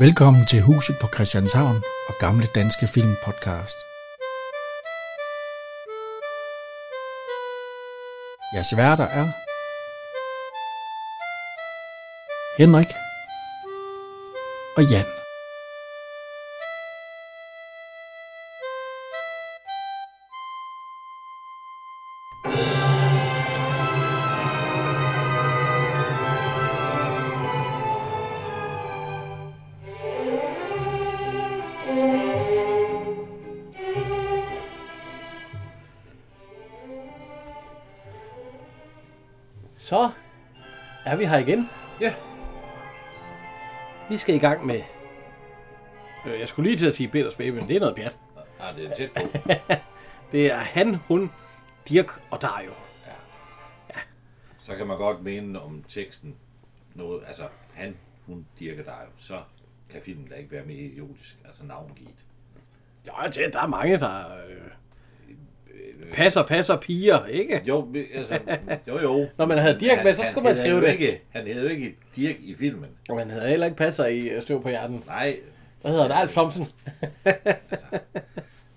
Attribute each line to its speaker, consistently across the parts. Speaker 1: Velkommen til Huset på Christianshavn og Gamle Danske Film Podcast. Jeres værter er Henrik og Jan.
Speaker 2: Så er vi her igen.
Speaker 3: Ja,
Speaker 2: Vi skal i gang med... Øh, Jeg skulle lige til at sige Peters Baby, men det er noget pjat.
Speaker 3: ah, det er tæt på.
Speaker 2: Det er han, hun, Dirk og Dario.
Speaker 3: Så kan man godt mene om teksten noget. Altså, han, hun, dirker dig jo. Så kan filmen da ikke være mere idiotisk. Altså navngivet.
Speaker 2: Jo, det- der er mange, der øh, passer, passer piger, ikke?
Speaker 3: Jo, men, altså, jo, jo.
Speaker 2: Når man havde Dirk med, så skulle man
Speaker 3: han
Speaker 2: skrive
Speaker 3: havde jo
Speaker 2: det.
Speaker 3: Ikke, han havde jo ikke Dirk i filmen.
Speaker 2: Og man hedder heller ikke passer i øh, støv på hjernen.
Speaker 3: Nej,
Speaker 2: Hvad hedder det? Alf Thomsen?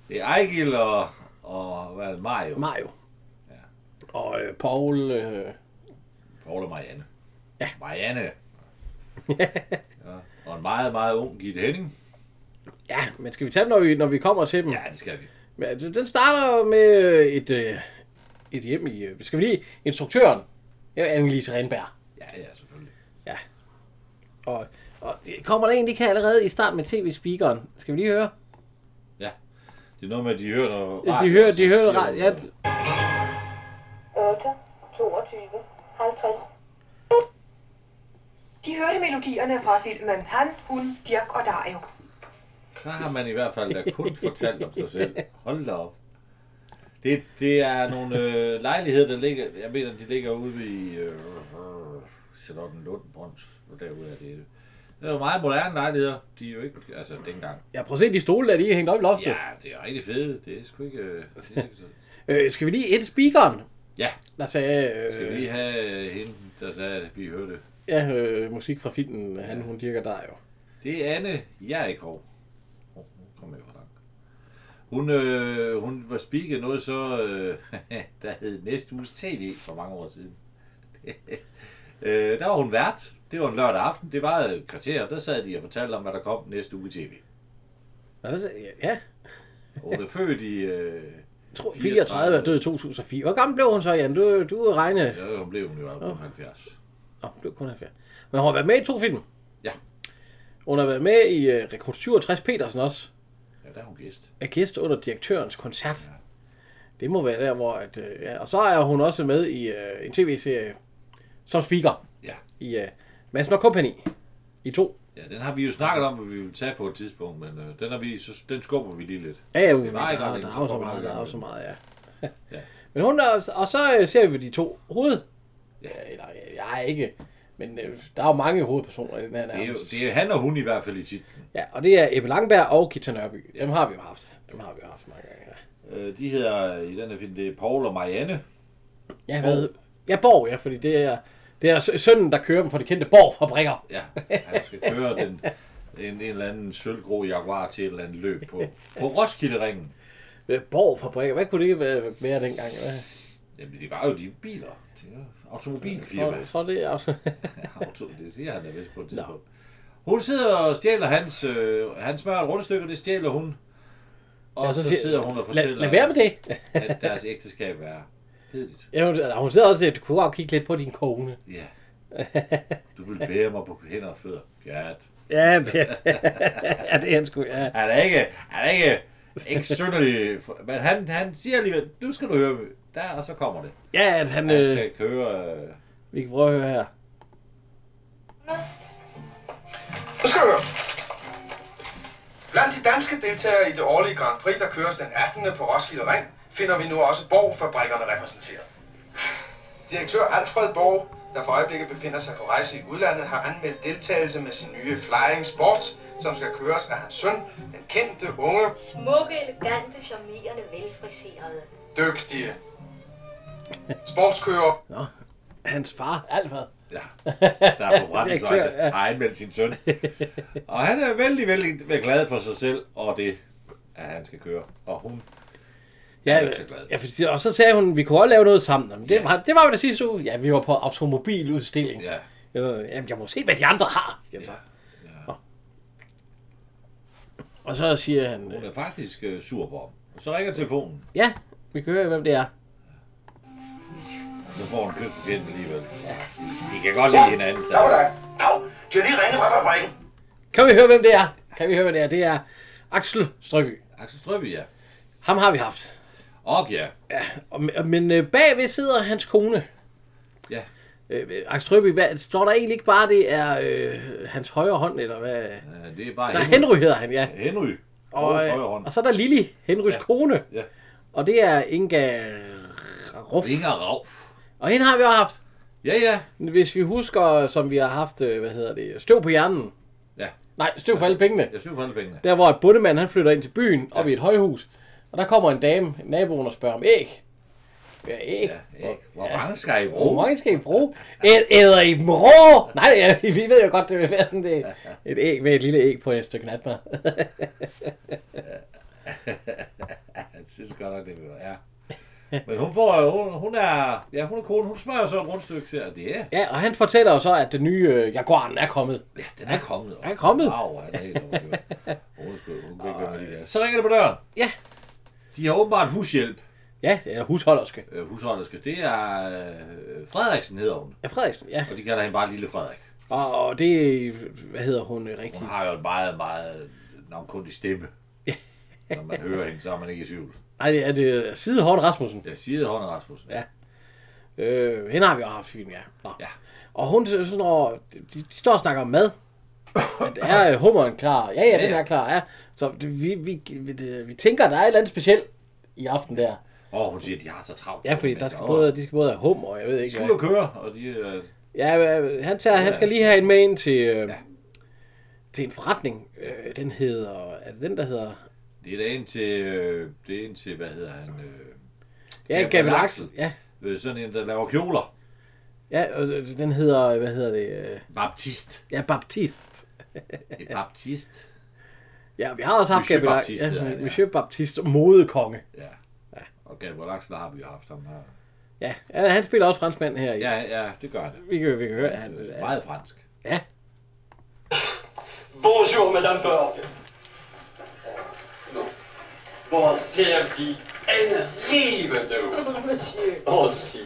Speaker 3: det er Ejgil og, og hvad er det, Mario. Ma-
Speaker 2: Mario. Og øh, Paul... Øh,
Speaker 3: Paul og Marianne. Ja. Marianne. ja. Og en meget, meget ung Gitte Henning.
Speaker 2: ja, men skal vi tage dem, når vi, når vi kommer til dem?
Speaker 3: Ja, det skal vi.
Speaker 2: Men altså, Den starter jo med øh, et, øh, et hjem i... øh, Skal vi lige... Instruktøren. Ja, Annelise Renberg.
Speaker 3: Ja, ja, selvfølgelig.
Speaker 2: Ja. Og, og det kommer der en, de kan allerede i start med tv-speakeren. Skal vi lige høre?
Speaker 3: Ja. Det er noget med, at de hører noget
Speaker 2: De
Speaker 3: radio,
Speaker 2: hører,
Speaker 3: og så
Speaker 2: de hører,
Speaker 3: siger
Speaker 2: ra-
Speaker 3: hun
Speaker 2: ja,
Speaker 3: noget.
Speaker 4: 8, 22, 50.
Speaker 5: De hørte melodierne fra filmen Han, Hun, Dirk og Dario.
Speaker 3: Så har man i hvert fald da kun fortalt om sig selv. Hold da op. Det, det er nogle øh, lejligheder, der ligger, jeg mener, de ligger ude i øh, øh, Charlotten Lundbrunds, og derude er det. Det er jo meget moderne lejligheder, de er jo ikke, altså dengang.
Speaker 2: ja, prøv at se de stole, der de er hængt op i loftet.
Speaker 3: Ja, det er rigtig fedt, det er sgu ikke... Øh, det er ikke så.
Speaker 2: Øh, skal vi lige et speakeren,
Speaker 3: Ja,
Speaker 2: der sagde
Speaker 3: skal
Speaker 2: øh,
Speaker 3: vi have hende, der sagde, at vi hørte.
Speaker 2: ja, øh, musik fra filmen Han, hun, Dirk og Dario.
Speaker 3: Det er Anne Jerikov. Oh, nu kommer jeg for langt. Hun, øh, hun var speaker noget så, øh, der hed næste uges tv for mange år siden. øh, der var hun vært. Det var en lørdag aften. Det var et kvarter. Der sad de og fortalte om, hvad der kom næste uge i tv.
Speaker 2: Og der sagde, ja, ja,
Speaker 3: Og hun er født i... Øh,
Speaker 2: Jeg tror, 34 og død i 2004. Hvor gammel blev hun så, Jan? Du, du regne. Ja.
Speaker 3: så hun blev hun jo oh. 70.
Speaker 2: Nå, hun blev kun 70. Men hun har været med i to film.
Speaker 3: Ja.
Speaker 2: Hun har været med i øh, Rekord 67 Petersen også.
Speaker 3: Ja, der er hun gæst.
Speaker 2: er gæst under direktørens koncert. Ja. Det må være der, hvor... At, øh, ja. Og så er hun også med i øh, en tv-serie som speaker
Speaker 3: Ja.
Speaker 2: i øh, Madsen og Company i to.
Speaker 3: ja, den har vi jo snakket om, at vi vil tage på et tidspunkt, men øh, den, har vi, så, den skubber vi lige lidt.
Speaker 2: Ja, ja, der,
Speaker 3: var i gang,
Speaker 2: der, der
Speaker 3: ikke?
Speaker 2: er
Speaker 3: Så
Speaker 2: jo så
Speaker 3: kommer der
Speaker 2: meget,
Speaker 3: i
Speaker 2: der er
Speaker 3: gang
Speaker 2: jo
Speaker 3: med
Speaker 2: så meget, ja. ja.
Speaker 3: Ja.
Speaker 2: Men hun er, og så øh, ser vi de to hoved... Ja.
Speaker 3: Ja.
Speaker 2: Eller, øh, jeg er ikke... Men øh, der er jo mange hovedpersoner i den her
Speaker 3: Det er, jo,
Speaker 2: nærmest.
Speaker 3: det er han og hun i hvert fald i titlen.
Speaker 2: Ja, og det er Ebbe Langberg og Gita Nørby. Dem har vi jo haft. Dem har vi jo haft mange gange. Ja,
Speaker 3: Øh, de hedder i den her film, det er Paul og Marianne.
Speaker 2: ja,
Speaker 3: Borg.
Speaker 2: hvad, ja Borg, ja, fordi det er, det er sø- sønnen, der kører dem for det kendte Borg fra Brikker.
Speaker 3: Ja, han skal køre den, en, en eller anden sølvgrå jaguar til et eller andet løb på, på Roskilde-ringen.
Speaker 2: Øh, Borg fabrikker. Hvad kunne det være mere dengang? Hvad?
Speaker 3: Jamen, det var jo de biler. Det er jo automobilfirma.
Speaker 2: Jeg tror, det er også...
Speaker 3: Auto, det siger han da vist på et tidspunkt. Hun sidder og stjæler hans... Øh, han smører et rundstykke, og det stjæler hun. Og ja, så, så sidder hun og
Speaker 2: Altså, lad,
Speaker 3: fortæller,
Speaker 2: lad være med det.
Speaker 3: at deres ægteskab er hedeligt.
Speaker 2: Ja, hun, altså, hun sidder også og du kunne godt kigge lidt på din kone.
Speaker 3: Ja. Du vil bære mig på hænder og fødder. Pjat.
Speaker 2: Ja, ja det er han sgu. Ja.
Speaker 3: Han er ikke, han er ikke, ikke synderlig, men han, han siger alligevel, nu skal du høre, der, og så kommer det.
Speaker 2: ja, at han...
Speaker 3: Han
Speaker 2: Øh,
Speaker 3: skal køre, øh,
Speaker 2: vi kan prøve at høre her.
Speaker 6: Nu skal du høre. Blandt de danske deltagere i det årlige Grand Prix, der køres den 18. på Roskilde Ring, finder vi nu også Borg-fabrikkerne repræsenteret. Direktør Alfred Borg, der for øjeblikket befinder sig på rejse i udlandet, har anmeldt deltagelse med sin nye Flying Sports, som skal køres af hans søn, den kendte, unge,
Speaker 7: Smukke, elegante, charmerende, velfriserede.
Speaker 6: dygtige sportskører
Speaker 2: Hans far, Alfred.
Speaker 3: Ja, der er på
Speaker 2: Det er klart,
Speaker 3: forretningsrejse,
Speaker 2: ja.
Speaker 3: har anmeldt sin søn. Og han er vældig, vældig glad for sig selv, og det at han skal køre. Og hun
Speaker 2: Ja,
Speaker 3: Jeg er så glad.
Speaker 2: ja, for, og så sagde hun, vi kunne også lave noget sammen. Jamen, Det, var, det var jo det sidste uge. Ja, vi var på automobiludstilling.
Speaker 3: Ja.
Speaker 2: Eller, jamen, jeg må se, hvad de andre har. Ja. Ja. Og så siger han,
Speaker 3: Hun
Speaker 2: øh,
Speaker 3: er faktisk øh, sur på ham. Og så ringer telefonen,
Speaker 2: ja, vi kan høre, hvem det er.
Speaker 3: og så får hun kys på kinden alligevel. Ja, de, de, kan godt lide hinanden. Så.
Speaker 6: Dag, dag. De har lige ringet fra fabrikken.
Speaker 2: Kan vi høre, hvem det er? Kan vi høre, hvad det er? Det er Axel Strøby.
Speaker 3: Axel Strøby, ja.
Speaker 2: Ham har vi haft.
Speaker 3: Og ja.
Speaker 2: Ja, og, og- men øh, bagved sidder hans kone.
Speaker 3: Ja.
Speaker 2: Øh, øh, Axel Strøby, hvad, står der egentlig ikke bare, det er øh, hans højre hånd, eller hvad?
Speaker 3: øh, Det er bare
Speaker 2: Nej, Henry hedder han, ja.
Speaker 3: Henry. Og,
Speaker 2: Og, øh,
Speaker 3: og,
Speaker 2: og så er der Lili, Henrys ja. kone.
Speaker 3: Ja.
Speaker 2: Og det er Inga Ruff.
Speaker 3: Inger Rauf.
Speaker 2: Og hende har vi også haft.
Speaker 3: Ja, ja.
Speaker 2: Hvis vi husker, som vi har haft, øh, hvad hedder det, støv på hjernen.
Speaker 3: Ja,
Speaker 2: Nej, støv for alle pengene.
Speaker 3: jeg synes for alle pengene.
Speaker 2: Der hvor et bundemand, han flytter ind til byen, op i et højhus. Og der kommer en dame, naboen, og spørger om æg. Ja, æg.
Speaker 3: Ja, ikke? Hvor mange skal I
Speaker 2: Hvor
Speaker 3: bruge?
Speaker 2: mange skal I bruge? Æd, æder I dem rå? Nej, ja, vi ved jo godt, det vil være sådan det, et æg med et lille æg på et stykke natmad.
Speaker 3: Jeg synes godt nok, det vil være. Ja. Men hun, får, øh, hun, hun, er, ja, hun er kone, hun smører så et rundstykke til, og det er,
Speaker 2: ja, og han fortæller jo så, at den nye øh, Jaguaren er kommet.
Speaker 3: ja, den er kommet.
Speaker 2: Er kommet?
Speaker 3: Wow, han er helt overkørt. Hun er sgu- hun kan ikke gøre med de der. Så ringer det på døren.
Speaker 2: Ja.
Speaker 3: De har åbenbart hushjælp,
Speaker 2: Ja, eller husholderske.
Speaker 3: øh, husholderske. Det er øh, Frederiksen hedder hun,
Speaker 2: Ja, Frederiksen, ja.
Speaker 3: og de kalder hende bare Lille Frederik.
Speaker 2: Og, og det, hvad hedder hun øh,
Speaker 3: Hun
Speaker 2: rigtigt?
Speaker 3: har jo en meget, meget øh, navnkundig stemme. Når man hører hende, så er man ikke i tvivl.
Speaker 2: Nej, det er det Sidehård Rasmussen.
Speaker 3: Jeg siger Hånd Rasmussen.
Speaker 2: Ja. Øh, hende har vi jo haft film, ja. Nå.
Speaker 3: Ja.
Speaker 2: Og hun sådan, og, de, de, står og snakker om mad. At er øh, hummeren klar? Ja, ja, den
Speaker 3: ja.
Speaker 2: er klar, ja. Så det, vi, vi, vi, det, vi tænker, der er et eller andet specielt i aften der.
Speaker 3: Og hun siger, at de har så travlt.
Speaker 2: Ja, fordi
Speaker 3: Men altså,
Speaker 2: der skal
Speaker 3: åh,
Speaker 2: både, de skal både have hummer, og jeg ved
Speaker 3: De
Speaker 2: ikke
Speaker 3: skulle
Speaker 2: hvad.
Speaker 3: jo køre, og de... øh,
Speaker 2: Ja, øh, han, tager, han skal lige have en med ind til, øh, til en forretning. Øh, den hedder, er det den, der hedder
Speaker 3: Det er da ind til... øh, Det er ind til, hvad hedder han? øh,
Speaker 2: Ja,
Speaker 3: Gabriel
Speaker 2: Gabriel
Speaker 3: Axel.
Speaker 2: Axel. Ja,
Speaker 3: Øh, sådan en, der laver kjoler.
Speaker 2: ja og øh, den hedder, hvad hedder det? øh,
Speaker 3: Baptist.
Speaker 2: Ja, Baptist.
Speaker 3: Det er Baptist.
Speaker 2: Ja, vi har også haft
Speaker 3: Monsieur
Speaker 2: Gabriel
Speaker 3: Baptiste,
Speaker 2: Baptiste, ja,
Speaker 3: hedder
Speaker 2: ja.
Speaker 3: han, ja.
Speaker 2: Monsieur Baptiste, modekonge.
Speaker 3: Ja. Og Gabriel Axel har vi jo haft ham her.
Speaker 2: Ja, ja, han spiller også franskmand her. Ja.
Speaker 3: Ja, ja, det gør det.
Speaker 2: Vi kan, vi kan høre, at han...
Speaker 3: Det er
Speaker 2: at-
Speaker 3: meget fransk.
Speaker 2: Ja,
Speaker 8: Bonjour, Madame Borg. Bon, servi en rive de vous.
Speaker 7: Monsieur.
Speaker 8: Oh, si.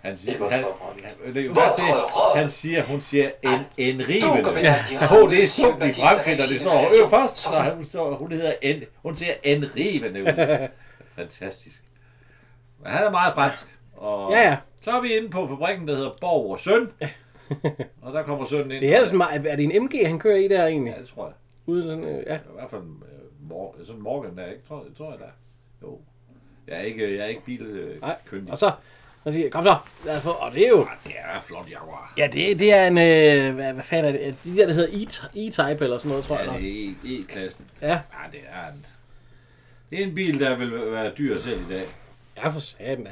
Speaker 3: Han siger,
Speaker 8: Det er
Speaker 3: han,
Speaker 8: vores rolle.
Speaker 3: han, det er jo bare til, han siger, hun siger, en, en rivende.
Speaker 8: Ja.
Speaker 3: Åh, oh, det er smukt i Frankrig, når det står øh, først, så hun, står, hun hedder en, hun siger en rivende ud. Fantastisk. Men han er meget fransk. Og
Speaker 2: Ja, ja.
Speaker 3: Så er vi inde på fabrikken, der hedder Borg og Søn. og der kommer sønnen ind.
Speaker 2: det er ellers meget... Er det en MG, han kører i der egentlig?
Speaker 3: Ja, det tror jeg.
Speaker 2: Uden sådan, øh, ja.
Speaker 3: I hvert fald øh, Mor- sådan Morgan der, ikke? Tror, jeg- tror jeg der. Jo. Jeg er ikke, jeg er ikke
Speaker 2: Nej,
Speaker 3: bilkyndig.
Speaker 2: og så... Så siger jeg, kom så, lad os få... Og det er jo...
Speaker 3: Det er flot, Jaguar.
Speaker 2: Ja, det, det er en... Øh, hvad, hvad fanden er det? De der, der hedder E- E-Type eller sådan noget, tror jeg.
Speaker 3: Ja,
Speaker 2: nok.
Speaker 3: det er E- E-klassen.
Speaker 2: Ja,
Speaker 3: Ja, det er en... Det er en bil, der vil være dyr selv i dag.
Speaker 2: ja for satan da.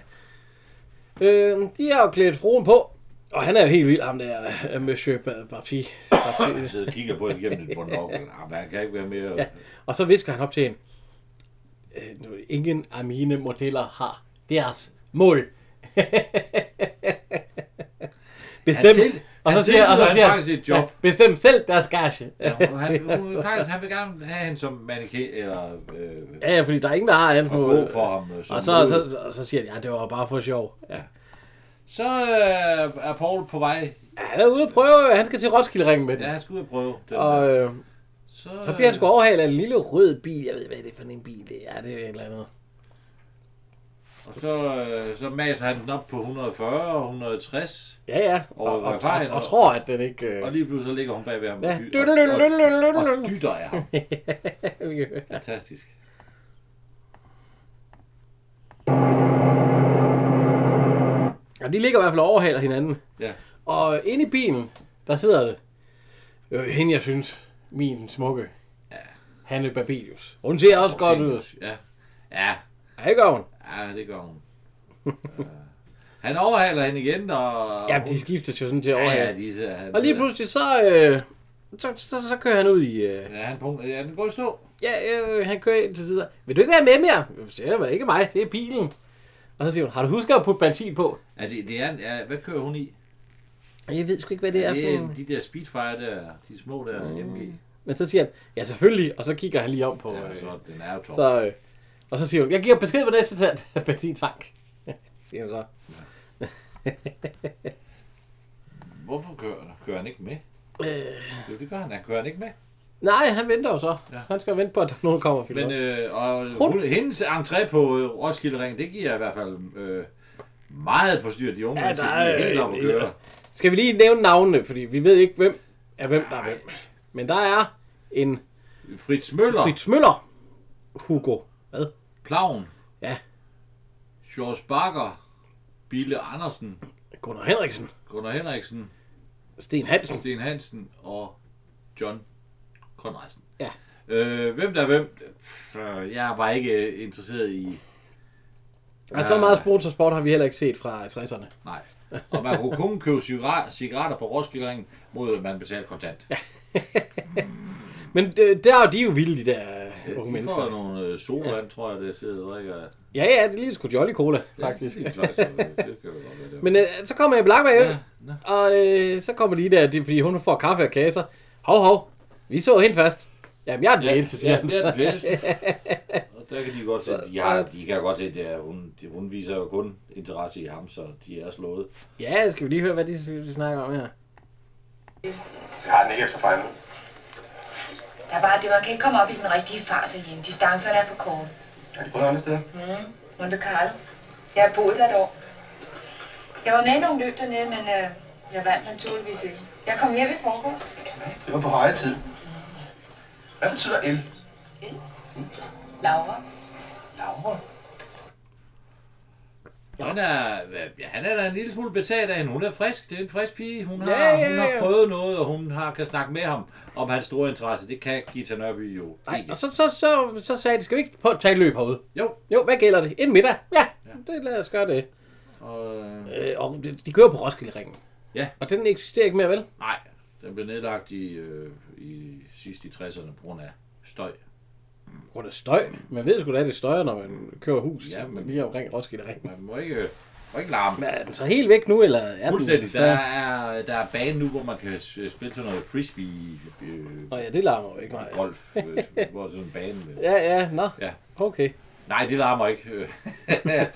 Speaker 2: Øh, de har jo klædt fruen på, og han er jo helt vild, ham der, øh, Monsieur Ba- Baptiste.
Speaker 3: Jeg sidder og kigger på hende gennem et monokkel. Jamen, han kan ikke være mere... Ja.
Speaker 2: Og så visker han op til hende. "Øh, nu, Ingen af mine modeller har deres mål. Bestem.
Speaker 3: Han til-
Speaker 2: og så
Speaker 3: han
Speaker 2: siger, og så
Speaker 3: tilbyder
Speaker 2: siger
Speaker 3: han faktisk et job.
Speaker 2: bestem selv deres gage. Ja.
Speaker 3: Han, hun, faktisk, han vil gerne have hende som mannequin, eller... Øh,
Speaker 2: ja, fordi der er ingen, der har hans
Speaker 3: og
Speaker 2: mål.
Speaker 3: gå for ham øh, som
Speaker 2: og så,
Speaker 3: model.
Speaker 2: så, så, så siger han, ja, det var bare for sjov. Ja.
Speaker 3: så øh, er Paul på vej.
Speaker 2: Ja, han er ude at prøve, han skal til Roskilde ringen med den.
Speaker 3: Ja,
Speaker 2: Ja.
Speaker 3: han skal ud og prøve. Den
Speaker 2: Og
Speaker 3: der.
Speaker 2: øh,
Speaker 3: så,
Speaker 2: så bliver han sgu overhalet af en lille rød bil. Jeg ved, hvad det er for en bil det er. Det er et eller andet.
Speaker 3: Og så, øh, så maser han den op på 140 og 160.
Speaker 2: Ja, ja. Og, og,
Speaker 3: Og-
Speaker 2: og, og,
Speaker 3: erfaring
Speaker 2: og
Speaker 3: og-
Speaker 2: tror, at den ikke... Øh...
Speaker 3: Og lige pludselig ligger hun bagved ham
Speaker 2: Ja.
Speaker 3: og, dy- og, og, og dytter af ham.
Speaker 2: vi kan høre.
Speaker 3: Fantastisk.
Speaker 2: Ja, de ligger i hvert fald og overhaler hinanden.
Speaker 3: Ja.
Speaker 2: Og inde i bilen, der sidder det. Øh, hende, jeg synes, min smukke. Ja. Hanne Babelius. Hun ser også godt ud.
Speaker 3: Ja. Ja,
Speaker 2: Ja, det gør hun.
Speaker 3: ja det gør hun. Øh, Han overhaler hende igen, og...
Speaker 2: Ja, de skiftes jo sådan til
Speaker 3: ja,
Speaker 2: over
Speaker 3: ja,
Speaker 2: her.
Speaker 3: de ser, han,
Speaker 2: Og lige pludselig så, øh, så, så, så kører han ud i... Øh,
Speaker 3: Ja, han punkt, ja, den går i stå.
Speaker 2: ja, øh, han kører ind til siden. Vil du ikke være med mere? Jeg siger, "Det er ikke mig, det er bilen. Og så siger hun, har du husket at putte benzin på?
Speaker 3: Altså, det er, en- ja, hvad kører hun i?
Speaker 2: Jeg ved sgu ikke, hvad det
Speaker 3: Det
Speaker 2: er Mm.
Speaker 3: er,
Speaker 2: for
Speaker 3: en-
Speaker 2: en.
Speaker 3: de der Speedfire der, de små der, MG.
Speaker 2: Men så siger han, ja selvfølgelig, og så kigger han lige om på...
Speaker 3: Ja,
Speaker 2: Øh,
Speaker 3: så altså, den er jo tom.
Speaker 2: så, øh, og så siger hun, jeg giver besked på næste tand. Benzintank. siger han så.
Speaker 3: Hvorfor kører, kører han ikke med? Øh. Jo, det gør han. Han kører han ikke med.
Speaker 2: Nej, han venter jo så. Ja. Han skal vente på, at nogen kommer og fylder
Speaker 3: Men
Speaker 2: op.
Speaker 3: øh, og hun, hendes entré på øh, Roskilde Ring, det giver i hvert fald øh, meget på styr. De unge
Speaker 2: Ja,
Speaker 3: ja, mennesker,
Speaker 2: der
Speaker 3: de
Speaker 2: er,
Speaker 3: er helt
Speaker 2: øh,
Speaker 3: op at
Speaker 2: en-
Speaker 3: køre.
Speaker 2: Skal vi lige nævne navnene, fordi vi ved ikke, hvem er hvem, der er hvem. Men der er en
Speaker 3: Fritz Møller,
Speaker 2: Fritz Møller, Hugo, hvad?
Speaker 3: Plaun,
Speaker 2: Ja,
Speaker 3: George Bakker, Bille Andersen,
Speaker 2: Gunnar Henriksen,
Speaker 3: Gunnar Henriksen,
Speaker 2: Sten Hansen.
Speaker 3: Sten Hansen og John Conradsen.
Speaker 2: Ja.
Speaker 3: Øh, hvem der er hvem? Pff, øh, Jeg var ikke øh, interesseret i...
Speaker 2: Og Altså, så meget sport til sport har vi heller ikke set fra 60'erne.
Speaker 3: Nej. Og man kunne kun købe cigaret- cigaretter på Roskilde Ring, mod at man betalte kontant. Ja,
Speaker 2: Men øh, der er de jo vilde, de der øh, unge
Speaker 3: de
Speaker 2: mennesker.
Speaker 3: får nogle øh, sodavand, tror jeg, det sidder og drikker.
Speaker 2: Ja, ja, det er lige sgu Jolly Cola, faktisk.
Speaker 3: Ja, det, er klart, så det, det kan du godt være, det var.
Speaker 2: Men øh, så kommer jeg blank bagud,
Speaker 3: Ja, nå.
Speaker 2: og øh, så kommer de der, de, fordi hun får kaffe og kasser. Hov, hov, vi så hende først. Jamen, jeg er den ja, eneste, siger
Speaker 3: ja,
Speaker 2: han.
Speaker 3: det er den bedste. Og der kan de godt se, de, har, de kan godt se, det er, hun, de, hun viser jo kun interesse i ham, så de er slået.
Speaker 2: Ja, skal vi lige høre, hvad de, de snakker om her.
Speaker 6: Jeg har den ikke efter fejlen.
Speaker 5: Der var det, man kan ikke komme op i den rigtige fart herhjemme. Distancerne er for korte.
Speaker 6: Er de brødre andre steder?
Speaker 5: Hun ved Karl. Jeg har boet der et år. Jeg var med i nogle løb dernede, men øh, jeg vandt naturligvis ikke. Jeg kom hjem i forgårs.
Speaker 6: Det var på høje tid. Hvad betyder el?
Speaker 5: Laura.
Speaker 6: Laura.
Speaker 3: Han er, hvad- ja, han er da en lille smule betaget af hende. Hun er frisk. Det er en frisk pige. Hun har,
Speaker 2: Ja, ja,
Speaker 3: hun har
Speaker 2: ja.
Speaker 3: prøvet noget, og hun har, kan snakke med ham om hans store interesse. Det kan Gita Nørby jo
Speaker 2: Nej, altså.
Speaker 3: ikke.
Speaker 2: og så, så, så, så sagde de, skal vi ikke på tage et løb herude?
Speaker 3: Jo,
Speaker 2: Jo, hvad gælder det? En middag? Ja, det lad os gøre det.
Speaker 3: og, øh,
Speaker 2: Øh, og de, de kører på Roskilde-ringen.
Speaker 3: Ja.
Speaker 2: Og den eksisterer ikke mere, vel?
Speaker 3: nej, den blev nedlagt i, øh, i sidst i 60'erne på grund af støj.
Speaker 2: På grund af støj. Man ved sgu da, at det støjer, når man kører hus ja,
Speaker 3: Ja,
Speaker 2: men...
Speaker 3: men-
Speaker 2: lige omkring Roskilde-ringen.
Speaker 3: Man må ikke, må ikke larme.
Speaker 2: Men er den så helt væk nu, eller er den
Speaker 3: Fuldstændig.
Speaker 2: så...
Speaker 3: Der er, der er bane nu, hvor man kan s- spille sådan noget frisbee øh,
Speaker 2: Nå ja, det larmer jo ikke meget.
Speaker 3: golf, øh, hvor sådan en bane. Med.
Speaker 2: Ja, ja, nå.
Speaker 3: Ja.
Speaker 2: Okay.
Speaker 3: Nej, det larmer ikke.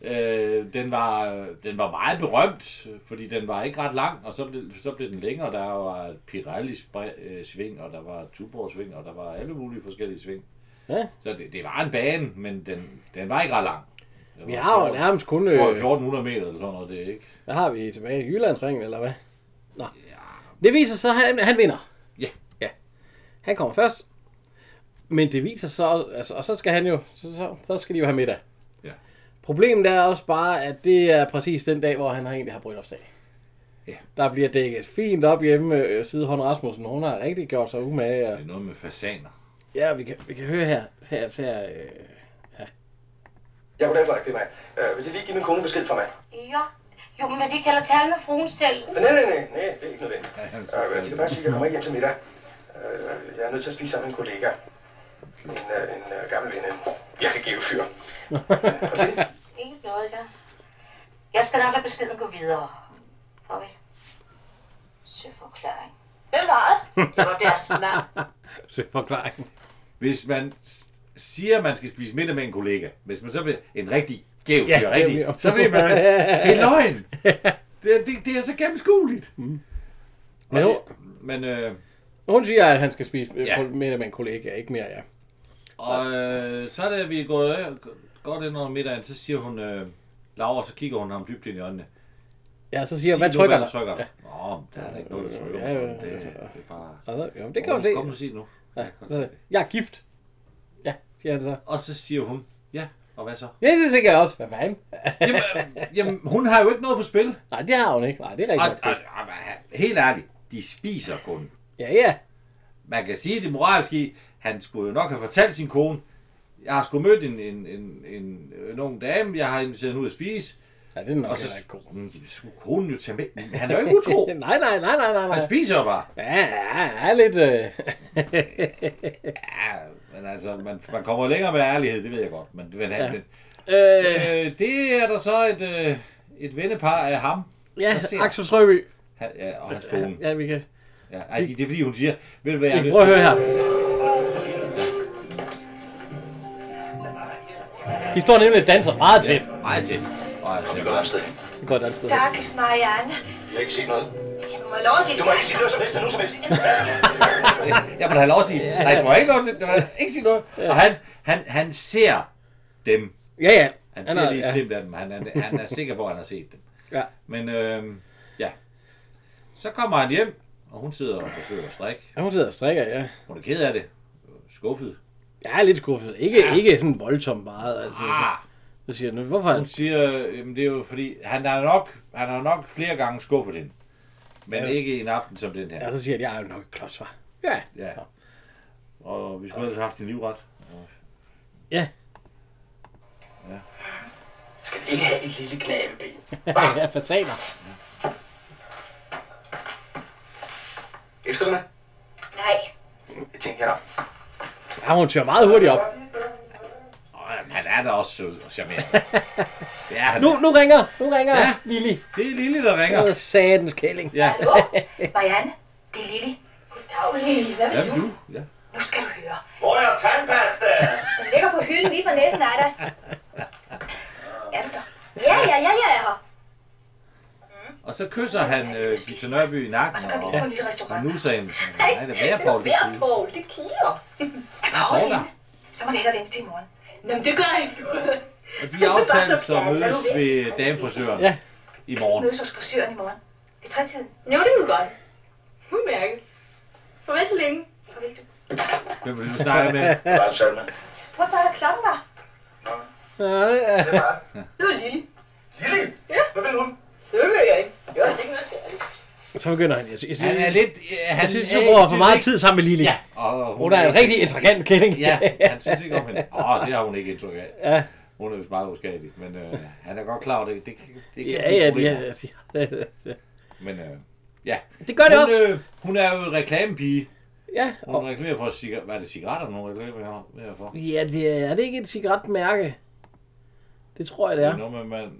Speaker 3: øh, den, var, den var meget berømt, fordi den var ikke ret lang, og så blev, så blev den længere. Der var et Pirelli-sving, og der var Tuborg-sving, og der var alle mulige forskellige sving.
Speaker 2: Ja.
Speaker 3: Så det, det var en bane, men den, den var ikke ret lang. Den
Speaker 2: Vi
Speaker 3: var
Speaker 2: har jo
Speaker 3: fjorten-
Speaker 2: nærmest kun...
Speaker 3: tror jeg,
Speaker 2: Øh,
Speaker 3: 1400 meter eller sådan noget, det er ikke.
Speaker 2: hvad har vi tilbage? Jyllandsringen, eller hvad? Nå. Det viser sig, at han, han vinder.
Speaker 3: Ja.
Speaker 2: Ja. Han kommer først. Men det viser så... Altså, og så skal han jo... Så, så, så skal de jo have middag.
Speaker 3: Ja.
Speaker 2: Problemet er også bare, at det er præcis den dag, hvor han har egentlig har bryllupsdag.
Speaker 3: Ja.
Speaker 2: Der bliver dækket fint op hjemme. øh, Sidehånd Rasmussen, hun har rigtig gjort sig umage. Og,
Speaker 3: Det er noget med fasaner.
Speaker 2: ja, vi kan, vi kan høre her. her, her øh,
Speaker 6: Ja, goddag, Frederik, det er mig. Øh, vil du lige give min kone besked fra mig?
Speaker 7: Ja, jo, men det kan du tale med fruen selv.
Speaker 6: Nej, nej, nej, nej, det er ikke nødvendigt.
Speaker 3: Ja, han-
Speaker 6: Øh, de kan bare sige, at jeg kommer ikke hjem til middag. Øh, jeg er nødt til at spise sammen med en kollega. En, øh, en øh, gammel ven, en hjertegave fyr. Øh, og se,
Speaker 7: Ikke noget, ja. Jeg skal nok lade beskeden gå videre. Farvel. Søforklaring. Hvem var det? Det var deres mand.
Speaker 2: forklaring.
Speaker 3: Hvis man s- siger, at man skal spise middag med en kollega, hvis man så bliver en rigtig gæv,
Speaker 2: Ja,
Speaker 3: ja,
Speaker 2: det er
Speaker 3: rigtig,
Speaker 2: mere.
Speaker 3: så ved man, det er løgn. Det, er- det, det er så gennemskueligt. Mm.
Speaker 2: Men hun,
Speaker 3: Men, øh,
Speaker 2: hun siger, at han skal spise
Speaker 3: Ja.
Speaker 2: ja. med med en kollega, ikke mere, ja.
Speaker 3: og øh, så er det, vi er gået øh, godt ind under middagen, så siger hun, øh, Laura, så kigger hun ham dybt ind i øjnene.
Speaker 2: Ja, så siger jeg,
Speaker 3: "Sig
Speaker 2: hvad
Speaker 3: nu,
Speaker 2: trykker
Speaker 3: du
Speaker 2: der?
Speaker 3: trykker dig? Nå, der er da ikke noget, der trykker.
Speaker 2: Ja, ja, ja.
Speaker 3: Det, det er bare...
Speaker 2: Og så, jo, det kan hun se.
Speaker 3: Kom nu, sig nu. Ja, jeg kan godt
Speaker 2: Så,
Speaker 3: se
Speaker 2: siger
Speaker 3: det.
Speaker 2: jeg, jeg er gift. Ja, siger han så.
Speaker 3: Og så siger hun, ja, og hvad så?
Speaker 2: Ja, det tænker jeg også. Hvad fanden?
Speaker 3: Jamen, øh, jamen hun har jo ikke noget på spil.
Speaker 2: Nej, det har hun ikke. Nej, det er
Speaker 3: Og,
Speaker 2: rigtigt.
Speaker 3: og, og, og, helt ærligt, de spiser kun.
Speaker 2: Ja, ja.
Speaker 3: Man kan sige det moralske i, han skulle jo nok have fortalt sin kone, jeg har sgu mødt en, en, en, en, en ung dame, jeg har inviteret hende ud at spise,
Speaker 2: Ja, det er nok
Speaker 3: Og så
Speaker 2: heller ikke god.
Speaker 3: Mm, det skulle konen jo tage med. Men Han er jo ikke utro.
Speaker 2: nej, nej, nej, nej, nej,
Speaker 3: Han
Speaker 2: nej.
Speaker 3: spiser jo bare.
Speaker 2: Ja, ja, ja, lidt... Øh...
Speaker 3: Ja, men altså, man, man kommer længere med ærlighed, det ved jeg godt. Men, men,
Speaker 2: Ja.
Speaker 3: ja. men
Speaker 2: øh,
Speaker 3: øh, det er der så et, øh, et vennepar af ham.
Speaker 2: ja,
Speaker 3: Jeg ser-
Speaker 2: Axel Strøby.
Speaker 3: Han, ja, og hans kone.
Speaker 2: Ja, vi kan...
Speaker 3: Ja, ej, det det er fordi, hun siger, ved du hvad, jeg har
Speaker 2: Vi
Speaker 3: lyst
Speaker 2: prøver at
Speaker 3: til?
Speaker 2: høre her. De står nemlig og danser meget tæt.
Speaker 3: Meget tæt. Og jeg siger,
Speaker 6: Vi går et
Speaker 3: meget
Speaker 6: sted hen.
Speaker 2: Det går et andet sted.
Speaker 5: Stakkels Marianne.
Speaker 6: Jeg har ikke set noget.
Speaker 5: Du må lov at sige
Speaker 6: Du må ikke sige noget som helst, nu som helst.
Speaker 3: Jeg må da have lov at sige, nej, du må ikke, lov at sige- du må ikke sige noget. Og han, han, han ser dem.
Speaker 2: Ja, ja.
Speaker 3: Han
Speaker 2: Han
Speaker 3: ser
Speaker 2: er-
Speaker 3: lige
Speaker 2: ja.
Speaker 3: et klip af dem. Han er, han er sikker på, at han har set dem.
Speaker 2: Ja.
Speaker 3: Men øh, ja. Så kommer han hjem, og hun sidder og forsøger at strikke.
Speaker 2: Ja, hun sidder og strikker, ja.
Speaker 3: Hun er ked af det. Skuffet.
Speaker 2: Jeg er lidt skuffet. Ikke, ja. ikke sådan voldsomt meget. Altså, ah. så, så siger jeg, "Nå, hvorfor?
Speaker 3: Hun siger, øh, jamen, det er jo fordi, han har nok, han har nok flere gange skuffet hende. Men ja. ikke en aften som den her.
Speaker 2: Ja, så siger jeg, jeg er jo nok et klods, hva'?" Ja.
Speaker 3: Ja. Og vi skulle ellers have haft en livret.
Speaker 2: Ja.
Speaker 8: Skal ikke have et lille knæbeben.
Speaker 2: ja, fasaner.
Speaker 6: Elsker du mig?
Speaker 5: Nej.
Speaker 6: Det tænker jeg nok.
Speaker 2: Ja, hun tør meget hurtigt op.
Speaker 3: Åh, jamen, han er da også sød og charmerende. det er han.
Speaker 2: Nu, nu ringer, nu ringer ja.
Speaker 3: Ja.
Speaker 2: Lili.
Speaker 3: Det er Lille, der ringer.
Speaker 2: Åh, Satans kælling.
Speaker 3: Ja.
Speaker 5: Hallo? Marianne, det er Lili. Goddag, Lili. Hvad
Speaker 3: Hvad vil du? Ja.
Speaker 5: Nu skal du høre.
Speaker 6: Hvor er tandpasta?
Speaker 5: Den ligger på hylden lige for næsen af dig. Er du der? Ja, ja, ja, ja, jeg er her.
Speaker 3: Og så kysser han øh, Gita Nørby i nakken
Speaker 5: Kom
Speaker 3: og,
Speaker 5: lige på en lille restaurant.
Speaker 3: og nu sagde han, nej, det er værre på det tid.
Speaker 5: Paul, det kilder.
Speaker 3: Ja, Paula.
Speaker 5: Så må det hellere vente til i morgen. Jamen, det gør jeg.
Speaker 3: Og de aftalte så mødes ved damefrisøren
Speaker 2: Ja.
Speaker 3: i morgen.
Speaker 5: Mødes hos frisøren i morgen. Det er trætiden.
Speaker 9: Jo, det kunne godt. Udmærket. Farvel så længe.
Speaker 5: Farvel, du.
Speaker 3: Hvem vil du snakke med?
Speaker 6: Bare en salme.
Speaker 5: Jeg spurgte bare, hvad klokken var.
Speaker 2: Ja, ja.
Speaker 6: Det var
Speaker 9: Det var Lille.
Speaker 6: Lille. Hvad vil hun?
Speaker 9: Det ved jeg ikke. Jo, det er ikke noget særligt.
Speaker 2: Så begynder han. Jeg, jeg,
Speaker 3: Han er lidt... øh, Han
Speaker 2: jeg synes,
Speaker 3: er-
Speaker 2: hun bruger for meget
Speaker 3: ikke-
Speaker 2: tid sammen med Lili.
Speaker 3: Ja. Og
Speaker 2: Hun er en rigtig intrigant kælling.
Speaker 3: Ja, han synes ikke om hende. Åh, det har hun ikke indtryk af.
Speaker 2: Ja.
Speaker 3: Hun er vist meget uskadig, men øh, han er godt klar over, det, det, det, det kan
Speaker 2: Ja,
Speaker 3: blive
Speaker 2: ja,
Speaker 3: et problem.
Speaker 2: ja, ja, ja.
Speaker 3: Men øh, ja.
Speaker 2: Det gør det
Speaker 3: hun,
Speaker 2: også.
Speaker 3: Øh, hun er jo en reklamepige.
Speaker 2: Ja,
Speaker 3: Hun
Speaker 2: og,
Speaker 3: reklamerer for cigaretter. Hvad er det cigaretter, hun reklamerer for?
Speaker 2: ja det er, er det ikke et cigaretmærke? Det tror jeg, det
Speaker 3: Det
Speaker 2: er.
Speaker 3: er noget med, man...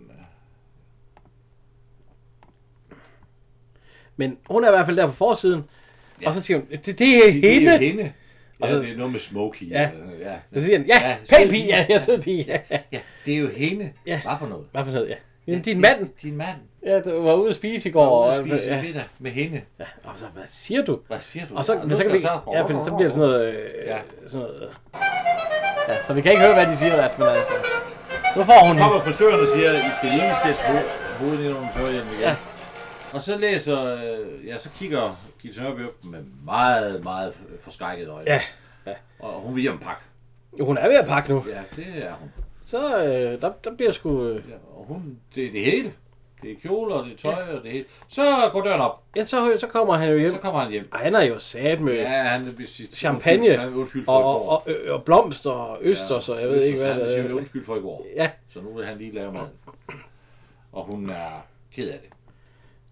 Speaker 2: Men hun er i hvert fald der på forsiden. Ja. Og så siger hun, det, det er
Speaker 3: Det, det
Speaker 2: hende.
Speaker 3: er jo hende.
Speaker 2: Og
Speaker 3: Ja,
Speaker 2: så-
Speaker 3: det er noget med Smokey.
Speaker 2: Ja.
Speaker 3: eller- ja.
Speaker 2: Så siger han, ja,
Speaker 3: Ja,
Speaker 2: pæn
Speaker 3: sød
Speaker 2: pige,
Speaker 3: pige.
Speaker 2: ja, jeg er sød pige. Ja.
Speaker 3: ja. det er jo hende.
Speaker 2: Ja.
Speaker 3: Hvad for noget?
Speaker 2: Hvad for noget, ja.
Speaker 3: Ja,
Speaker 2: Jamen, din
Speaker 3: det-
Speaker 2: mand,
Speaker 3: Din mand.
Speaker 2: ja, du var ude at spise i går.
Speaker 3: Og
Speaker 2: Og,
Speaker 3: hun spiser
Speaker 2: ja.
Speaker 3: middag med hende.
Speaker 2: og så, hvad siger du?
Speaker 3: Hvad siger du?
Speaker 2: Og så,
Speaker 3: Ja,
Speaker 2: men
Speaker 3: nu
Speaker 2: så kan
Speaker 3: skal
Speaker 2: vi,
Speaker 3: jeg
Speaker 2: ja, for så bliver det sådan noget, øh, ja.
Speaker 3: Ja.
Speaker 2: sådan noget, øh. ja, så vi kan ikke høre, hvad de siger, altså, men altså, nu får hun
Speaker 3: Så kommer frisøren og siger, at vi skal lige sætte ho- hovedet ind under tøjhjelmen igen.
Speaker 2: Ja.
Speaker 3: Ja. Og så læser, øh, ja, så kigger Gitte Nørby op med meget, meget forskrækket øjne.
Speaker 2: Ja.
Speaker 3: Og hun vil hjem pakke.
Speaker 2: Jo, hun er ved at pakke nu.
Speaker 3: Ja, det er hun.
Speaker 2: Så øh, der, der bliver sgu... Øh,
Speaker 3: Ja, og hun, det er det hele. Det er kjoler, det er tøj og det hele. Så går døren op.
Speaker 2: ja, så, så kommer han jo hjem.
Speaker 3: Så kommer han hjem.
Speaker 2: Ej, han er jo sat med ja,
Speaker 3: Ja, han vil sige...
Speaker 2: champagne
Speaker 3: Undskyld, undskyld for
Speaker 2: og,
Speaker 3: i
Speaker 2: og,
Speaker 3: går.
Speaker 2: og, øh, og, og blomster og øster, ja, så jeg ved ikke, hvad
Speaker 3: det er.
Speaker 2: det er.
Speaker 3: undskyld for i går.
Speaker 2: Ja,
Speaker 3: Så nu vil han lige lave mad. Og hun er ked af det.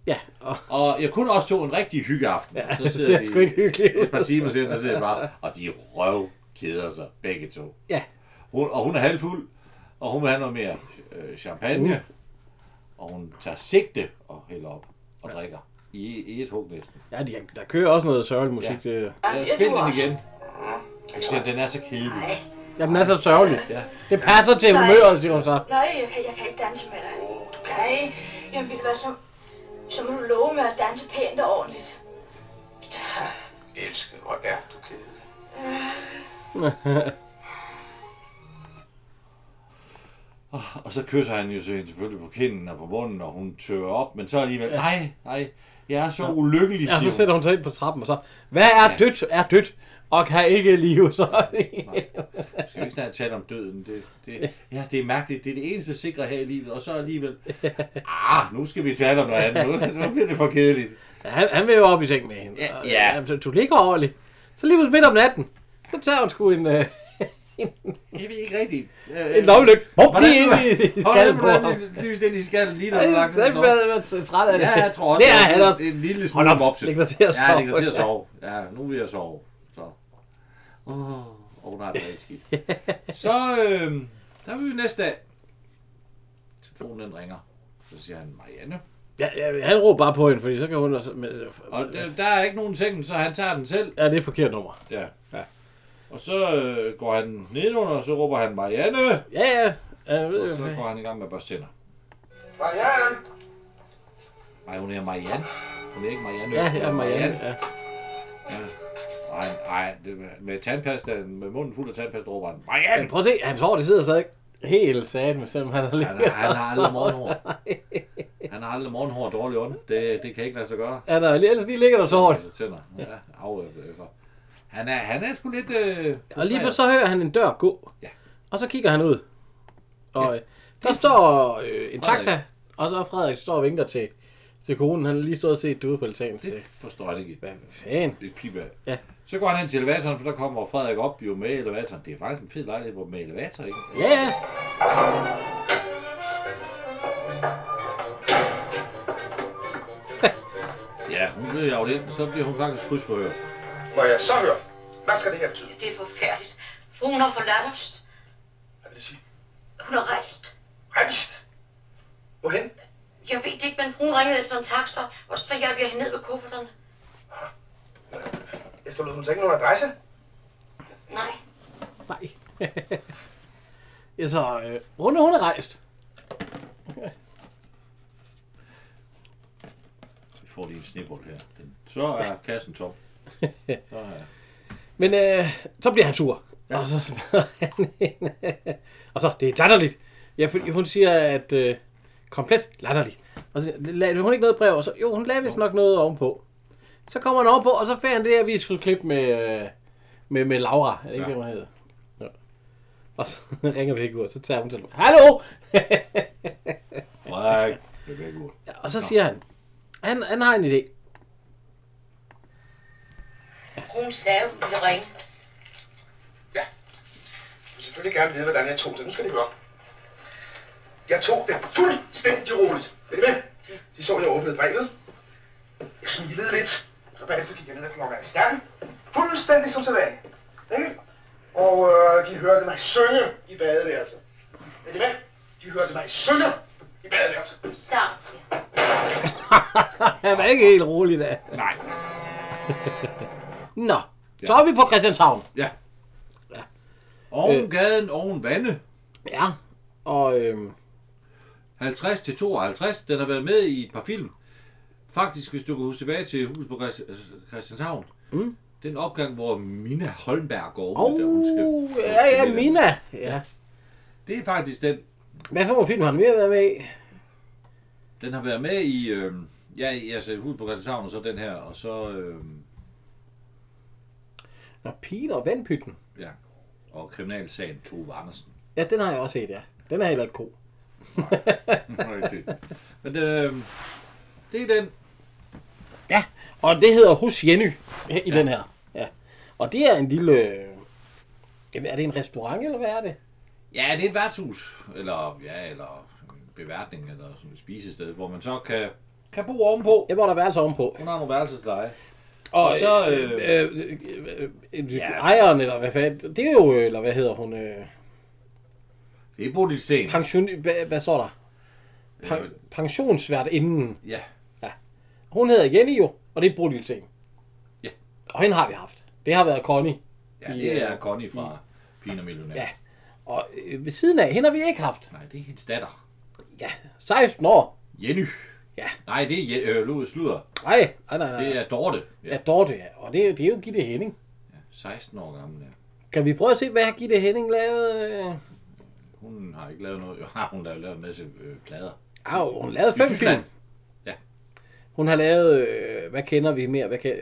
Speaker 2: ja, og
Speaker 3: Og jeg kunne også tog en rigtig hyggeaften.
Speaker 2: Ja,
Speaker 3: Ja,
Speaker 2: det ser sgu ikke hyggeligt ud.
Speaker 3: Et par timer siden, der sidder de bare, og de røv keder sig begge to.
Speaker 2: ja,
Speaker 3: Hun, og hun er halvfuld, og hun vil have noget mere øh, champagne. Uh. Og hun tager sigte og hælder op og drikker. I, i et hug næsten.
Speaker 2: ja de, der kører også noget sørgelig musik. Ja. Det,
Speaker 3: Jeg spiller den igen. Jeg siger, den er så kedelig.
Speaker 2: ja, den er så sørgelig.
Speaker 3: Ja.
Speaker 2: Det passer til humøret, siger hun så.
Speaker 9: Nej, jeg kan, jeg kan ikke danse med dig. Nej, jamen ved du hvad, så, så må du love mig at danse pænt og ordentligt.
Speaker 6: Elsker, hvor er du kedelig.
Speaker 3: Og så kysser han jo så hende selvfølgelig på kinden og på munden, og hun tør op, men så alligevel, nej, nej, jeg er så ulykkelig,
Speaker 2: Ja, så
Speaker 3: siger hun.
Speaker 2: sætter hun sig ind på trappen og så, hvad er dødt, er dødt, og kan ikke leve, så...
Speaker 3: Skal vi ikke snart tale om døden? Det, det, ja, det er mærkeligt. Det er det eneste sikre her i livet, og så alligevel... Ah, nu skal vi tale om noget andet. Nu, nu bliver det for kedeligt.
Speaker 2: Ja, han, han vil jo op i seng med hende.
Speaker 3: Ja,
Speaker 2: Og,
Speaker 3: ja.
Speaker 2: så Du ligger ordentligt. Så lige pludselig midt om natten, så tager hun sgu en... Øh, en,
Speaker 3: Jeg ved ikke rigtigt. Øh,
Speaker 2: en lommelygte. Hop, lige ind i, i skallen på ham.
Speaker 3: Hvordan lyst ind i skallen lige når du
Speaker 2: Ja,
Speaker 3: lagt
Speaker 2: Så er
Speaker 3: sådan
Speaker 2: vi
Speaker 3: så.
Speaker 2: været træt af det.
Speaker 3: Ja, jeg tror også,
Speaker 2: det er
Speaker 3: at
Speaker 2: han også.
Speaker 3: en lille
Speaker 2: Hold
Speaker 3: smule
Speaker 2: op,
Speaker 3: vopse.
Speaker 2: læg dig til at
Speaker 3: Ja,
Speaker 2: sove.
Speaker 3: læg dig til at sove. Ja, nu vil jeg sove. Så. Åh, oh, nej, det er ikke skidt. Så, øh, der er vi næste dag. Telefonen den ringer. Så siger han, Marianne.
Speaker 2: Ja, ja, han råber bare på hende, fordi så kan hun også... Men,
Speaker 3: Og der, der er ikke nogen i sengen, så han tager den selv.
Speaker 2: ja, det er et forkert nummer.
Speaker 3: Ja. ja. Og så øh, går han nedenunder, og så råber han, Marianne.
Speaker 2: Ja, ja. Jeg ved,
Speaker 3: Og
Speaker 2: jo,
Speaker 3: så
Speaker 2: hvad-
Speaker 3: går han i gang med at børste tænder.
Speaker 6: Marianne!
Speaker 3: Nej, hun er Marianne. Hun er ikke Marianne.
Speaker 2: ja,
Speaker 3: Hun
Speaker 2: ja,
Speaker 3: er
Speaker 2: Marianne. Ja.
Speaker 3: Nej, nej, det var- med tandpasta, med munden fuld af tandpasta, råber han,
Speaker 2: Men
Speaker 3: Marianne!
Speaker 2: prøv at se, hans hår, det sidder stadig helt sat, selvom han har
Speaker 3: Han,
Speaker 2: ligget.
Speaker 3: har- han har aldrig morgenhår. Han har aldrig morgenhår og dårlig ånd. Det, det kan ikke lade sig gøre.
Speaker 2: Ja, der, ellers lige ligger der så hårdt.
Speaker 3: Altså, tænder. Ja, af, øh, øh, han er, han er sgu lidt... Øh,
Speaker 2: Og lige på, så hører han en dør gå.
Speaker 3: Ja.
Speaker 2: Og så kigger han ud. Og øh, der står øh, en taxa, og så er Frederik står og vinker til, til konen. Han har lige stået og set det ude på altanen.
Speaker 3: Det
Speaker 2: til.
Speaker 3: forstår han ikke.
Speaker 2: Hvad fanden?
Speaker 3: Det piber.
Speaker 2: Ja.
Speaker 3: Så går han ind til elevatoren, for der kommer Frederik op jo med elevatoren. Det er faktisk en fed lejlighed, hvor med elevator, ikke?
Speaker 2: Ja, ja.
Speaker 3: Ja, hun bliver jo lidt, men så bliver hun faktisk krydsforhør.
Speaker 6: Må jeg så høre? Hvad skal det her betyde?
Speaker 7: Det er forfærdeligt. Fruen har forladt os.
Speaker 6: Hvad vil det sige?
Speaker 7: Hun har rejst.
Speaker 6: Rejst! Hvorhen?
Speaker 7: Jeg ved det ikke, men fruen ringede efter en taxa, og så hjalp jeg hende ned med kufferterne.
Speaker 6: Efterlod hun sig ikke nogen adresse?
Speaker 7: Nej,
Speaker 2: Nej. ja, så øh, Runde, hun er rejst.
Speaker 3: Vi får lige en snibbold her. Den, så er kassen tom. Så er
Speaker 2: Men øh, så bliver han sur. Ja. Og så smadrer han hende. og så, det er latterligt. Ja, for, hun siger, at øh, komplet latterligt. Og så lavede hun ikke noget brev, og så, jo, hun lavede vist nok noget ovenpå. Så kommer han ovenpå, og så finder han det her avisklip med, øh, med, med Laura. Er det ikke, ja.
Speaker 3: Ja.
Speaker 2: hvad hun hedder? Ja. Og så ringer vi ikke ud, og så tager hun telefonen. Hallo!
Speaker 3: Frederik. Det er væk ud.
Speaker 2: og så siger han, han, han har en idé.
Speaker 7: fruen sagde, hun ville ringe.
Speaker 6: Ja. Jeg vil selvfølgelig gerne vide, hvordan jeg tog det. Nu skal de høre. Jeg tog det fuldstændig roligt. Er de med? De så, at jeg åbnede brevet. Jeg smilede lidt. Og bagefter gik jeg ned og klokkede i stjernen. Fuldstændig som sædvanligt. Ikke? Og øh, de hørte mig synge i badeværelset. Er de med? De hørte mig synge i badeværelset.
Speaker 7: Sang.
Speaker 2: Han er ikke helt rolig da.
Speaker 3: Nej.
Speaker 2: Nå, så er vi på Christianshavn.
Speaker 3: Ja. Oven gaden, oven vande.
Speaker 2: Ja, og øhm,
Speaker 3: 50 til 52. Den har været med i et par film. Faktisk, hvis du kan huske tilbage til Hus på Christ- Christianshavn.
Speaker 2: Mm.
Speaker 3: Den opgang, hvor Mina Holmberg går
Speaker 2: Åh,
Speaker 3: over, oh, der hun skal...
Speaker 2: oh, ja, ja, Mina. Ja.
Speaker 3: Det er faktisk den,
Speaker 2: Hvad for nogle film har han mere været med i?
Speaker 3: den har været med i... Øh, ja, i- altså Hus på Christianshavn, og så den her, og så... Øh,
Speaker 2: Nå, Pigen og Vandpytten.
Speaker 3: ja, og kriminalsagen Tove Andersen.
Speaker 2: Ja, den har jeg også set, ja. Den er heller ikke god.
Speaker 3: Rigtigt. Men øh, det er den.
Speaker 2: Ja, og det hedder Hus Jenny i ja. den her. Ja. Og det er en lille... øh, Jamen, er det en restaurant, eller hvad er det?
Speaker 3: Ja, det er et værtshus, eller, ja, eller en beværtning, eller sådan et spisested, hvor man så kan, kan bo ovenpå.
Speaker 2: Ja, hvor der er værelse ovenpå.
Speaker 3: Hun har nogle værelsesleje.
Speaker 2: Og,
Speaker 3: Og så, øh,
Speaker 2: øh, øh, øh, øh, ejeren, eller hvad fanden, det er jo, øh, eller hvad hedder hun, øh,
Speaker 3: Det er Bodil Sten.
Speaker 2: pension, hvad, hvad står der?
Speaker 3: Øh.
Speaker 2: Pen, pensionsvært inden.
Speaker 3: Ja,
Speaker 2: Hun hedder Jenny jo, og det er Bodil Sen.
Speaker 3: Ja.
Speaker 2: Og hende har vi haft. Det har været Connie.
Speaker 3: ja
Speaker 2: I,
Speaker 3: det
Speaker 2: øh,
Speaker 3: er Connie fra Pina Millionær.
Speaker 2: Ja. Og øh, ved siden af, hende har vi ikke haft.
Speaker 3: Nej, det er hendes datter.
Speaker 2: Ja, 16 år.
Speaker 3: Jenny.
Speaker 2: Ja.
Speaker 3: Nej, det er Je- øh, Louis Sluder.
Speaker 2: Nej, nej, nej. nej.
Speaker 3: Det er Dorte.
Speaker 2: Ja,
Speaker 3: Ja,
Speaker 2: Dorte, ja. Og det, er- det er jo Gitte Henning.
Speaker 3: 16 år gammel. Ja.
Speaker 2: Kan vi prøve at se, hvad har Gitte Henning lavet? Øh,
Speaker 3: Hun har ikke lavet noget. Jo, har hun har lavet en masse øh, plader.
Speaker 2: Au, hun lavede
Speaker 3: I
Speaker 2: fem
Speaker 3: Tyskland.
Speaker 2: film.
Speaker 3: Ja.
Speaker 2: Hun har lavet, øh, hvad kender vi mere? Hvad kan,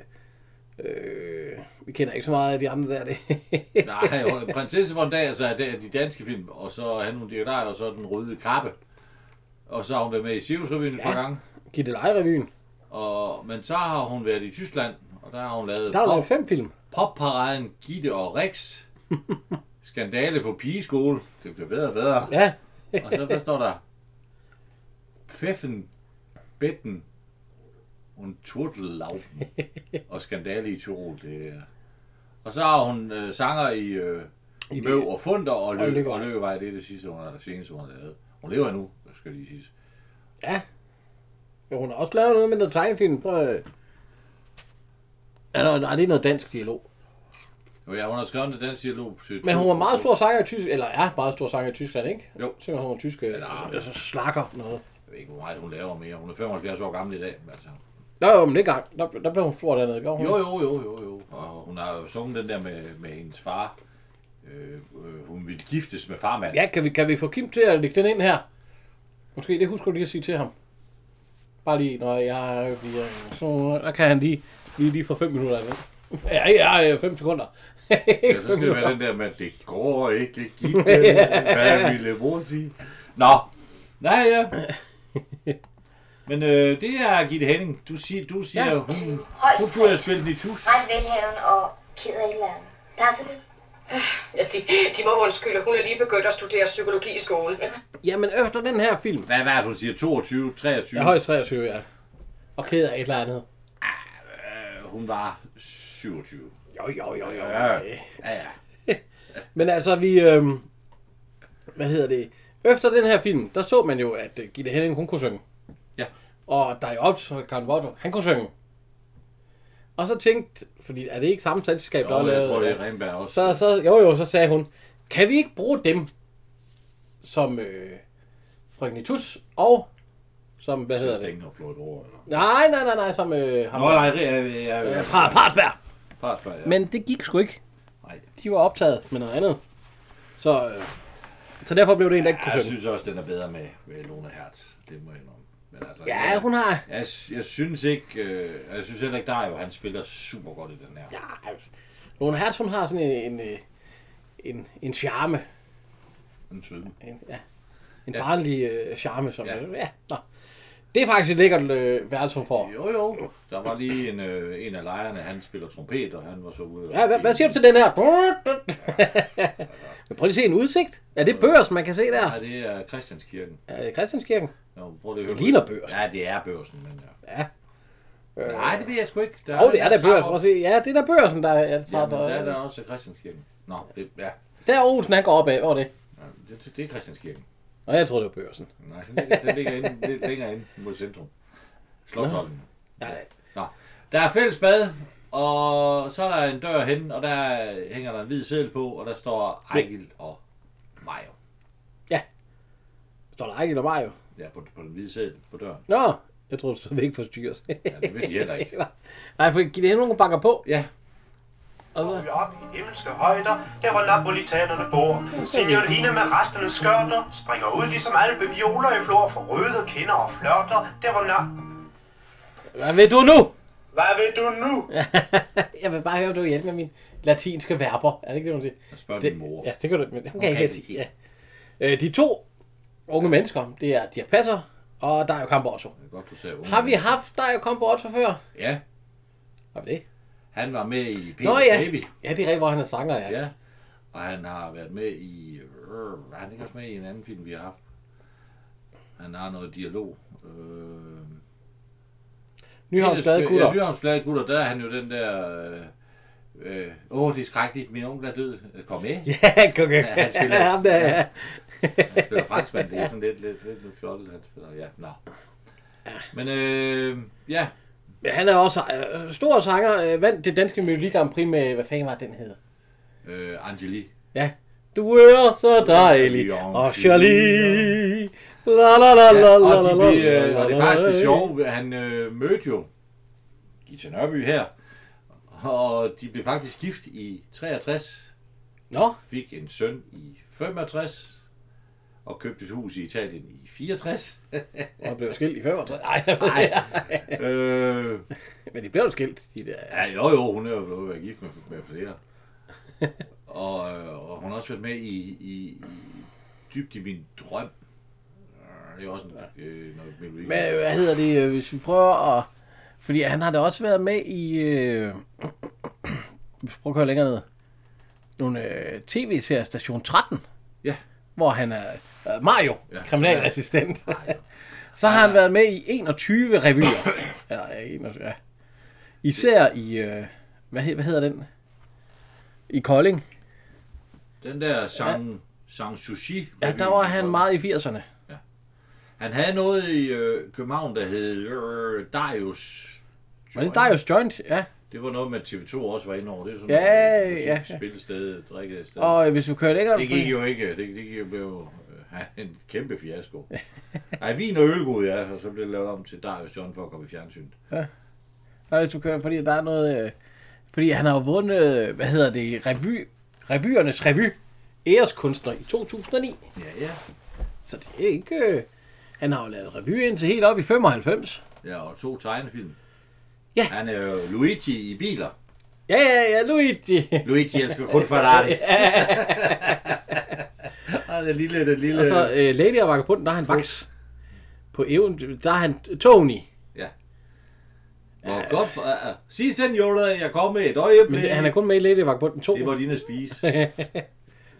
Speaker 2: øh, vi kender ikke så meget af de andre der. Det.
Speaker 3: Nej, hun- prinsesse for en dag, altså det er de danske film, og så er han der, og så den røde krabbe. Og så har hun været med i Sirius-revyen et
Speaker 2: Ja.
Speaker 3: par gange.
Speaker 2: Gitte Lejerevyen.
Speaker 3: Og, men så har hun været i Tyskland, og der har hun lavet
Speaker 2: Der har hun
Speaker 3: pop,
Speaker 2: lavet fem film.
Speaker 3: popparaden Gitte og Rex. Skandale på pigeskole. Det bliver bedre og bedre.
Speaker 2: Ja,
Speaker 3: Og så hvad står der? Pfeffen, Betten og Turtellaufen. Og skandale i Tirol. Det er. Og så har hun øh, sanger i, øh, I Møv og Funder og, Lø- og,
Speaker 2: Lykkevej.
Speaker 3: Lykkevej. Det er det sidste, hun har, det seneste, hun har lavet. Hun lever nu, skal lige sige.
Speaker 2: ja. Jo, hun har også lavet noget med noget tegnefilm. Prøv at... Ja, nej, nej, det er noget dansk dialog.
Speaker 3: Jo, ja, hun har skrevet en dansk dialog. til-
Speaker 2: Men hun var meget stor sanger i Tyskland, eller er meget stor sanger i Tyskland, ikke?
Speaker 3: Jo.
Speaker 2: Synger hun tysk, øh, altså slakker noget.
Speaker 3: Jeg ved ikke, hvor meget hun laver mere. Hun er 75 år gammel i dag. men Altså.
Speaker 2: Nå jo, men det gang, der, der blev hun stor dernede, gjorde hun?
Speaker 3: Jo, jo, jo, jo, jo. Og hun har jo sunget den der med, med hendes far. Øh, øh, hun ville giftes med farmand.
Speaker 2: Ja, kan vi, kan vi få Kim til at lægge den ind her? Måske, det husker du lige at sige til ham. Bare lige, når jeg bliver... Så der kan han lige, lige, lige få 5 minutter af den. Ja, ja, 5 sekunder.
Speaker 3: Ja, så skal det være den der med, det går ikke, giv den, hvad ville mor sige? Nå, nej ja. Men øh, det er Gitte Henning. Du siger, du siger
Speaker 2: Ja.
Speaker 3: ja. hun,
Speaker 7: Højst
Speaker 3: hun skulle have spillet den i tus.
Speaker 7: ret velhaven og ked af et eller andet. Passer det?
Speaker 5: Ja, de, de må undskylde. Hun er lige begyndt at studere psykologi i skole.
Speaker 2: Jamen, efter den her film...
Speaker 3: Hvad, hvad er det, hun siger? 22, 23?
Speaker 2: Jeg er højst 23, ja. Og ked af et eller andet.
Speaker 3: Hun var 27.
Speaker 2: Jo, jo, jo, jo.
Speaker 3: Ja, ja. ja.
Speaker 2: Men altså, vi... Øhm, hvad hedder det? Efter den her film, der så man jo, at øh, Gitte Henning, hun kunne synge.
Speaker 3: Ja.
Speaker 2: Og der er Ops og Karen Votto, han kunne synge. Og så tænkte, fordi er det ikke samme selskab, der har
Speaker 3: Og jeg
Speaker 2: lavet-
Speaker 3: tror, det er Renberg også.
Speaker 2: så, så, jo, jo, så sagde hun, kan vi ikke bruge dem som øh, frøken Tus og som, hvad hedder det?
Speaker 3: Stængen og Floyd Rohr. Eller?
Speaker 2: Nej, nej, nej, nej, som øh, ham.
Speaker 3: Nå, nej, jeg, jeg, jeg, jeg,
Speaker 2: Fra Parsberg.
Speaker 3: Bare spørg, ja.
Speaker 2: Men det gik sgu ikke.
Speaker 3: Nej.
Speaker 2: De var optaget med noget andet. Så, øh, så derfor blev det en, der ikke
Speaker 3: Ja,
Speaker 2: kunne
Speaker 3: jeg
Speaker 2: synge.
Speaker 3: synes også, den er bedre med, med Lone Hertz. Det må jeg indrømme. Men altså,
Speaker 2: Ja, hun har...
Speaker 3: Jeg, sy- jeg synes ikke, øh, jeg synes heller ikke, der er jo, han spiller super godt i den her. Ja.
Speaker 2: Ja, Lone Hertz, hun har sådan en, en, øh, en, en charme.
Speaker 3: Den søde.
Speaker 2: En, ja, en ja. barnlig øh, charme. Som, ja.
Speaker 3: Ja.
Speaker 2: ja nå. Det er faktisk et lækkert øh, værelse, hun får.
Speaker 3: Jo, jo. Der var lige en, øh, en af lejerne, han spiller trompet, og han var så ude.
Speaker 2: Ja, hvad, hvad siger du til den her? Men prøv lige at se en udsigt. Er det børs, man kan se der?
Speaker 3: Nej, det er Christianskirken.
Speaker 2: Er det Christianskirken?
Speaker 3: Jo, prøv lige at
Speaker 2: Det
Speaker 3: høre.
Speaker 2: ligner Børsen.
Speaker 3: Ja, det er børsen, men ja.
Speaker 2: Ja. Øh,
Speaker 3: Nej, det ved jeg sgu ikke. Der
Speaker 2: Jo, det er da børsen. Prøv at
Speaker 3: også.
Speaker 2: se. Ja, det er da børsen, der er
Speaker 3: Ja, men
Speaker 2: træt.
Speaker 3: der er der
Speaker 2: Der
Speaker 3: også Christianskirken. Nå, det, ja.
Speaker 2: er Olsen, han går op af. Hvor er det?
Speaker 3: Ja, Det, det, det er Christianskirken.
Speaker 2: Nå, jeg troede, det var børsen.
Speaker 3: Nej, den ligger, den ligger inde, lidt længere inde mod centrum. Slottsholmen.
Speaker 2: Ja,
Speaker 3: Nå. Der er fælles bad, og så er der en dør hen, og der hænger der en hvid seddel på, og der står Ejgil og Majo.
Speaker 2: står der Ejgil og Mario.
Speaker 3: Ja, på, på den hvide seddel på døren.
Speaker 2: Nå, jeg troede, du stod væk for styrs.
Speaker 3: Ja, det vil de heller ikke.
Speaker 2: Nej, for giv det hen, nogen banker på.
Speaker 3: Ja,
Speaker 2: Og så...
Speaker 10: vi op i himmelske højder, der hvor napolitanerne bor. Signorina med resterne skørter, springer ud ligesom alle violer i flor for røde kinder og flørter, der hvor na...
Speaker 2: Hvad vil du nu?
Speaker 10: Hvad vil du nu?
Speaker 2: jeg vil bare høre, om du vil hjælpe med mine latinske verber. Er det ikke det, hun siger?
Speaker 3: og spørg
Speaker 2: Det,
Speaker 3: din mor.
Speaker 2: ja, det kan du, men hun kan
Speaker 3: kan
Speaker 2: ikke
Speaker 3: ikke
Speaker 2: latin. Ja. Øh, de to unge mennesker, det er Dirk Passer og Dario Campeotto.
Speaker 3: Det er godt, du sagde unge.
Speaker 2: Har vi haft Dario Campeotto før?
Speaker 3: Ja,
Speaker 2: Har vi det?
Speaker 3: han var med i Peter
Speaker 2: Nå ja,
Speaker 3: Baby.
Speaker 2: ja det er rigtigt, hvor han er sanger, ja.
Speaker 3: Ja. Og han har været med i... Øh, var han ikke også med i en anden film, vi har haft? Han har noget dialog. Øh,
Speaker 2: Nyhavns Glade Gutter.
Speaker 3: Ja, Nyhavns Glade Gutter, der er han jo den der... øh, Øh, åh, det er skrækkeligt, min onkel er død. Øh, Kom med. Ja.
Speaker 2: Ja, konge. Ja,
Speaker 3: han spiller-
Speaker 2: ham der, ja.
Speaker 3: Han spiller franskmand, det er sådan lidt, lidt, lidt, lidt fjollet, han spiller. Ja, nå. Men øh, ja,
Speaker 2: Men han er også øh, stor sanger, øh, vandt det danske Melodi Grand Prix med, hvad fanden var den hed?
Speaker 3: øh, Angeli.
Speaker 2: Ja. Du er så dejlig, og Charlie. La la la la
Speaker 3: Ja,
Speaker 2: la
Speaker 3: og,
Speaker 2: la
Speaker 3: de,
Speaker 2: la
Speaker 3: blev, øh,
Speaker 2: la,
Speaker 3: og det er
Speaker 2: la,
Speaker 3: faktisk det
Speaker 2: la.
Speaker 3: sjove, han øh, mødte jo Gita Nørby her, og de blev faktisk gift i 63,
Speaker 2: Nå,
Speaker 3: fik en søn i 65, og købte et hus i Italien i 64.
Speaker 2: og han blev skilt i 65. Nej,
Speaker 3: Nej. øh,
Speaker 2: men de blev jo skilt, de der.
Speaker 3: Ja, jo, jo, hun er jo blevet været gift med, med flere. og, øh, og hun har også været med i, i, i Dybt i min drøm. Øh, Det er også en øh, noget melodi.
Speaker 2: Men øh, hvad hedder det, øh, hvis vi prøver at... Fordi han har da også været med i... Øh... Hvis vi prøver at køre længere ned. nogle øh, tv-serier, Station 13,
Speaker 3: Ja.
Speaker 2: hvor han er øh, Mario,
Speaker 3: Ja.
Speaker 2: ja. kriminalassistent. Så har han været med i 21 revyer. Eller, ja, 21, ja. Især i, øh, hvad, hed, hvad hedder den? I Kolding.
Speaker 3: Den der sang, ja. sang sushi.
Speaker 2: Ja, der var han meget i 80'erne.
Speaker 3: Han havde noget i øh, København, der hed øh, Darius.
Speaker 2: Var det Darius Joint? Ja.
Speaker 3: Det var noget med TV2 også var inde over. Det er sådan
Speaker 2: Ja,
Speaker 3: noget, øh,
Speaker 2: ja, ja.
Speaker 3: musik- Spillested, drikkested.
Speaker 2: Og øh, hvis du kører længere...
Speaker 3: Det gik jo ikke. Det, det gik jo blev øh, en kæmpe fiasko. Ej, vin og øl god, ja. Og så blev det lavet om til Darius John for at komme i fjernsynet.
Speaker 2: Nej, hvis du kører, fordi der er noget... Øh, fordi han har jo vundet, øh, hvad hedder det, revy, revyernes revy, æreskunstner i 2009.
Speaker 3: Ja, ja.
Speaker 2: Så det er ikke... Øh, han har jo lavet revy indtil helt op i 95.
Speaker 3: Ja, og to tegnefilm.
Speaker 2: Ja.
Speaker 3: Han er jo Luigi i biler.
Speaker 2: Ja, ja, ja, Luigi.
Speaker 3: Luigi elsker kun Ferrari. Og den lille, den lille...
Speaker 2: Og så øh, Lady og Vagabunden, der er han Vax. På eventyr, der er han Tony.
Speaker 3: Hvor godt... Uh, uh, sig, senora, jeg kommer med et øjeblik.
Speaker 2: Men det, han er kun med i Lady og Vagabunden 2.
Speaker 3: Det var lige at spise.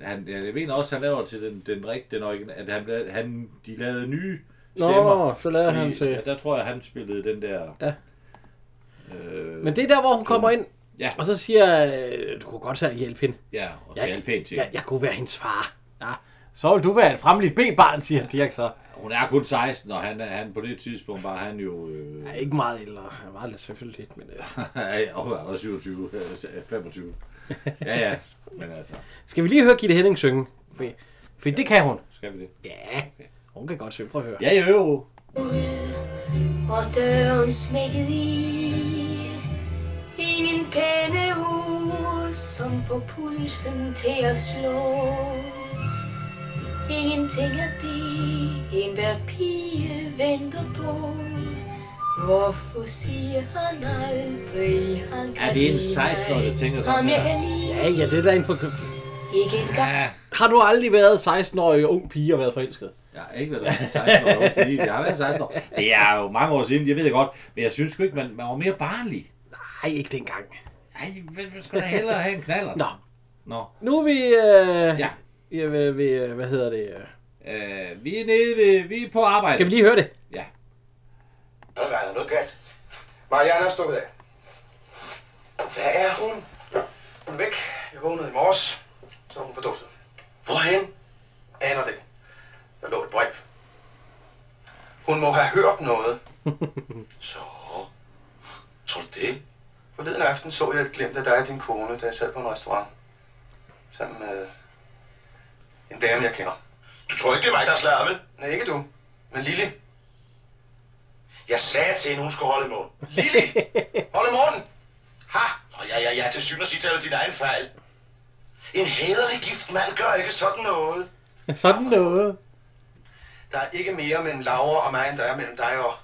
Speaker 3: han, jeg mener også, han laver til den, den rigtige, den originale, at han, la- han, de lavede nye
Speaker 2: Nå,
Speaker 3: stemmer.
Speaker 2: så lavede
Speaker 3: Fordi,
Speaker 2: han til-
Speaker 3: Ja, der tror jeg, han spillede den der...
Speaker 2: Ja.
Speaker 3: Øh,
Speaker 2: Men det er der, hvor hun kommer ind,
Speaker 3: ja,
Speaker 2: og så siger øh, du kunne godt have hjælp hende.
Speaker 3: ja, og tale pænt til.
Speaker 2: jeg, jeg kunne være hendes far. Ja. Så vil du være et fremligt B-barn, siger Dirk så.
Speaker 3: Hun er kun 16, og han, er- han på det tidspunkt var han jo... Øh,
Speaker 2: Ja, ikke meget ældre. Han var lidt selvfølgelig lidt, men... Øh.
Speaker 3: og han var 27, øh, 25. Ja, ja, men altså,
Speaker 2: Skal vi lige høre Gitte Henning synge? For, for det kan hun.
Speaker 3: skal vi det?
Speaker 2: Ja, hun kan godt synge. Prøv at høre.
Speaker 3: Ja, jo,
Speaker 9: Og døren smækkede i Ingen pæne ur Som på pulsen til at slå Ingenting af det En hver pige venter på Hvorfor siger han aldrig Han kan
Speaker 3: er det en
Speaker 9: lide
Speaker 3: 16-årig, der
Speaker 9: mig
Speaker 3: tænker sådan
Speaker 9: Om jeg
Speaker 3: her?
Speaker 9: kan lide
Speaker 2: Ja, ja, det er da en for...
Speaker 9: Ikke engang
Speaker 3: Ja,
Speaker 2: Har du aldrig været 16-årig ung pige og været forelsket?
Speaker 3: Jeg har ikke været 16 år, ung, fordi jeg har været 16 år. Det er jo mange år siden, jeg ved det godt, men jeg synes sgu ikke, man, man var mere barnlig.
Speaker 2: Nej, ikke dengang.
Speaker 3: Ej, men du skal da hellere have en knaller.
Speaker 2: Nå,
Speaker 3: Nå.
Speaker 2: nu er vi... Øh,
Speaker 3: Ja.
Speaker 2: ja ved, ved, øh, hvad hedder det? Øh.
Speaker 3: Øh, vi er nede ved, vi er på arbejde.
Speaker 2: Skal vi lige høre det?
Speaker 3: Ja.
Speaker 10: Nå, der er noget galt.
Speaker 6: Marianne er stukket af.
Speaker 10: Hvad er hun?
Speaker 6: Hun er væk. Jeg vågnede i morges, så er hun forduftet.
Speaker 10: Hvorhen?
Speaker 6: Aner det. ikke. Der lå et brev. Hun må have hørt noget.
Speaker 10: Så. Tror du det?
Speaker 6: Forleden aften så jeg et glimt af dig og din kone, da jeg sad på en restaurant. Sammen med øh, en dame, jeg kender.
Speaker 10: Du tror ikke, det er mig, der slager, vel?
Speaker 6: Nej, ikke du, men Lille.
Speaker 10: Jeg sagde til hende, hun skulle holde imod.
Speaker 6: Lille! Hold i morgen!
Speaker 10: Ha! Og ja, ja, ja, til syvende og sidst er det din egen fejl. En hæderlig gift mand gør ikke sådan noget.
Speaker 2: Sådan noget.
Speaker 6: Der er ikke mere mellem Laura og mig, end der er mellem dig og...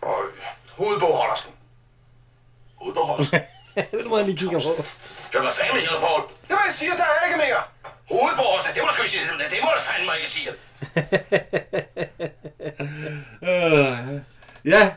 Speaker 6: og øh, hovedbogholdersen.
Speaker 10: Hovedbehold.
Speaker 2: det må jeg lige kigge på.
Speaker 10: Ja, hvad fanden mener du, Poul?
Speaker 6: Jamen, jeg siger, der er ikke mere!
Speaker 10: Hovedbehold, det må du sgu ikke sige. Det må du fandme ikke sige.
Speaker 3: Øh, ja.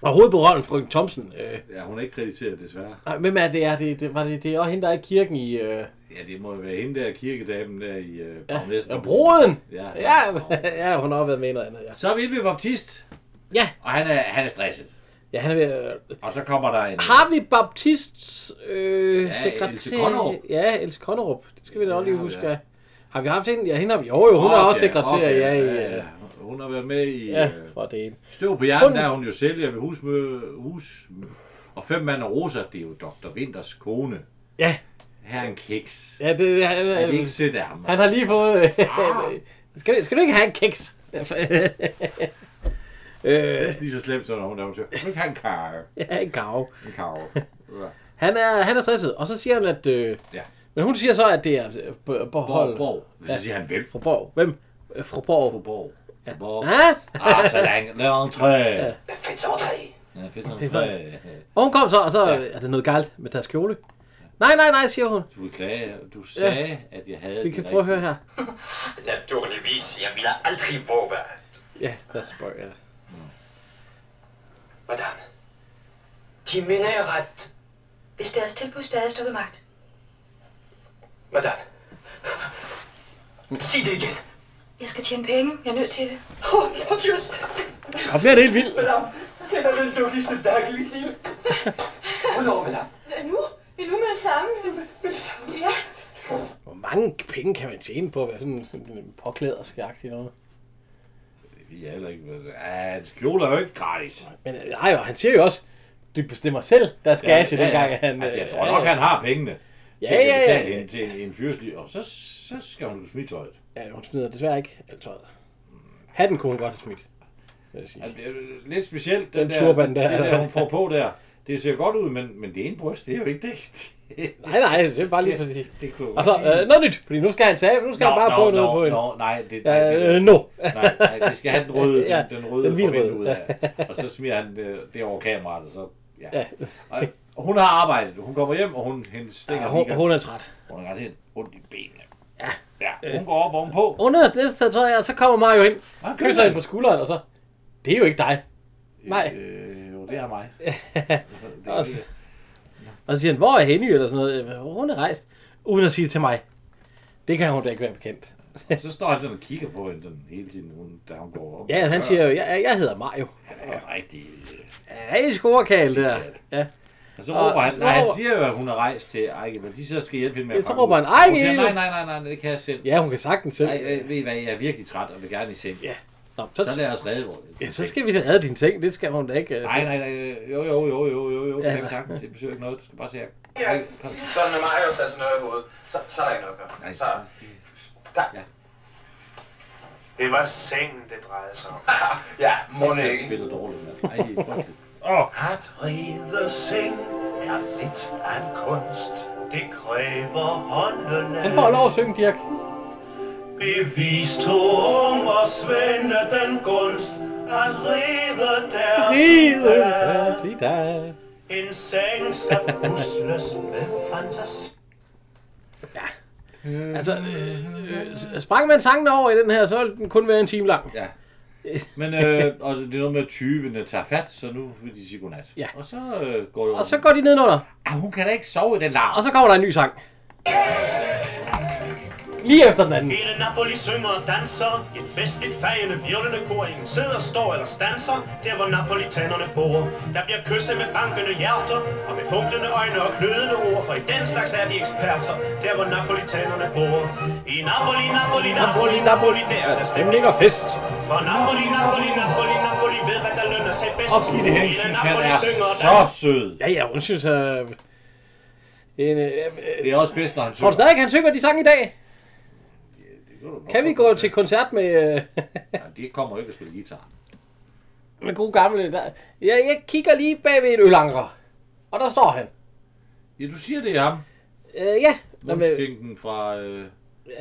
Speaker 2: og hovedberøven, frøken Thomsen. Øh,
Speaker 3: Ja, hun er ikke krediteret, desværre.
Speaker 2: ej, hvem er det? Er det, det, var det, det er også hende, der er i kirken i... Øh,
Speaker 3: Ja, det må jo være hende der kirkedamen der i øh, Bagnæs.
Speaker 2: ja, broden!
Speaker 3: Ja,
Speaker 2: Ja, ja, hun har også været med i noget andet, ja.
Speaker 3: Så er vi inde ved Baptist.
Speaker 2: Ja.
Speaker 3: Og han er, han er stresset.
Speaker 2: ja han er ved, øh,
Speaker 3: Og så kommer der en...
Speaker 2: har vi Baptists øh,
Speaker 3: Ja,
Speaker 2: sekretær?
Speaker 3: Else Konnerup.
Speaker 2: Ja, Else Konnerup. Det skal vi da
Speaker 3: Ja,
Speaker 2: også lige
Speaker 3: har vi,
Speaker 2: huske.
Speaker 3: ja.
Speaker 2: Ja. Har vi haft hende? Ja, hende har vi. Jo, jo, hun er også
Speaker 3: Okay,
Speaker 2: sekretær.
Speaker 3: Ah, okay,
Speaker 2: ja, ja, ja.
Speaker 3: Hun har været med i...
Speaker 2: Ja,
Speaker 3: øh,
Speaker 2: for det.
Speaker 3: Støv på hjernen,
Speaker 2: Kun-
Speaker 3: der er hun jo sælger ved husmø, hus. Og fem mand og roser, det er jo Dr. Winters kone.
Speaker 2: Ja,
Speaker 3: Her er en kiks.
Speaker 2: ja det, det, han,
Speaker 3: Er det
Speaker 2: han,
Speaker 3: ikke sødt af ham?
Speaker 2: han har lige fået...
Speaker 3: Ah.
Speaker 2: Øh, skal, du- skal du ikke have en kiks?
Speaker 3: Det er
Speaker 2: øh,
Speaker 3: næsten lige så slemt, som når hun er hun siger, "Vil du ikke have en karve.
Speaker 2: ja, en gav.
Speaker 3: En karve. Ja.
Speaker 2: Han er, han er stresset, og så siger han, at... Øh,
Speaker 3: Ja.
Speaker 2: Men hun siger så, at det er øh, på, på
Speaker 3: Borg,
Speaker 2: hold.
Speaker 3: Borg. Så siger han, hvem fra
Speaker 2: Fra Borg. Hvem? Øh, Fra Borg.
Speaker 3: Borg? Fra Borg.
Speaker 2: Ja?
Speaker 3: Ah, så lang, lang træ.
Speaker 10: Hvad fanden så var tre?
Speaker 3: Ja, fedt som
Speaker 2: Det er
Speaker 3: træ.
Speaker 2: Og hun kom så, og så
Speaker 3: Ja.
Speaker 2: ja. er der noget galt med deres kjole. Nej, nej, nej, siger hun.
Speaker 3: Du beklager, du sagde, at jeg havde
Speaker 2: Vi
Speaker 3: det
Speaker 2: kan prøve at høre
Speaker 3: rigtige.
Speaker 2: her.
Speaker 10: Naturligvis, jeg ville aldrig våge.
Speaker 2: Ja, der spørger jeg.
Speaker 10: Madame, de minder jeg ret.
Speaker 9: Hvis deres tilbud stadig står ved magt
Speaker 8: Madame. Sig det igen.
Speaker 9: Jeg skal tjene penge. Jeg er nødt til det.
Speaker 8: Åh, oh, Mathias.
Speaker 2: Han bliver det helt vildt.
Speaker 8: Madame, det er den lykkeligste dag i mit liv. Hvornår, madame?
Speaker 9: Hvad nu? Vi er nu med det samme. Ja.
Speaker 2: Hvor mange penge kan man tjene på at være sådan en påklæderskagtig noget?
Speaker 3: Vi er heller ikke... Ja, hans kjole er jo ikke gratis.
Speaker 2: Men øh, nej, og han siger jo også, du bestemmer selv, der skal ja, ja, ja. dengang, han...
Speaker 3: Altså, jeg
Speaker 2: øh,
Speaker 3: tror nok, han har pengene til
Speaker 2: Ja, ja,
Speaker 3: at betale
Speaker 2: ja.
Speaker 3: en, til en fyrsly, og så, så skal hun jo smide tøjet.
Speaker 2: Ja, hun smider desværre ikke alt tøjet. Hatten kunne hun godt have smidt. Vil jeg sige.
Speaker 3: Altså, det er jo lidt specielt, den,
Speaker 2: Den turban der.
Speaker 3: det der, hun får på der. Det ser godt ud, men, men det ene bryst, det er jo ikke det.
Speaker 2: Nej, nej, det er bare lige fordi...
Speaker 3: det kunne
Speaker 2: Altså, øh, noget nyt, fordi nu skal han sige, nu skal han bare på noget på en...
Speaker 3: Nå, nej, det, nej, det,
Speaker 2: Ja, øh, no.
Speaker 3: nej, nej, vi skal have den røde, den,
Speaker 2: Ja,
Speaker 3: den røde
Speaker 2: den
Speaker 3: den
Speaker 2: vinrøde.
Speaker 3: ud af. Og så smider han det, det over kameraet, og så... Ja.
Speaker 2: Ja.
Speaker 3: Og, og hun har arbejdet. Hun kommer hjem, og hun, hendes stikker
Speaker 2: Ja, hun,
Speaker 3: lige-
Speaker 2: hun er træt.
Speaker 3: Hun har garanteret ondt i benene. Ja.
Speaker 2: Øh.
Speaker 3: ja. Hun går op ovenpå.
Speaker 2: Under det tøj, og så kommer Mario ind,
Speaker 3: Ah,
Speaker 2: kysser hende på skulderen, og så... Det er jo ikke dig. Nej.
Speaker 3: Øh, jo, det er mig. det er,
Speaker 2: Og så- Og så siger han, hvor er Henny, eller sådan noget. "Øh, Hun er rejst, uden at sige til mig. Det kan hun da ikke være bekendt.
Speaker 3: og så står han sådan og kigger på hende den hele tiden, hun, da hun går op.
Speaker 2: Ja, han siger jo, jeg, jeg hedder Mario.
Speaker 3: Han er jo rigtig...
Speaker 2: Ja, I skorkal der. Ja.
Speaker 3: Og så
Speaker 2: Og
Speaker 3: råber han,
Speaker 2: så
Speaker 3: nej, han
Speaker 2: råber-
Speaker 3: siger jo, at hun er rejst til Ejke, men de så skal hjælpe hende med
Speaker 2: Ja,
Speaker 3: at
Speaker 2: så
Speaker 3: fange
Speaker 2: råber
Speaker 3: ud.
Speaker 2: han, "Ejke!"
Speaker 3: Hun siger, nej, nej, nej, nej, det kan jeg selv.
Speaker 2: ja, hun kan sagtens selv.
Speaker 3: Nej, øh, ved I hvad, jeg er virkelig træt og vil gerne i seng.
Speaker 2: Ja. Nå,
Speaker 3: Så
Speaker 2: så,
Speaker 3: lad os redde vores.
Speaker 2: ja, så skal vi da redde dine ting. Det skal hun da ikke. øh,
Speaker 3: Nej, nej, nej, jo, jo, jo, jo, jo, jo, det
Speaker 2: Ja,
Speaker 3: kan vi
Speaker 2: nej.
Speaker 3: sagtens, det besøger ikke noget, du skal bare se her.
Speaker 6: Ja.
Speaker 3: Ej, kom.
Speaker 10: Sådan med mig også altså noget i hovedet. Så, så er der ikke noget at
Speaker 3: Ej,
Speaker 10: gøre. Så,
Speaker 3: det- det-
Speaker 10: det var sengen, det drejede sig om.
Speaker 6: Ja, må det
Speaker 3: det
Speaker 6: ikke.
Speaker 3: spiller dårligt, mand. Ej, frygteligt.
Speaker 10: At ride seng er lidt af en kunst. Det kræver håndene.
Speaker 2: Han får lov at synge, Dirk.
Speaker 10: Bevis to unger svende den gunst at ride deres
Speaker 2: Ride,
Speaker 10: dag.
Speaker 2: lad os sige da.
Speaker 10: En seng skal pusles med fantasi.
Speaker 2: Altså, øh, øh, sprang man sangen over i den her, så ville den kun være en time lang.
Speaker 3: Ja. Men, øh, og det er noget med, at tyvene tager fat, så nu vil de sige godnat.
Speaker 2: Ja.
Speaker 3: Og så øh, går det
Speaker 2: Og så går de nedenunder,
Speaker 3: Ah, hun kan da ikke sove i den larm.
Speaker 2: og så kommer der en ny sang. Lige efter den anden.
Speaker 10: Hele Napoli synger og danser Et festligt fagende virlende kor Ingen sidder, står eller stanser Der hvor napolitanerne bor Der bliver kysset med bankende hjerter Og med funklende øjne og klødende ord For i den slags er de eksperter Der hvor napolitanerne bor I Napoli, Napoli, Napoli, Napoli Der er der stemning
Speaker 2: og fest.
Speaker 10: For Napoli, Napoli, Napoli, Napoli Ved hvad der lønner sig bedst
Speaker 3: Og Gitte Hen
Speaker 10: Hele
Speaker 3: synes, han
Speaker 10: Napoli
Speaker 3: er
Speaker 10: synger og danser.
Speaker 3: så sød.
Speaker 2: Ja, ja, hun synes, øh, en, øh, øh,
Speaker 3: Det er også bedst, når han
Speaker 2: tror
Speaker 3: synger.
Speaker 2: du stadig, han synger de sang i dag? Kan vi gå til koncert med, øh,
Speaker 3: Ja, de kommer jo ikke at spille guitar.
Speaker 2: med gode gamle? Der? Ja, jeg kigger lige bag ved en ølanker, og der står han.
Speaker 3: Ja, du siger, det er ham.
Speaker 2: Øh, ja, Nå, men,
Speaker 3: Lundskinken fra... Øh,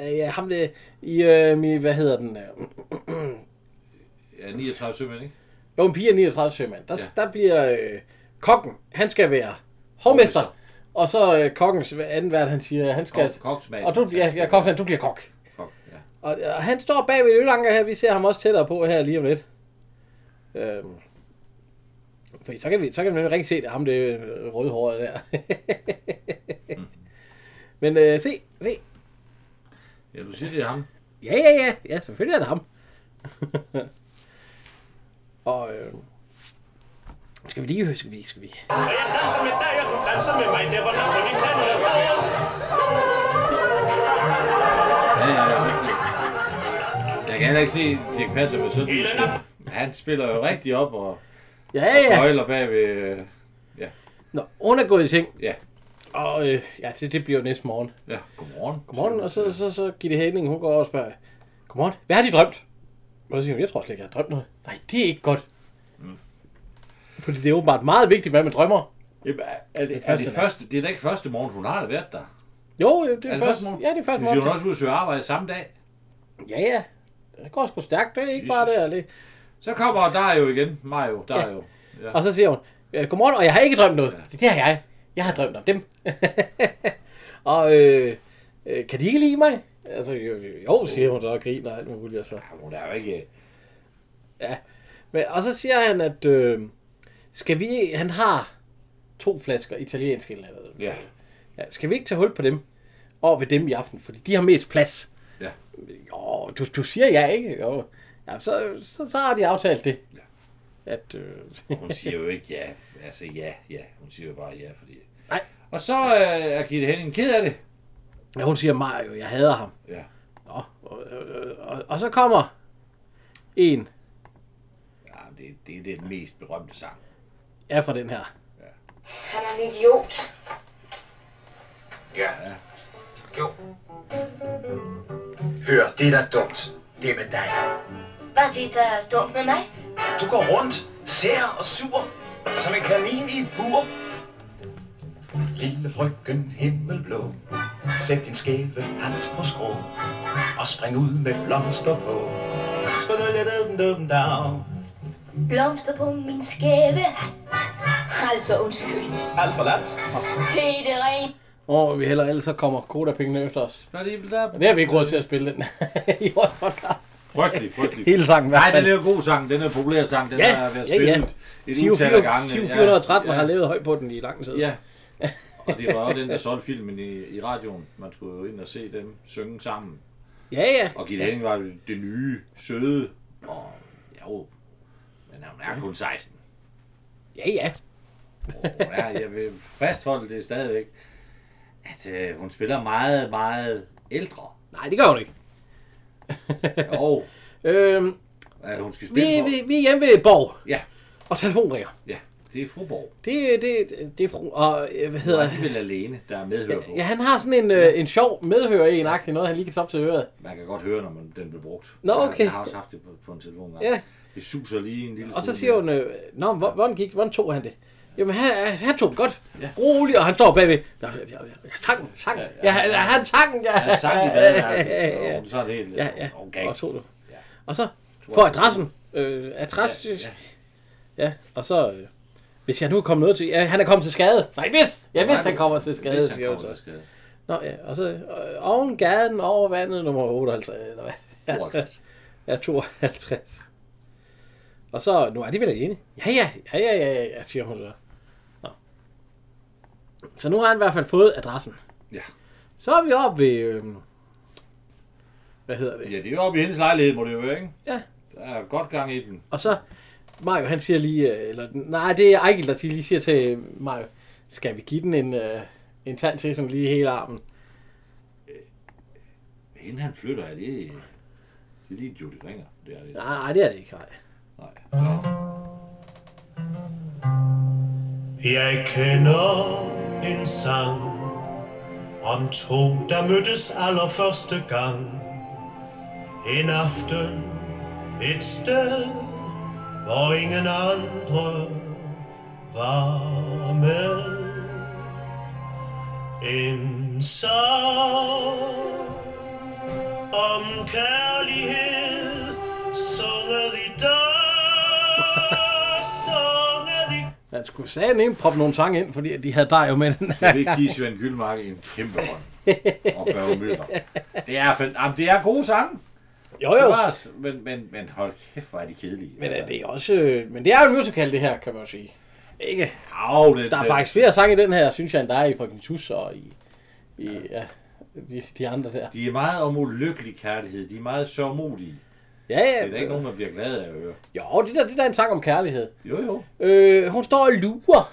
Speaker 2: øh, ja, ham det, i, øh, mi- hvad hedder den? Øh,
Speaker 3: ja, 39 sømænd, ikke?
Speaker 2: Jo, en pige er 39 sømand. Der, ja. der bliver øh, kokken, han skal være hovmester. Og så øh, kokkens anden vært, han siger, han skal...
Speaker 3: Kok- koksmand.
Speaker 2: og du, ja, ja, koksmand, du bliver kok.
Speaker 3: Kok, ja.
Speaker 2: Og, og han står bag ved et ølanker her, vi ser ham også tættere på her lige om lidt. Øhm, fordi så kan vi, så kan man nemlig rigtig se, det er ham det øh, rødhårede der. Mm. Men øh, se, se.
Speaker 3: ja, du siger, det er ham.
Speaker 2: Ja, ja, ja. Ja, selvfølgelig er det ham. og øh, skal vi lige, skal vi, skal vi,
Speaker 10: Og jeg danser med dig, og du danser med mig Der hvor napolitanerne bor
Speaker 3: Ja, ja, ja. rigtig. Jeg kan heller ikke se, at Dirk passer med sådan en skin. Han spiller jo rigtig op og
Speaker 2: Ja, ja.
Speaker 3: nøgler bag ved... øh,
Speaker 2: Nå, hun er gået i seng.
Speaker 3: Ja.
Speaker 2: Og øh, ja, det, det bliver jo næste morgen.
Speaker 3: Ja, godmorgen.
Speaker 2: Godmorgen, og så, så, så Gitte Henning, hun går over og spørger, Godmorgen, hvad har de drømt? Og så siger hun, jeg tror slet ikke, jeg har drømt noget. Nej, det er ikke godt. Mm. Fordi det er åbenbart meget vigtigt, hvad man drømmer.
Speaker 3: Jamen, er- er det, er
Speaker 2: første
Speaker 3: det,
Speaker 2: nat.
Speaker 3: første, det er da ikke første morgen, hun har da været der.
Speaker 2: Jo, det er, er
Speaker 3: Er det
Speaker 2: først,
Speaker 3: første morgen?
Speaker 2: ja, det er
Speaker 3: Det
Speaker 2: første
Speaker 3: siger, hun
Speaker 2: morgen.
Speaker 3: også ud og søger arbejde samme dag.
Speaker 2: Ja, ja. Det går sgu stærkt, det er ikke bare det. er lidt.
Speaker 3: Så kommer Dario igen. Mario, Dario. Ja.
Speaker 2: Og så siger hun, "Øh, godmorgen, og jeg har ikke drømt noget. Det, det har jeg. Jeg har drømt om dem. og øh, øh, kan de ikke lide mig? Altså, jo, jo, jo, siger hun så og griner og alt muligt. Og så.
Speaker 3: Ja, hun er jo ikke...
Speaker 2: Men, og så siger han, at øh, skal vi, han har to flasker italiensk eller andet.
Speaker 3: Ja.
Speaker 2: Ja, skal vi ikke tage hul på dem? over ved dem i aften, fordi de har mest plads.
Speaker 3: Ja.
Speaker 2: Jo, du, du siger ja, ikke? Jo. Ja, så, så, så har de aftalt det. Ja. At, øh,
Speaker 3: Hun siger jo ikke ja. Altså ja, ja. Hun siger jo bare ja, fordi...
Speaker 2: Nej.
Speaker 3: Og så øh, er Gitte Henning ked af det.
Speaker 2: ja, hun siger, Mario, jeg hader ham.
Speaker 3: Ja.
Speaker 2: Nå, og, og, og, og så kommer en
Speaker 3: ja men det, det, det er den mest berømte sang.
Speaker 2: af fra den her.
Speaker 7: Han er en idiot.
Speaker 6: Ja. Jo. Hør, det er da dumt. Det er med dig.
Speaker 7: Hvad er det, der er dumt med mig?
Speaker 6: Du går rundt, sær og sur, som en kanin i et bur. Lille frøken himmelblå, sæt din skæve hat på skrå, og spring ud med blomster på. Skudulidumdumdag.
Speaker 7: Blomster på min skæve hat. Altså, undskyld.
Speaker 6: Alt for lat.
Speaker 7: Det er det rent.
Speaker 2: Og vi heller ellers så kommer Koda-pengene efter os. Men det har vi ikke råd til at spille den i vores podcast.
Speaker 3: Frygtelig, frygtelig.
Speaker 2: Hele sangen i hvert
Speaker 3: Nej,
Speaker 2: fald.
Speaker 3: den er jo god sang. Den er en populær sang. Den
Speaker 2: Ja,
Speaker 3: er været
Speaker 2: ja, ja.
Speaker 3: spillet ja. et
Speaker 2: Sio
Speaker 3: utal af gange.
Speaker 2: 413
Speaker 3: ja,
Speaker 2: har levet højt på den i lang tid.
Speaker 3: Ja. Og det var jo den, der solgte filmen i, i radioen. Man skulle jo ind og se dem synge sammen.
Speaker 2: Ja, ja.
Speaker 3: Og Gitte Henning var jo det nye, søde. Og jo, men hun er kun 16.
Speaker 2: Ja, ja.
Speaker 3: Og hun er, jeg vil fastholde det stadigvæk, at øh, hun spiller meget, meget ældre.
Speaker 2: Nej, det gør hun ikke.
Speaker 3: Jo,
Speaker 2: Øhm,
Speaker 3: at hun skal spille
Speaker 2: vi,
Speaker 3: for-
Speaker 2: vi, vi er hjemme ved Borg
Speaker 3: Ja,
Speaker 2: og telefonringer.
Speaker 3: ja. Det er Fruborg.
Speaker 2: Det, det, det, det er fru... Og øh, hvad
Speaker 3: Hun er
Speaker 2: hedder...
Speaker 3: alligevel alene, der er medhør på.
Speaker 2: Ja, han har sådan en, øh, en sjov medhører i en agtig noget, han lige kan toppe til øret.
Speaker 3: Man kan godt høre, når man, den bliver brugt.
Speaker 2: Nå,
Speaker 3: Jeg-
Speaker 2: okay.
Speaker 3: Jeg har også haft det på, på en telefon. engang.
Speaker 2: Ja.
Speaker 3: Det suser lige en lille
Speaker 2: Og så
Speaker 3: smule.
Speaker 2: siger hun, øh, Nå, men hvor- hvordan, gik, hvordan tog han det? Jamen, han, han tog det godt. Rolig, og han står bagved. "Nå, Jeg, jeg, jeg, sang, den, sang. den. Ja, han- han sang, den, ja.
Speaker 3: Ja, sang i badeværelset. Og så er det helt... øh,
Speaker 2: Ja, ja.
Speaker 3: Okay.
Speaker 2: Og tog det.
Speaker 3: Ja.
Speaker 2: Og så får adressen. Øh, adresse. Ja,
Speaker 3: Ja,
Speaker 2: ja. og så... Øh, hvis jeg nu er kommet noget til... Ja, han er kommet til skade. Nej, hvis! Jeg
Speaker 3: Nej,
Speaker 2: vidste, han
Speaker 3: du-
Speaker 2: kommer til skade,
Speaker 3: Hvis han
Speaker 2: siger hun
Speaker 3: kommer til
Speaker 2: så.
Speaker 3: skade.
Speaker 2: Nå ja, og så øh, oven gaden over vandet nummer 58, eller hvad? Ja,
Speaker 3: 52.
Speaker 2: Ja, 52. Og så, nu er de vel alene? Ja, ja, ja, ja, ja, ja, siger hun så. Nå. Så nu har han i hvert fald fået adressen.
Speaker 3: Ja.
Speaker 2: Så er vi oppe ved... Øhm, hvad hedder det?
Speaker 3: Ja, det er jo oppe i hendes lejlighed, må det jo være, ikke?
Speaker 2: Ja.
Speaker 3: Der er godt gang i den.
Speaker 2: Og så, Mario han siger lige, øh, eller nej, det er Ejgil, der siger- lige siger til øh, Mario, skal vi give den en, øh, en tand til, som lige hele armen?
Speaker 3: Inden han flytter, er det... Det er lige Judy Ringer. Det er det.
Speaker 2: Nej, nej, det er det ikke, nej.
Speaker 3: Nej.
Speaker 10: Jeg kender en sang om to, der mødtes allerførste gang. En aften, et sted, hvor ingen andre var med. En sang om kærlighed, sunget i dag, sunget i
Speaker 2: Han skulle sagen ikke proppe nogle sange ind, fordi at de havde dig jo med den.
Speaker 3: Jeg vil ikke give Svend Gyldmark en kæmpe hånd. Og Børge Møller. Det er, fand... Jamen, det er gode sange.
Speaker 2: jo,
Speaker 3: Det
Speaker 2: jo.
Speaker 3: var, os. men, men, men hold kæft, hvor er de kedelige. Altså,
Speaker 2: Men er det er også, øh, men det er jo en musical, det her, kan man jo sige. Ikke?
Speaker 3: Au, det,
Speaker 2: Der er
Speaker 3: det-
Speaker 2: faktisk flere sange i den her, synes jeg, end der er i Frøken Tus og i, i ja, de, de andre der.
Speaker 3: De er meget om ulykkelig kærlighed. De er meget sørgmodige.
Speaker 2: Ja, ja.
Speaker 3: Det er da ikke nogen, man bliver glad af at høre.
Speaker 2: Jo, det der, det der er en sang om kærlighed.
Speaker 3: Jo, jo.
Speaker 2: Øh, hun står og lurer.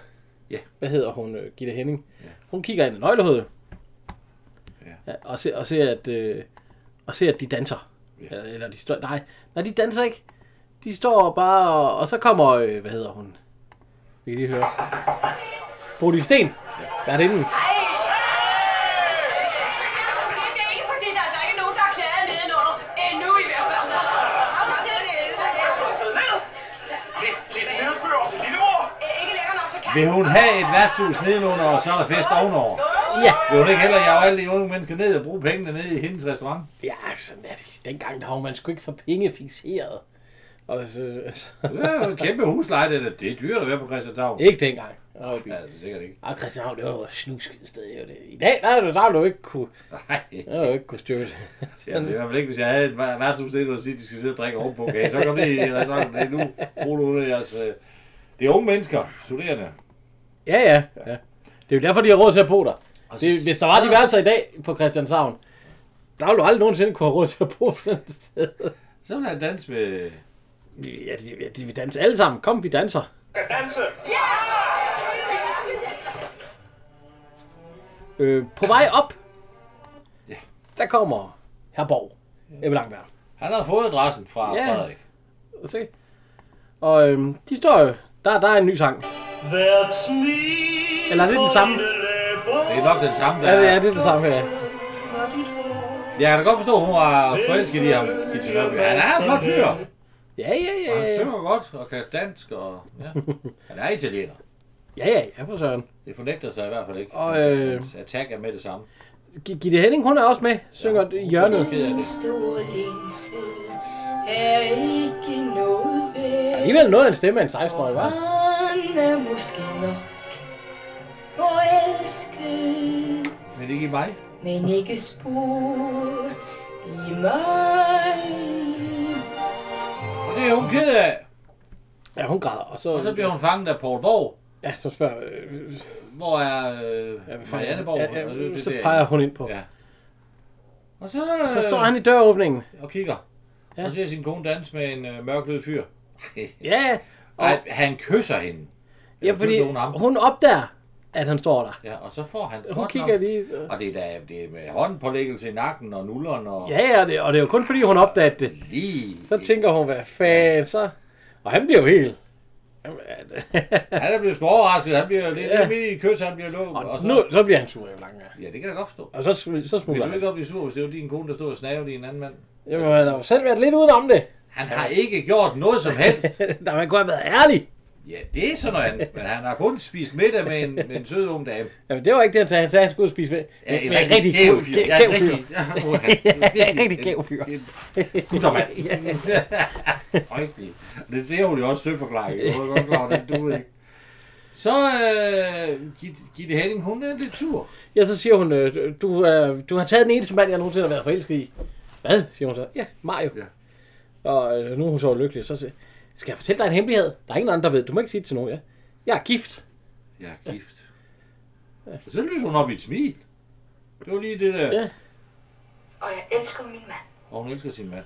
Speaker 3: Ja.
Speaker 2: Hvad hedder hun, øh, Gitte Henning? Ja. Hun kigger ind i nøglehullet.
Speaker 3: Ja.
Speaker 2: ja og, ser, og, ser, at, øh, og ser, at de danser.
Speaker 3: Ja.
Speaker 2: Ja. Eller, eller de står... Nej, nej, de danser ikke. De står bare... Og, og så kommer... Øh, hvad hedder hun? Vi kan lige høre. Bodil Sten. Ja. Er det inden?
Speaker 9: Ej! Det er ikke fordi, der, der er ikke nogen, der er klæder nedenunder. Endnu i hvert fald. Ham siger det.
Speaker 6: Lidt, lidt nedbør til lillemor.
Speaker 9: Ikke lækker nok til kaffe.
Speaker 3: Vil hun have et værtshus nedenunder, og så er der fest ovenover?
Speaker 2: Ja.
Speaker 3: Vil hun ikke heller jage alle de unge mennesker ned og bruge pengene ned i hendes restaurant?
Speaker 2: Ja, sådan er det. Dengang, der var man sgu ikke så pengefixeret. Og så, altså, så,
Speaker 3: Det er jo en kæmpe husleje, det er, da- det er dyrt at være på Christianshavn.
Speaker 2: ikke dengang. Og,
Speaker 3: Ja, det er sikkert ikke.
Speaker 2: og Christianshavn, det var jo et snusket sted. Jo. det. I dag, der er det- der har du jo ikke kunne,
Speaker 3: Nej.
Speaker 2: der har du jo ikke kunne styre det.
Speaker 3: Ja, det er i hvert fald ikke, hvis jeg havde et vær- værtshus nede, og sige, at de skal sidde og drikke ovenpå. Okay, så kom det i restauranten. Det er nu bruger du jeres... øh, Det er unge mennesker, studerende.
Speaker 2: Ja, ja, ja. Det er jo derfor, de har råd til at bo der. Det, hvis der var de værelser i dag på Christianshavn, der ville du aldrig nogensinde kunne have råd til at bo sådan et sted.
Speaker 3: Så vil han danse med...
Speaker 2: Ja, de, ja, de vil danse alle sammen. Kom, vi danser.
Speaker 10: Skal danse!
Speaker 2: Øh, på vej op, der kommer Herborg. Jeg vil langt være.
Speaker 3: Han har fået adressen fra
Speaker 2: Ja.
Speaker 3: Frederik.
Speaker 2: Se. Og øhm, de står jo. Der, der er en ny sang.
Speaker 10: Hvert smil
Speaker 2: Eller er det den samme?
Speaker 3: Det er nok den samme, der
Speaker 2: Ja, det er,
Speaker 3: er.
Speaker 2: det, er det samme her.
Speaker 3: Jeg kan da godt forstå, at hun var forelsket i ham i Tjernobøl. Han er en flot fyr.
Speaker 2: Ja, ja, ja.
Speaker 3: Og han
Speaker 2: ja.
Speaker 3: synger godt og kan dansk. Og, ja. Han er italiener.
Speaker 2: Ja, ja, ja, for søren.
Speaker 3: Det fornægter sig i hvert fald ikke.
Speaker 2: Og,
Speaker 3: Hans-
Speaker 2: øh,
Speaker 3: Hans attack er med det samme.
Speaker 2: G- Gitte Henning, hun er også med. Synger ja. hjørnet.
Speaker 3: Ked af det.
Speaker 9: Stor længsel er ikke noget
Speaker 2: Der er
Speaker 9: værd.
Speaker 2: alligevel noget af en stemme af en 16-årig, hva'?
Speaker 9: Han er måske nok forelsket,
Speaker 3: Men ikke i mig.
Speaker 9: men ikke spor i mig.
Speaker 3: Og det er hun ked af.
Speaker 2: Ja, hun græder. Og så,
Speaker 3: Og så bliver hun fanget af Paul Borg.
Speaker 2: Ja, så spørger... Øh,
Speaker 3: Hvor er øh,
Speaker 2: ja, hvad fanden-
Speaker 3: Marianne Borg?
Speaker 2: ja,
Speaker 3: Og det-
Speaker 2: ja,
Speaker 3: det-
Speaker 2: så
Speaker 3: det-
Speaker 2: peger hun ind på.
Speaker 3: Ja. Og så, øh,
Speaker 2: Så står han i døråbningen.
Speaker 3: og kigger.
Speaker 2: Ja.
Speaker 3: Og ser sin kone danse med en øh, mørklød fyr.
Speaker 2: Ja, og,
Speaker 3: Nej, han kysser hende.
Speaker 2: ja
Speaker 3: Eller
Speaker 2: fordi
Speaker 3: kysser hun ham.
Speaker 2: hun opdager, at han står der.
Speaker 3: Ja, og så får han
Speaker 2: Hun
Speaker 3: godt
Speaker 2: kigger
Speaker 3: nok-
Speaker 2: lige...
Speaker 3: Og det er, da, det er med håndpålæggelse i nakken og nulleren og
Speaker 2: Ja, ja, det, og det er jo kun fordi, hun opdagede det.
Speaker 3: lige...
Speaker 2: Så tænker hun, hvad fanden så? Og han bliver jo helt... Jamen, er det-
Speaker 3: Han er blevet sgu overrasket. Han bliver lidt
Speaker 2: Ja.
Speaker 3: ja. midt i kys, han bliver lukket. Og,
Speaker 2: og
Speaker 3: så,
Speaker 2: nu, så bliver han sur jo langt mere.
Speaker 3: Ja, det kan jeg godt forstå.
Speaker 2: Og så, sm- så
Speaker 3: Vil
Speaker 2: smutter
Speaker 3: du
Speaker 2: han.
Speaker 3: ikke op blive sur, hvis det var din kone, der stod og snavede i en anden mand?
Speaker 2: Jamen, han har jo selv været lidt udenom det.
Speaker 3: Han har ikke gjort noget som helst.
Speaker 2: Der man kunne have været ærlig.
Speaker 3: Ja, det er sådan noget andet. Men han har kun spist middag med en, med en sød ung dame.
Speaker 2: Jamen, det var ikke det, han sagde. Han sagde, at han skulle ud og spise ved.
Speaker 3: Ja, en
Speaker 2: Men en rigtig
Speaker 3: gæv
Speaker 2: gæv-
Speaker 3: fyr.
Speaker 2: gæv-
Speaker 3: Ja, en
Speaker 2: gæv
Speaker 3: rigtig-
Speaker 2: fyr.
Speaker 3: Ja, uha.
Speaker 2: Ja, en rigtig gæv fyr.
Speaker 3: en- en Guttermand. Rigtig. Det ser hun jo også søforklaring. Hun er godt klar, over, den du ikke. Så øh, Gitte- Gitte Henning, hun er lidt sur.
Speaker 2: Ja, så siger hun, øh, du, øh, du har taget den eneste mand, jeg nogensinde har været forelsket i. Hvad? siger hun så. Ja, Mario.
Speaker 3: Ja.
Speaker 2: Og øh, nu er hun så lykkelig. Så siger, skal jeg fortælle dig en hemmelighed? Der er ingen andre, der ved. det. Du må ikke sige det til nogen, ja. Jeg er gift.
Speaker 3: Jeg er gift. Og så lyser hun op i et smil. Det var lige det der.
Speaker 2: Ja.
Speaker 7: Og jeg elsker min mand.
Speaker 3: Og hun elsker sin mand.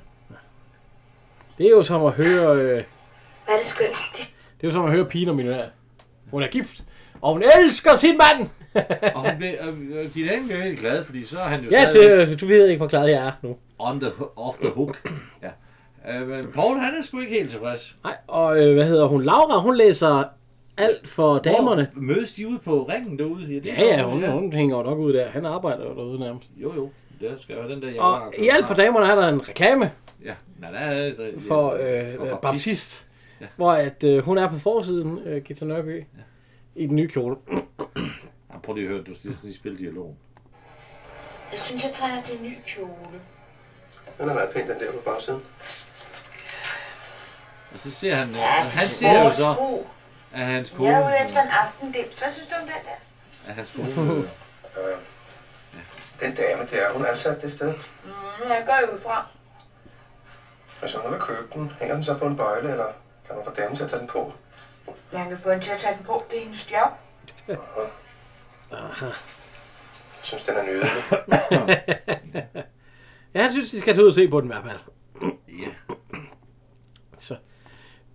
Speaker 2: Det er jo som at høre... Øh,
Speaker 7: Hvad er det skønt? Det,
Speaker 2: det er jo som at høre pigen og millionær. Hun er gift. Og hun elsker sin mand!
Speaker 3: Og hun blev, og, og Gitte Henning blev helt glad, fordi så er han jo
Speaker 2: ja,
Speaker 3: stadig
Speaker 2: det, øh, du ved ikke, hvor glad jeg er nu.
Speaker 3: on the, off the hook. ja. Øh, men Paul, han er sgu ikke helt tilfreds.
Speaker 2: Nej, og øh, hvad hedder hun? Laura, hun læser alt for damerne.
Speaker 3: Hvor mødes de ude på ringen derude? det
Speaker 2: Ja,
Speaker 3: er
Speaker 2: ja,
Speaker 3: godt,
Speaker 2: hun, hun hænger jo nok ud der. Han arbejder jo derude nærmest.
Speaker 3: Jo, jo. Der skal jo have den der jaguar.
Speaker 2: Og i alt for damerne er der en reklame
Speaker 3: Ja, nej, der er det.
Speaker 2: for, øh, for Baptist, ja. hvor at, øh, hun er på forsiden, øh, Gita Nørby, ja. i den nye kjole.
Speaker 3: Ja, prøv lige at høre, du skal lige spille dialogen.
Speaker 5: Jeg synes, jeg trænger til en ny kjole.
Speaker 6: Den er meget pæn, den der på bagsiden.
Speaker 3: Og så ser han, ja, han ser jo så, at hans kone,
Speaker 5: Jeg er ude efter en aftendims. Hvad synes du om den der?
Speaker 3: at hans kone, øh,
Speaker 6: Øh, den dame der, hun er altså ansat det sted.
Speaker 5: Mm, jeg går jo ud fra.
Speaker 6: Hvis hun nu vil købe den, hænger den så på en bøjle, eller kan hun få damen til at tage den på?
Speaker 5: Jeg kan få hende til at tage den på. Det er hendes job.
Speaker 6: Jeg synes, den er nydelig.
Speaker 2: Ja, jeg synes, de skal tage ud og se på den i hvert fald.
Speaker 3: ja,
Speaker 2: Så.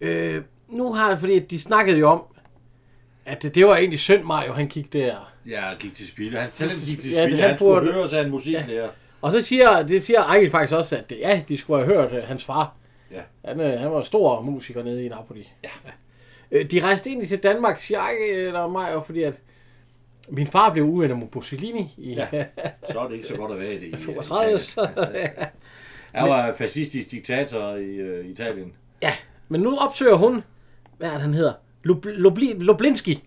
Speaker 2: Øh, nu har jeg, fordi de snakkede jo om, at det, det var egentlig synd, Mario, han gik der.
Speaker 3: ja, gik til spil. Hans talent gik til
Speaker 2: Ja, det-
Speaker 3: spil.
Speaker 2: han
Speaker 3: Han skulle
Speaker 2: burde-
Speaker 3: høre sig af en musiklærer.
Speaker 2: Og så siger, det siger Ejl faktisk også, at det, ja, de skulle have hørt øh, hans far.
Speaker 3: Ja.
Speaker 2: Han, øh, han var en stor musiker nede i Napoli. Ja. Øh, de rejste egentlig til Danmark, siger Ejl eller mig, og fordi at min far blev uvenner med Mussolini i ja.
Speaker 3: Ja. Så er det ikke så godt at være i det. i- i
Speaker 2: 32.
Speaker 3: Italien. Han var fascistisk diktator i øh, Italien.
Speaker 2: ja, men nu opsøger hun, hvad er det, han hedder? Lub, Lubli, Lublinski.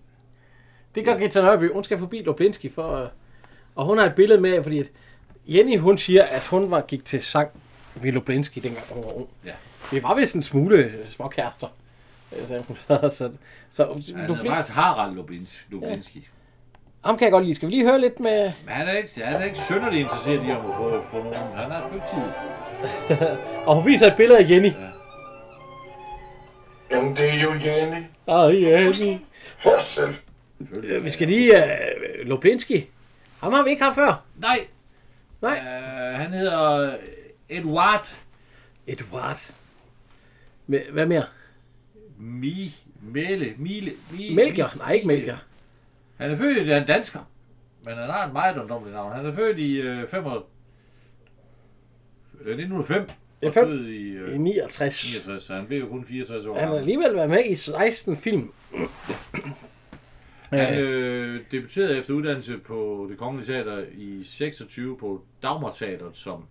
Speaker 2: Det gør ja. Gita Nørby. Hun skal forbi Lublinski for... Øh, og hun har et billede med, fordi at Jenny, hun siger, at hun var, gik til sang ved Lublinski, dengang hun var ung.
Speaker 3: Ja.
Speaker 2: Det var vist en smule øh, småkærester. øh, sagde hun. så, så, så
Speaker 3: Han
Speaker 2: du
Speaker 3: hedder faktisk Harald Lubins- Lubinski.
Speaker 2: ham kan jeg godt lide. Skal vi lige høre lidt med...
Speaker 3: Men han er ikke, han er ikke synderligt interesseret i at få, få nogen. Han har sgu ikke tid.
Speaker 2: Og hun viser et billede af Jenny.
Speaker 6: Jamen, det er jo Jenny.
Speaker 2: Åh, Jenny.
Speaker 6: Ja, selv.
Speaker 3: Selvfølgelig.
Speaker 2: Øh, Vi skal lige... Uh, Lublinski. øh, Ham har vi ikke haft før.
Speaker 3: Nej.
Speaker 2: Nej.
Speaker 3: Uh, han hedder Eduard
Speaker 2: Edward. Men- Hvad mere?
Speaker 3: Mi... Melle... Mille... Mi,
Speaker 2: Melchior? Nej, ikke Melchior.
Speaker 3: Han er født i han er dansker, men han har et meget ungdomligt navn. Han er født i øh, 5 og... øh, 1905
Speaker 2: Ja,
Speaker 3: og
Speaker 2: fem.
Speaker 3: død i øh,
Speaker 2: I 69.
Speaker 3: 69, så han blev jo kun 64 år.
Speaker 2: Han har
Speaker 3: gammel.
Speaker 2: alligevel været med i 16 film.
Speaker 3: Han øh, debuterede efter uddannelse på det Kongelige Teater i 26 på Dagmarteateret som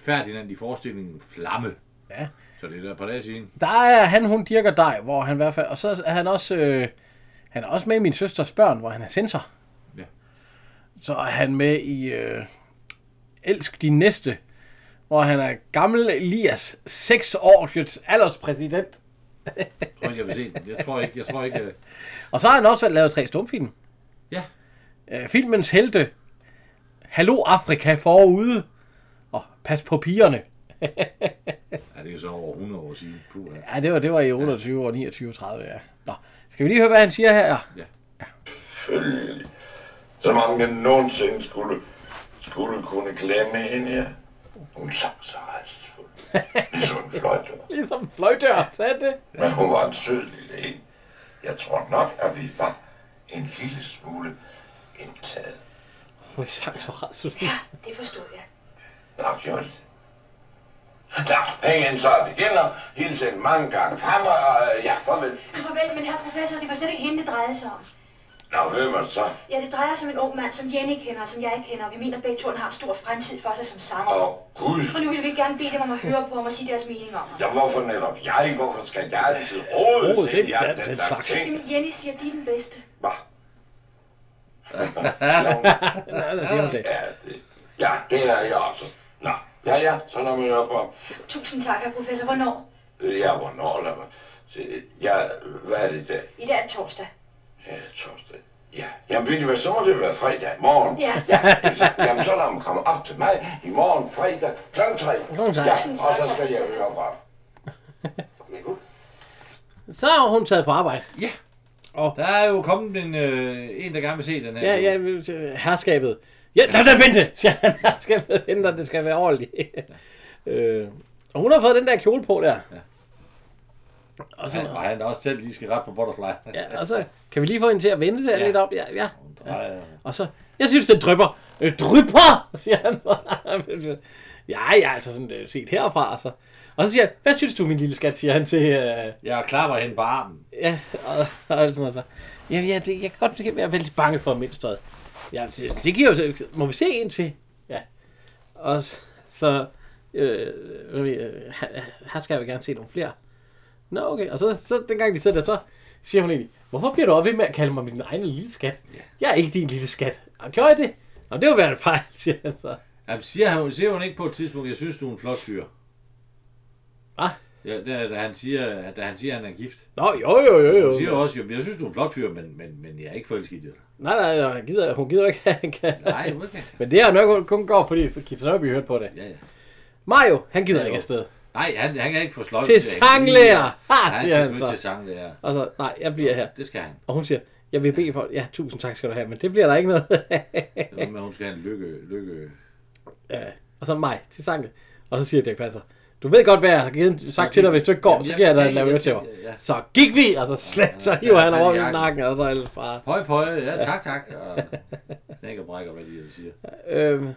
Speaker 3: Ferdinand i forestillingen Flamme.
Speaker 2: Ja.
Speaker 3: Så det er der et par dage siden.
Speaker 2: Der er han, hun dirker dig, hvor han i hvert fald... Og så er han også... Øh, han er også med i Min Søsters Børn, hvor han er censor.
Speaker 3: Ja.
Speaker 2: Så er han med i øh, Elsk din næste, hvor han er gammel Elias, 6 års alderspræsident.
Speaker 3: Jeg tror ikke, jeg vil se den. Jeg tror ikke, jeg tror ikke... øh,
Speaker 2: Og så har han også lavet tre stumfilm.
Speaker 3: Ja.
Speaker 2: Øh, filmens helte, Hallo Afrika forude, og Pas på pigerne.
Speaker 3: Ja, det er så over 100 år siden. Puh, ja.
Speaker 2: Ja, det var, det var i 28 og 29 30, ja. Nå, skal vi lige høre, hvad han siger her?
Speaker 11: selvfølgelig. Som om jeg nogensinde skulle, skulle kunne glemme hende, ja. Hun sang så rejsefuldt. Ligesom en fløjte.
Speaker 2: Ligesom fløjdør, tag det.
Speaker 11: Men hun var en sød lille en. Jeg tror nok, at vi var en lille smule indtaget.
Speaker 2: Hun sang så ret så
Speaker 7: Ja, det forstod jeg.
Speaker 11: Nok gjorde det.
Speaker 6: Nå, penge så op igen, og hilsen mange gange frem, og øh, ja, farvel.
Speaker 7: Farvel, men herr professor, det var slet ikke hende, det drejede sig om.
Speaker 6: Nå, hvem er det så?
Speaker 7: Ja, det drejer sig om en ung mand, som Jenny kender, og som jeg ikke kender, og vi mener, at begge to har en stor fremtid for sig som sanger.
Speaker 6: Åh, Gud.
Speaker 7: Og nu vil vi gerne bede dem om at høre på ham og sige deres mening om ham.
Speaker 6: Ja, hvorfor netop jeg? Hvorfor skal jeg altid råde?
Speaker 2: Rodet ind i
Speaker 6: Jeg er
Speaker 2: den- den slags.
Speaker 6: ting.
Speaker 7: Jamen, Jenny siger, de er den bedste.
Speaker 2: det er det.
Speaker 6: Ja, det, ja, det er jeg også. Nå, ja, ja, så når man hører på,
Speaker 7: Tusind tak, herr professor. Hvornår?
Speaker 6: øh, ja, hvornår lader man... se, Ja, hvad er det i dag?
Speaker 7: I dag er det torsdag.
Speaker 6: Ja, torsdag. Ja, jamen ved I hvad, så må det være fredag i morgen.
Speaker 7: Ja.
Speaker 6: ja jamen så lad mig komme op til mig i morgen fredag kl. 3.
Speaker 2: Klokken tre.
Speaker 6: Ja, og så skal jeg høre fra. Men Gud,
Speaker 2: Så har hun taget på arbejde.
Speaker 3: Ja.
Speaker 2: Og-
Speaker 3: Der er jo kommet en, øh, en der gerne vil se den her.
Speaker 2: Ja, ja, vi- til herskabet. Ja, lad dig vente, siger han. Herskabet venter, det skal være ordentligt. øh, og hun har fået den der kjole på der. Ja. Og
Speaker 3: Og, så, og
Speaker 2: så,
Speaker 3: han også selv lige skal ret på butterfly.
Speaker 2: ja, og så kan vi lige få hende til at vende der
Speaker 3: Ja.
Speaker 2: lidt op. Ja, ja.
Speaker 3: Hun drejer.
Speaker 2: Og så, jeg synes, det drypper. Øh, drypper, siger han så. ja, ja, altså sådan øh, set herfra. Og så, og så siger han, hvad synes du, min lille skat, siger han til... Øh,
Speaker 3: Jeg klapper hende på armen.
Speaker 2: ja, og, og alt sådan noget. Så. Ja, ja, det, jeg kan godt begynde at være lidt bange for mønstret. Ja, det, det giver jo... så- Må vi se en til? Ja. Og s- så... Øh, hvad ved jeg, øh, her- her skal jeg jo gerne se nogle flere. Nå, okay. Og så, så dengang de sidder der, så siger hun egentlig, hvorfor bliver du op ved med at kalde mig min egen lille skat? Jeg er ikke din lille skat. Jamen, gjorde jeg det? Jamen, det var være en fejl, siger han så.
Speaker 3: Jamen, siger, han, siger hun ikke på et tidspunkt, jeg synes, du er en flot fyr.
Speaker 2: Hvad?
Speaker 3: Ja, da, da, han siger, da han siger, at han er gift.
Speaker 2: Nå, jo, jo, jo, jo.
Speaker 3: Hun siger også, jo, jeg synes, du er en flot fyr, men, men, men jeg er ikke forelsket i dig.
Speaker 2: Nej, nej, nej, hun gider, hun gider ikke, at han kan.
Speaker 3: Nej, okay.
Speaker 2: Men det har nok kun går, fordi så Kitsunami hørte på det.
Speaker 3: Ja, ja.
Speaker 2: Mario, han gider
Speaker 3: Ja,
Speaker 2: ikke
Speaker 3: jo.
Speaker 2: afsted.
Speaker 3: Nej, han, han kan ikke få sløjt.
Speaker 2: Til sanglærer. Ha,
Speaker 3: Ja, han
Speaker 2: siger
Speaker 3: skal
Speaker 2: han
Speaker 3: sgu ikke
Speaker 2: så.
Speaker 3: til sanglærer.
Speaker 2: Og så, nej, jeg bliver her.
Speaker 3: Det skal han.
Speaker 2: Og hun siger, jeg vil bede for, ja, tusind tak skal du have, men det bliver der ikke noget.
Speaker 3: Det er noget med, at hun skal have en lykke, lykke.
Speaker 2: Ja. og så mig til sangen. Og så siger Dirk Passer, du ved godt, hvad jeg har givet, sagt til dig, hvis du ikke går,
Speaker 3: Jamen,
Speaker 2: så
Speaker 3: jeg-
Speaker 2: giver jeg dig
Speaker 3: ja,
Speaker 2: en lav
Speaker 3: ja,
Speaker 2: øretæver.
Speaker 3: ja, ja.
Speaker 2: Så gik vi, og så slet, så
Speaker 3: Ja,
Speaker 2: hiver han
Speaker 3: fat i
Speaker 2: over i
Speaker 3: jakken.
Speaker 2: nakken, og så ellers bare.
Speaker 3: Høj, høj, ja, tak, tak. Og snækker brækker, hvad de ellers siger.
Speaker 2: Øhm,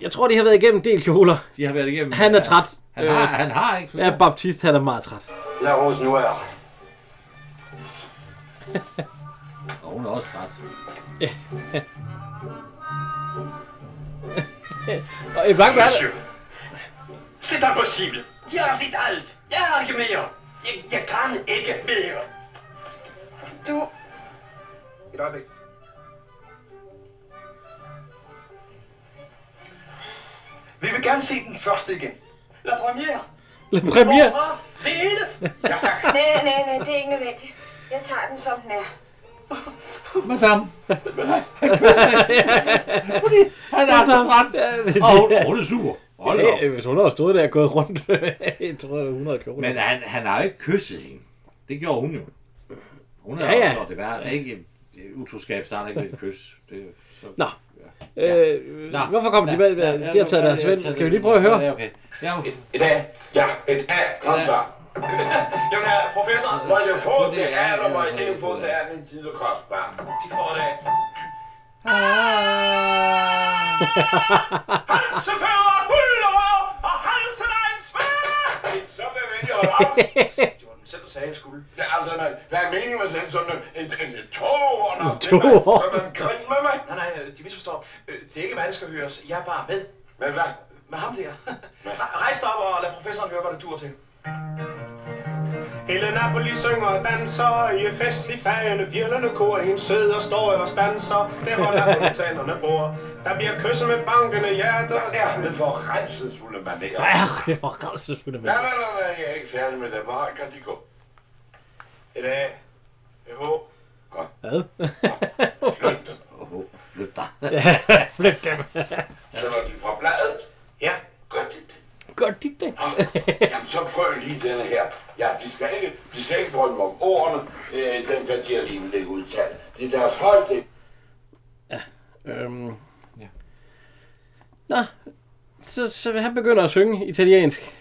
Speaker 2: jeg tror, de har været igennem en del kjoler.
Speaker 3: De har været igennem...
Speaker 2: Han er træt.
Speaker 3: Han har,
Speaker 2: Øh,
Speaker 3: han har ikke flere.
Speaker 2: Ja, Baptiste, han er meget træt.
Speaker 6: lad os nu her.
Speaker 3: Og hun er også træt.
Speaker 2: Og i blank
Speaker 8: Monsieur, c'est impossible. Jeg har set alt. Jeg har ikke mere. Jeg, jeg kan ikke mere.
Speaker 6: Du... Et øjeblik. Vi vil gerne se den første igen.
Speaker 8: La première.
Speaker 2: Le premier.
Speaker 8: Hvorfra? Det hele.
Speaker 6: Ja, tak.
Speaker 5: Nej, nej, nej, det er ikke nødvendigt. Jeg tager den, som den er.
Speaker 3: Madame. Han kysser hende. Fordi han er så træt. Og hun, hun er sur. Hold da op.
Speaker 2: Ja, hvis hun havde stået der og gået rundt, jeg tror, det er 100 kjoler.
Speaker 3: Men han, han har jo ikke kysset hende. Det gjorde hun jo. Hun har
Speaker 2: Ja,
Speaker 3: ja,
Speaker 2: ja.
Speaker 3: ja. gjort det værre. Ikke, det- utroskab starter ikke med et kys. Det, er jo så,
Speaker 2: Nå.
Speaker 3: Ja.
Speaker 2: Øh,
Speaker 3: Nå.
Speaker 2: hvorfor kommer de med- de har taget
Speaker 3: nu-
Speaker 2: deres
Speaker 3: ja,
Speaker 2: ven.
Speaker 3: taget
Speaker 2: Skal vi
Speaker 3: den.
Speaker 2: lige prøve at høre?
Speaker 3: Ja, okay. Ja, okay.
Speaker 8: Et A. Ja, et A. Kom så. Jamen, herre professor, må jeg få det her, eller må jeg ikke få det her, min tid og kostbar? De får det. Halsefører og bullerøver og halsen af en svær! Så vil jeg vælge at op. Det var den selv, der sagde, jeg skulle. Ja, altså, nej. Hvad er meningen med sådan sådan en, en, en tog under?
Speaker 2: En tårer?
Speaker 8: Kan man grine med mig? Nej, nej, de misforstår. Øh, Det er ikke mig, der skal høres. Jeg er bare med. Med hvad? Med ham der. Rejs dig op og lad professoren høre, hvad det dur til.
Speaker 10: Hele Napoli synger og danser i et festlig fagende virlende kor. En sød og står og stanser, der hvor napolitanerne bor. Der bliver kysset med bankende hjerter.
Speaker 11: er det for rejselsfulde manerer?
Speaker 2: Ah, det var rædselsfuldt.
Speaker 11: Nej, nej, nej, nej, jeg er ikke færdig med det. Hvor kan de gå?
Speaker 10: Et A. Et H.
Speaker 2: Hvad?
Speaker 3: Åh, flyt dig.
Speaker 2: ja, flyt dem.
Speaker 11: Så når de fra bladet,
Speaker 10: Ja,
Speaker 11: gør de det.
Speaker 2: Gør de det?
Speaker 11: Jamen, så prøv lige denne her. Ja, de skal ikke, de skal ikke drømme om ordene. Øh, den kan de alligevel ikke udtale. Det er deres hold, det.
Speaker 2: Øhm. Nå, så, så han begynder at synge italiensk.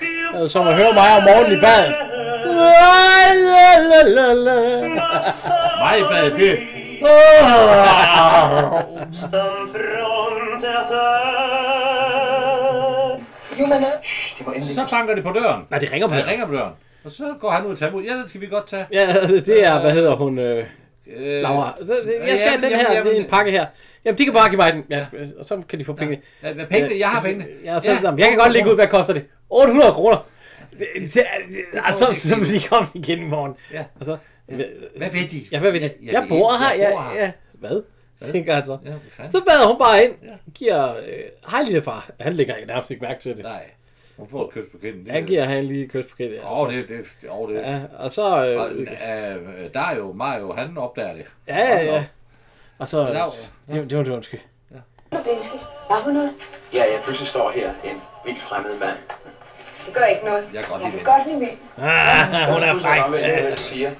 Speaker 2: Det er jo som at høre mig om morgenen i badet.
Speaker 3: Mig i badet, det. Så banker det på døren.
Speaker 2: Nej, det ringer på
Speaker 3: Han
Speaker 2: det.
Speaker 3: ringer på døren. Og så går han ud og tager imod. Ja, den skal vi godt tage.
Speaker 2: Ja, altså, det er, hvad hedder hun? Øh,
Speaker 3: Øh,
Speaker 2: Laura. Så- det- Jeg skal
Speaker 3: jamen,
Speaker 2: have den
Speaker 3: jamen,
Speaker 2: her, det er
Speaker 3: jamen.
Speaker 2: en pakke her. Jamen, de kan bare give mig den. Ja, og så kan de få pengene.
Speaker 3: Ja, hvad pengene? Jeg har pengene.
Speaker 2: Ja, så, ja. Jeg kan godt lægge ud, hvad koster det? 800 kroner. Det, det, det, altså,
Speaker 3: det-
Speaker 2: så må de komme igen i morgen.
Speaker 3: Ja.
Speaker 2: Og så,
Speaker 3: Hvad ved de?
Speaker 2: Ja, hvad ved det? Jeg bor her. Ja, ja. Hvad? Tænker han så.
Speaker 3: Ja, hvad fanden?
Speaker 2: Så bader hun bare ind. Giver, øh, hej lille far. Han lægger ikke nærmest ikke mærke til det.
Speaker 3: Nej. Hun får et kys på kinden.
Speaker 2: Han giver han lige et kys på kindet.
Speaker 3: Åh, det det, det, åh, det.
Speaker 2: Ja, og så...
Speaker 3: Og,
Speaker 2: Øh,
Speaker 3: øh, der er jo Mario, han opdager det.
Speaker 2: ja, ja,
Speaker 3: Hold da
Speaker 2: ja.
Speaker 3: op.
Speaker 2: Og så...
Speaker 3: Laura.
Speaker 2: Det, det var det, undskyld.
Speaker 5: Var hun noget?
Speaker 8: Ja, jeg pludselig står her, en vild fremmed mand.
Speaker 5: Det gør ikke noget.
Speaker 3: Jeg kan godt
Speaker 5: Jeg
Speaker 3: lide
Speaker 5: kan
Speaker 3: det.
Speaker 5: godt lide mænd.
Speaker 2: Ah, hun er
Speaker 8: Husk, hvad
Speaker 2: fræk.
Speaker 8: man
Speaker 2: Ja.
Speaker 8: alligevel siger.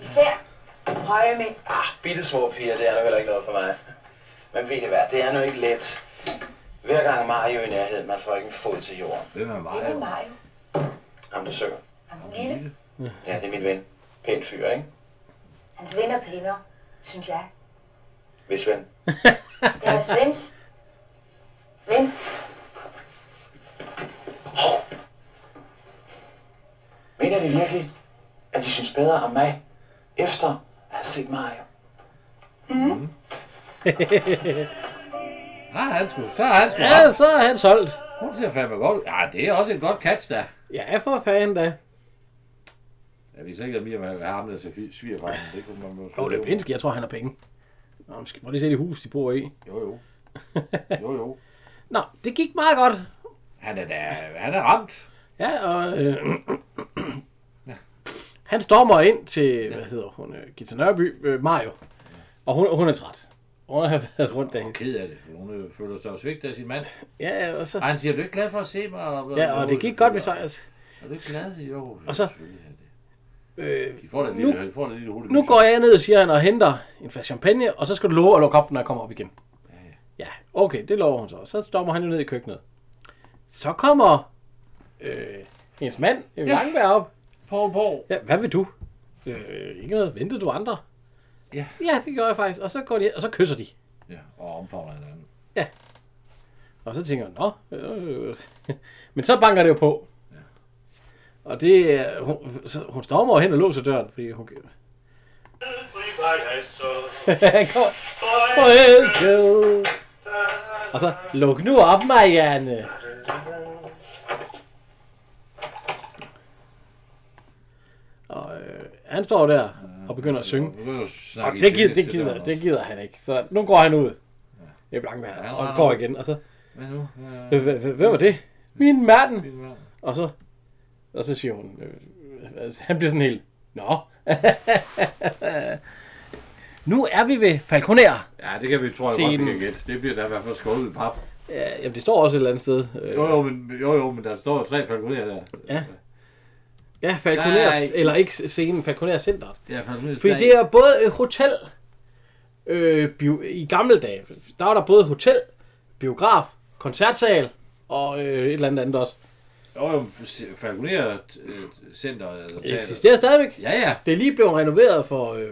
Speaker 5: Især høje mænd.
Speaker 8: Ah, bitte små piger, det er der heller ikke noget for mig. Men ved I hvad, det er nu ikke let. Hver gang Mario er i nærheden, man får ikke en fod til jorden.
Speaker 3: Hvem er Mario?
Speaker 5: Ikke mig.
Speaker 8: Ham, der synger.
Speaker 5: Han er lille.
Speaker 8: Ja, det er min ven. Pæn fyr, ikke?
Speaker 5: Hans ven er pænere, synes jeg.
Speaker 8: Hvis ven.
Speaker 5: Jeg er Svens. Ven.
Speaker 8: Mener de virkelig, at de synes bedre om mig, efter at have set Mario?
Speaker 3: Ja, han sgu. Så er han sgu.
Speaker 2: ja, så er han solgt.
Speaker 3: Hun ser fandme godt ud. Ja, det er også et godt catch, der.
Speaker 2: Ja, for fanden da.
Speaker 3: Ja, vi er sikkert lige med ham, der ser fi- svigerfar. Det kunne man måske...
Speaker 2: Jo, det er Pinsky. Jeg tror, han har penge. Nå, men skal prøv lige se det hus, de bor i.
Speaker 3: Jo, jo. Jo, jo.
Speaker 2: Nå, det gik meget godt.
Speaker 3: Han er da... Han er ramt.
Speaker 2: Ja, og... Øh, han stormer ind til, hvad hedder hun, øh, Gita Nørby, øh, Mario. Og hun, hun er træt. Hun har været rundt derinde.
Speaker 3: Ked af det. Hun øh, føler sig jo svigt af sin mand.
Speaker 2: Ja, ja, og så...
Speaker 3: Og han siger, du er ikke glad for at se mig? Og,
Speaker 2: Ja, og det gik godt ved sejrs.
Speaker 3: Er du ikke glad? Jo.
Speaker 2: Og så-
Speaker 3: selvfølgelig er det.
Speaker 2: Øh,
Speaker 3: De får da et
Speaker 2: Nu-
Speaker 3: lille, de får da et lille hurtigt.
Speaker 2: nu går jeg ned, siger han, og henter en flaske champagne, og så skal du love at lukke op, når jeg kommer op igen. Ja, okay, det lover hun så. Så stopper han jo ned i køkkenet. Så kommer øh, hendes mand, Emil
Speaker 3: Ja.
Speaker 2: Langberg, op.
Speaker 3: Paul Borg.
Speaker 2: Ja, hvad vil du? Øh, ikke noget. Ventede du andre?
Speaker 3: Ja.
Speaker 2: Ja, det gør jeg faktisk. Og så går de hen, og så kysser de.
Speaker 3: Ja, og omfavner hinanden.
Speaker 2: Og så tænker jeg, nå. Øh, men så banker det jo på. Og det, er- hun, så, hun stormer over hen og låser døren, fordi hun... Han kommer, forelsket. Og så, luk nu op, Marianne. Og øh, han står der og begynder at synge.
Speaker 3: Nu kan du
Speaker 2: Og
Speaker 3: snakke i
Speaker 2: det gider, det,
Speaker 3: tennis til
Speaker 2: gider,
Speaker 3: døren
Speaker 2: det
Speaker 3: også.
Speaker 2: gider han ikke. Så nu går han ud. Det er
Speaker 3: Ja,
Speaker 2: Blankberg.
Speaker 3: nej,
Speaker 2: Og
Speaker 3: nej.
Speaker 2: går igen. Og så,
Speaker 3: Hvad nu? Hvad-
Speaker 2: "Øh, hva- hva- hvem var det? Min mand.
Speaker 3: Min mand.
Speaker 2: Og så, og så siger hun, øh, altså, han bliver sådan helt, nå. nu er vi ved Falconer.
Speaker 3: Ja, det kan vi, tror jeg
Speaker 2: Scenen.
Speaker 3: godt, vi kan gætte. Det bliver da i hvert fald skåret i pap.
Speaker 2: Ja, jamen, det står også et eller andet sted. Øh,
Speaker 3: Jo, jo, men, jo, jo, men der står tre falconer der.
Speaker 2: Ja. Ja,
Speaker 3: Der
Speaker 2: Falconer,
Speaker 3: er ikke-
Speaker 2: eller ikke scenen, Falconer Centeret.
Speaker 3: Ja, Falconer-
Speaker 2: Fordi
Speaker 3: der er
Speaker 2: det er både et hotel, øh, bio, i gamle dage, der var der både hotel, biograf, koncertsal og øh, et eller andet andet også.
Speaker 3: Jo, jo, Falconer Center. Altså,
Speaker 2: Det eksisterer stadigvæk.
Speaker 3: Ja, ja.
Speaker 2: Det er lige blevet renoveret for øh,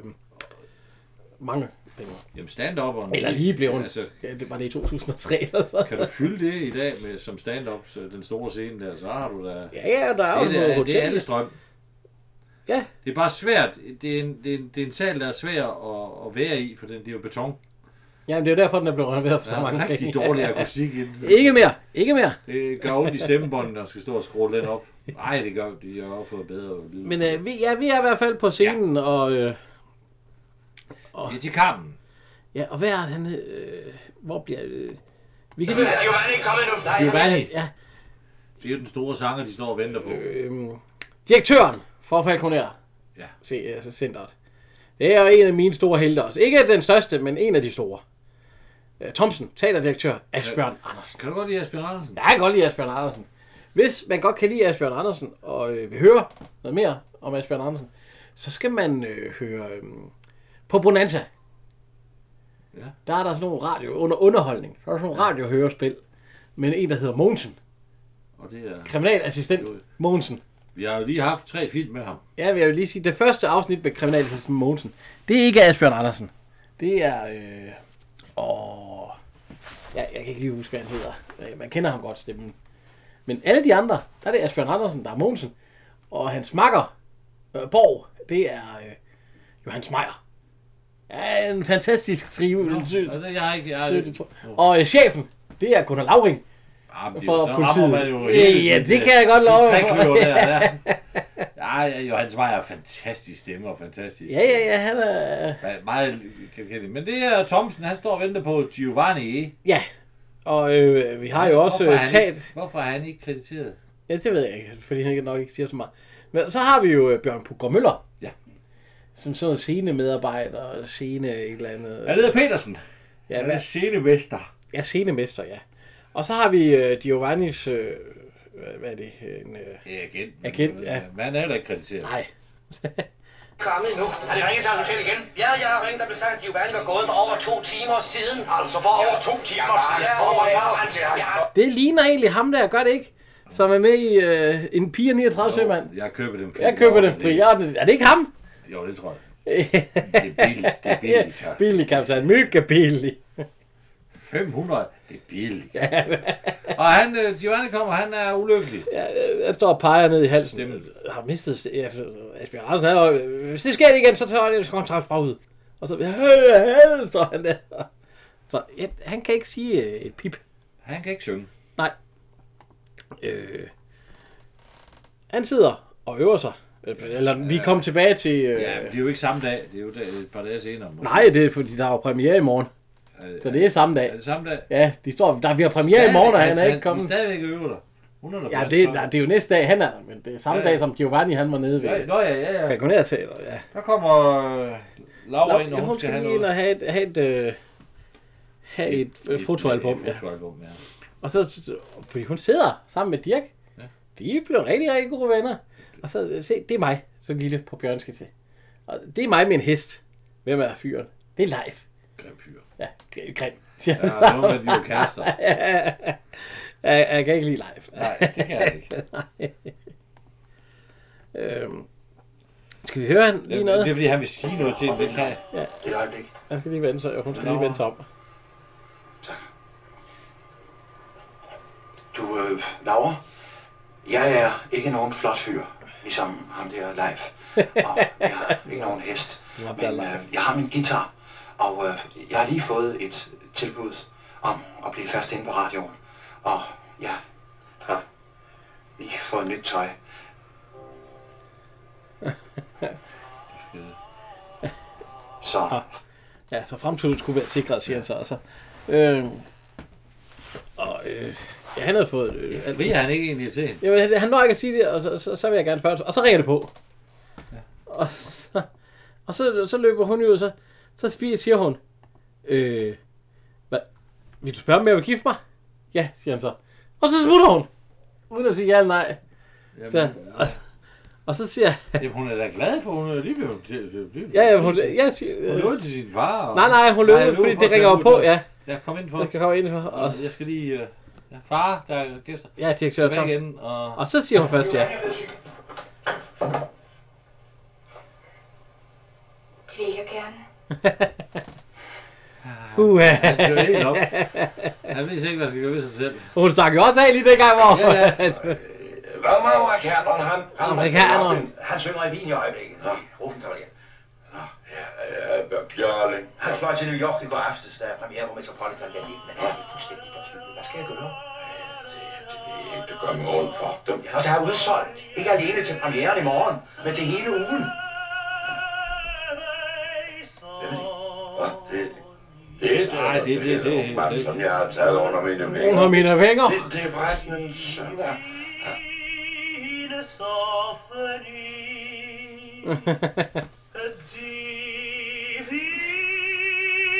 Speaker 2: mange penge.
Speaker 3: Jamen, stand-up'eren.
Speaker 2: Eller lige blevet.
Speaker 3: Altså,
Speaker 2: ja, det var det i 2003 eller så.
Speaker 3: Kan du fylde det i dag med, som stand-up, så den store scene der, så har du da...
Speaker 2: Ja, ja, der er jo
Speaker 3: det,
Speaker 2: noget
Speaker 3: er,
Speaker 2: hotel.
Speaker 3: det er alle strøm.
Speaker 2: Ja.
Speaker 3: Det er bare svært. Det er en, det er en, det er en sal, der er svær at, at være i, for den, det er jo beton.
Speaker 2: Jamen, det er jo derfor, den er blevet renoveret for
Speaker 3: Der
Speaker 2: så
Speaker 3: er
Speaker 2: mange penge.
Speaker 3: rigtig dårlig akustik i den.
Speaker 2: Ikke mere, ikke mere.
Speaker 3: Det gør ondt i stemmebåndet, når man skal stå og skrue den op. Nej, det gør det. Jeg har jo fået bedre lyd.
Speaker 2: Men øh, vi, ja, vi er i hvert fald på scenen, ja. og... Øh, og
Speaker 3: det er til kampen.
Speaker 2: Ja, og hvad er det, han... Øh, hvor bliver... Øh, vi kan lige...
Speaker 8: Giovanni, kom nu.
Speaker 3: Giovanni.
Speaker 2: Ja.
Speaker 3: Det er jo den store sanger, de står og venter på.
Speaker 2: Øhm, direktøren for Falconer.
Speaker 3: Ja.
Speaker 2: Se, altså centret. Det er jo en af mine store helte også. Ikke den største, men en af de store. Øh, Thomsen, teaterdirektør Asbjørn Andersen.
Speaker 3: Kan du godt lide Asbjørn Andersen?
Speaker 2: Ja, jeg kan godt lide Asbjørn Andersen. Hvis man godt kan lide Asbjørn Andersen, og øh, vil høre noget mere om Asbjørn Andersen, så skal man øh, høre øh, på Bonanza.
Speaker 3: Ja.
Speaker 2: Der er der sådan nogle radio under underholdning. Der er sådan nogle radiohørespil. Men en, der hedder Mogensen.
Speaker 3: Og det er...
Speaker 2: Kriminalassistent Mogensen.
Speaker 3: Vi har jo lige haft tre film med ham.
Speaker 2: Ja, vil jeg vil lige sige, det første afsnit med kriminalassistent Mogensen, det er ikke Asbjørn Andersen. Det er... Øh, åh, ja, jeg kan ikke lige huske, hvad han hedder. Øh, Man kender ham godt, stemmen. Men alle de andre, der er det Asbjørn Andersen, der er Mogensen. Og hans makker, øh, Borg, det er øh, Johannes Meyer. Ja, en fantastisk trio, vil jeg synes.
Speaker 3: Og det, jeg har ikke... Jeg har...
Speaker 2: Sødt, tror jeg. Og øh, chefen, det er Gunnar Lauring
Speaker 3: Ja, Ah, men det er jo-
Speaker 2: for
Speaker 3: så
Speaker 2: politiet.
Speaker 3: rammer man jo hele
Speaker 2: Ja,
Speaker 3: den
Speaker 2: det
Speaker 3: der-
Speaker 2: kan jeg godt
Speaker 3: den
Speaker 2: love. jer for.
Speaker 3: trækløver der, ja. Ja, ja, Johannes Meyer er fantastisk stemme og fantastisk.
Speaker 2: Ja, ja, ja, han er...
Speaker 3: Ja, Meget kendt. Men det er Thomsen, han står og venter på Giovanni.
Speaker 2: Ja, og øh, vi har jo også
Speaker 3: Hvorfor er
Speaker 2: øh,
Speaker 3: han
Speaker 2: talt...
Speaker 3: ikke- Hvorfor er han ikke krediteret?
Speaker 2: Ja, det ved jeg ikke, fordi han nok ikke siger så meget. Men så har vi jo øh, Bjørn Pugger Møller.
Speaker 3: Ja.
Speaker 2: Som sådan en scene medarbejder, scene et eller andet.
Speaker 3: Han hedder Petersen.
Speaker 2: Ja,
Speaker 3: Han er
Speaker 2: hvad?
Speaker 3: scenemester.
Speaker 2: ja scenemester, ja. Og så har vi øh, Giovannis, øh, hvad hvad er det, en øh,
Speaker 3: Agent.
Speaker 2: agent, ja.
Speaker 3: Men han er heller ikke krediteret.
Speaker 2: Nej.
Speaker 12: Kom nu. Har de ringet til hans hotel igen? Ja, jeg har ringet og blev sagt, at Giovanni var gået for over to timer siden. Altså for over to timer siden? Ja, over ja,
Speaker 2: Det ligner egentlig ham der, gør det ikke? Som er med i øh, en pige og 39 sømand.
Speaker 3: Jeg køber den fri.
Speaker 2: Jeg køber den fri. Jeg, er det ikke ham?
Speaker 3: Jo, det tror jeg.
Speaker 2: det
Speaker 3: er billigt, det er billigt, Karl.
Speaker 2: billigt, kaptajn. Mygge billigt.
Speaker 3: 500, det er billigt. og han, øh, Giovanni kommer, han er ulykkelig.
Speaker 2: Ja, jeg står og peger ned i halsen. Stemmer. Jeg har mistet... st- Ja, Asbjørn Andersen, han er, jo- hvis det sker igen, så tager jeg det kontrakt bare ud. Og så øh, står han der. Så ja, han kan ikke sige øh, et pip.
Speaker 3: Han kan ikke synge.
Speaker 2: Nej. Øh, han sidder og øver sig. Øh, Eller vi kom tilbage til... Øh,
Speaker 3: Ja, men det er jo ikke samme dag. Det er jo da- et par dage senere.
Speaker 2: Nej, det er fordi, der er jo premiere i morgen. Så det er samme dag. Er
Speaker 3: det samme dag?
Speaker 2: Ja, de står, der, vi har premiere i morgen, og han er ikke
Speaker 3: De
Speaker 2: kommet.
Speaker 3: stadigvæk øver dig. Hun er der
Speaker 2: Ja,
Speaker 3: på
Speaker 2: det,
Speaker 3: hans
Speaker 2: nej, det er jo næste dag, han er der, men det er samme
Speaker 3: Ja,
Speaker 2: ja,
Speaker 3: ja.
Speaker 2: ja. dag, som Giovanni han var nede ved.
Speaker 3: Ja, nå, ja, ja, ja.
Speaker 2: Falconer-teater, ja.
Speaker 3: Der kommer øh, Laura ind, og
Speaker 2: Nå,
Speaker 3: hun skal have
Speaker 2: lige ind
Speaker 3: noget.
Speaker 2: og have et, have et, øh, have et, et fotoalbum, ja.
Speaker 3: fotoalbum, ja.
Speaker 2: Og så, fordi hun sidder sammen med Dirk.
Speaker 3: Ja.
Speaker 2: Ja. De er blevet rigtig, rigtig gode venner. Og så, øh, se, det er mig, så lille på Bjørn skal til. Og det er mig med en hest. Hvem er fyren? Det er live.
Speaker 3: Grim fyr.
Speaker 2: Ja, gr- grim. siger
Speaker 3: Ja,
Speaker 2: han
Speaker 3: det var med de jo kærester.
Speaker 2: ja, jeg, jeg kan ikke lide live.
Speaker 3: Nej, det kan jeg ikke.
Speaker 2: Nej. øhm, skal vi høre han lige noget?
Speaker 3: Det er, fordi han vil sige noget til hende, det kan
Speaker 2: Ja.
Speaker 6: Et øjeblik.
Speaker 2: Han skal lige vende sig, og hun skal lige vende sig om.
Speaker 6: Du, øh, Laura, jeg er ikke nogen flot fyr, ligesom ham der live. Og jeg er ikke nogen hest, men øh, jeg har min guitar, og øh, jeg har lige fået et tilbud om at blive fast inde på radioen. Og jeg har lige fået nyt tøj. Så.
Speaker 2: Ja, så fremtiden skulle være sikret, siger han så. Altså. Øhm, og øh, ja, han havde fået... Øh, alt-
Speaker 3: Frier han ikke egentlig til hende?
Speaker 2: Jamen, han- han når ikke at sige det, og så, så, så vil jeg gerne spørge. Og så ringer det på. Og, så, og så, så løber hun ud, og så, så spi- siger hun, øh, hvad, vil du spørge, om jeg vil gifte mig? Ja, siger han så. Og så smutter hun. Uden at sige ja eller nej.
Speaker 3: Jamen, øh.
Speaker 2: Der. Og, og så siger
Speaker 3: Jamen, hun er da glad for, hun er lige blevet til... til- til-
Speaker 2: Ja, ja, hun- ja, siger-
Speaker 3: hun løber til sin far.
Speaker 2: Øh, Nej, nej, hun løber, fordi
Speaker 3: for
Speaker 2: det
Speaker 3: at
Speaker 2: ringer
Speaker 3: tage
Speaker 2: jo på,
Speaker 3: ud, og-
Speaker 2: ja.
Speaker 3: Ja, kom ind for.
Speaker 2: Jeg skal komme ind for, og-
Speaker 3: Jeg skal lige... øh, Ja, far, der er gæster.
Speaker 2: Ja, direktør
Speaker 3: Tilbage
Speaker 2: Thomas.
Speaker 3: igen, og...
Speaker 2: Og så siger hun først ja.
Speaker 9: Det vil jeg gerne.
Speaker 2: Uh,
Speaker 3: Han kører helt op. Han ved ikke, hvad han skal gøre ved sig selv.
Speaker 2: hun stak jo også af lige dengang, hvor...
Speaker 3: Ja, ja.
Speaker 6: Hvad med amerikaneren? Han, han,
Speaker 2: Amerikaneren.
Speaker 6: han, han synger i Wien i øjeblikket. I Rosenkavalier.
Speaker 11: Ja, Bjørling.
Speaker 6: Han fløj til New York i går aftes, der er premiere på Metropolitan den 19. Han er fuldstændig fortvivlet. Hvad skal jeg gøre?
Speaker 11: Det gør mig ondt for dem.
Speaker 6: Ja, og der er udsolgt. Ikke alene til premieren i morgen, men til hele ugen.
Speaker 11: Og det, det eneste,
Speaker 3: Nej, det- det- det er helt
Speaker 11: mand,
Speaker 3: slet
Speaker 11: som jeg har taget under mine vinger.
Speaker 2: Under mine vinger.
Speaker 11: Det, det er forresten en søndag.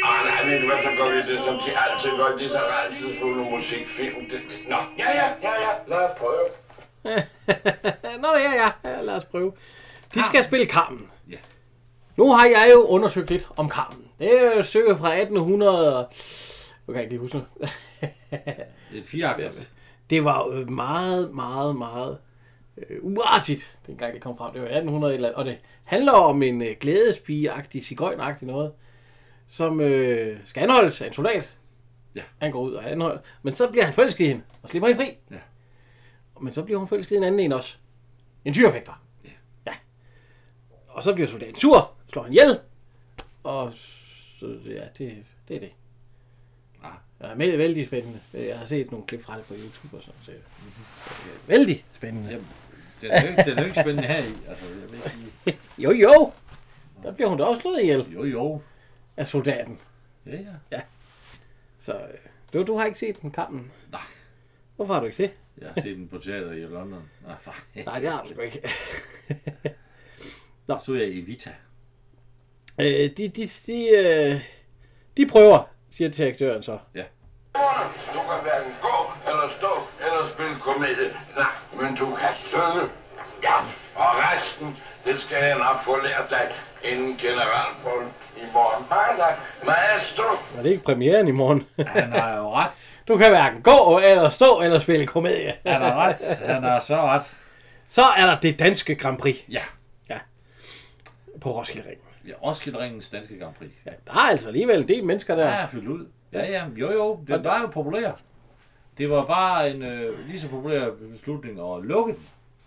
Speaker 11: Ah, nej, ved du hvad, så går vi det, som de altid gør, de så rejsesfulde musikfilm. Det, nå,
Speaker 6: Ja, ja, ja, ja. Lad os prøve.
Speaker 2: Nå ja, ja, ja, lad os prøve. De skal spille Carmen.
Speaker 3: Ja.
Speaker 2: Nu har jeg jo undersøgt lidt om Carmen. Det er jo et stykke fra 1800... og- Jeg kan ikke lige huske noget.
Speaker 3: Det er fire akters.
Speaker 2: Det var jo meget, meget, meget øh, uartigt, dengang det kom frem. Det var 1800 eller andet. Og det handler om en øh, glædespige-agtig, cigøjn noget, som øh, skal anholdes af en soldat.
Speaker 3: Ja.
Speaker 2: Han går ud og anholder. Men så bliver han forelsket i hende, og slipper hende fri.
Speaker 3: Ja.
Speaker 2: Men så bliver hun forelsket i en anden en også. En tyrefægter. Og så bliver soldaten sur, slår han ihjel. Og så, ja, det, det er det. Ja, det er vældig spændende. Øh, Jeg har set nogle klip fra det på YouTube og sådan. Så det er vældig spændende.
Speaker 3: Jamen, Den er jo ikke, den er jo ikke spændende her i. Altså, jeg vil sige.
Speaker 2: Jo, jo. Der bliver hun da også slået ihjel
Speaker 3: Jo, jo.
Speaker 2: af soldaten.
Speaker 3: Ja, ja.
Speaker 2: Så øh, du, du har ikke set den kampen.
Speaker 3: Nej.
Speaker 2: Hvorfor har du ikke det?
Speaker 3: Jeg har set den på teater i London. Nej,
Speaker 2: Nej, det har du sgu ikke.
Speaker 3: Nå. Så er jeg i Vita.
Speaker 2: Øh, de, de, de, øh, de prøver, siger direktøren så.
Speaker 11: Du kan hverken gå, eller stå, eller spille komedie. Nej, men du kan synge. Ja, og resten, det skal jeg nok få lært dig inden generalprøven i morgen. Bare dig, maestro.
Speaker 2: Var det ikke premieren i morgen?
Speaker 3: Han har jo ret.
Speaker 2: Du kan hverken gå eller stå eller spille komedie.
Speaker 3: Han har ret. Han har så ret.
Speaker 2: Så er der det danske Grand Prix
Speaker 3: Ja.
Speaker 2: på Roskilde Ring.
Speaker 3: ja Roskilde Ringens Danske Grand Prix.
Speaker 2: Ja, der er altså alligevel en del mennesker der.
Speaker 3: Ja, jeg har fyldt ud. Ja, ja. Jo, jo. Den var jo populær. Det var bare en øh, lige så populær beslutning at lukke den.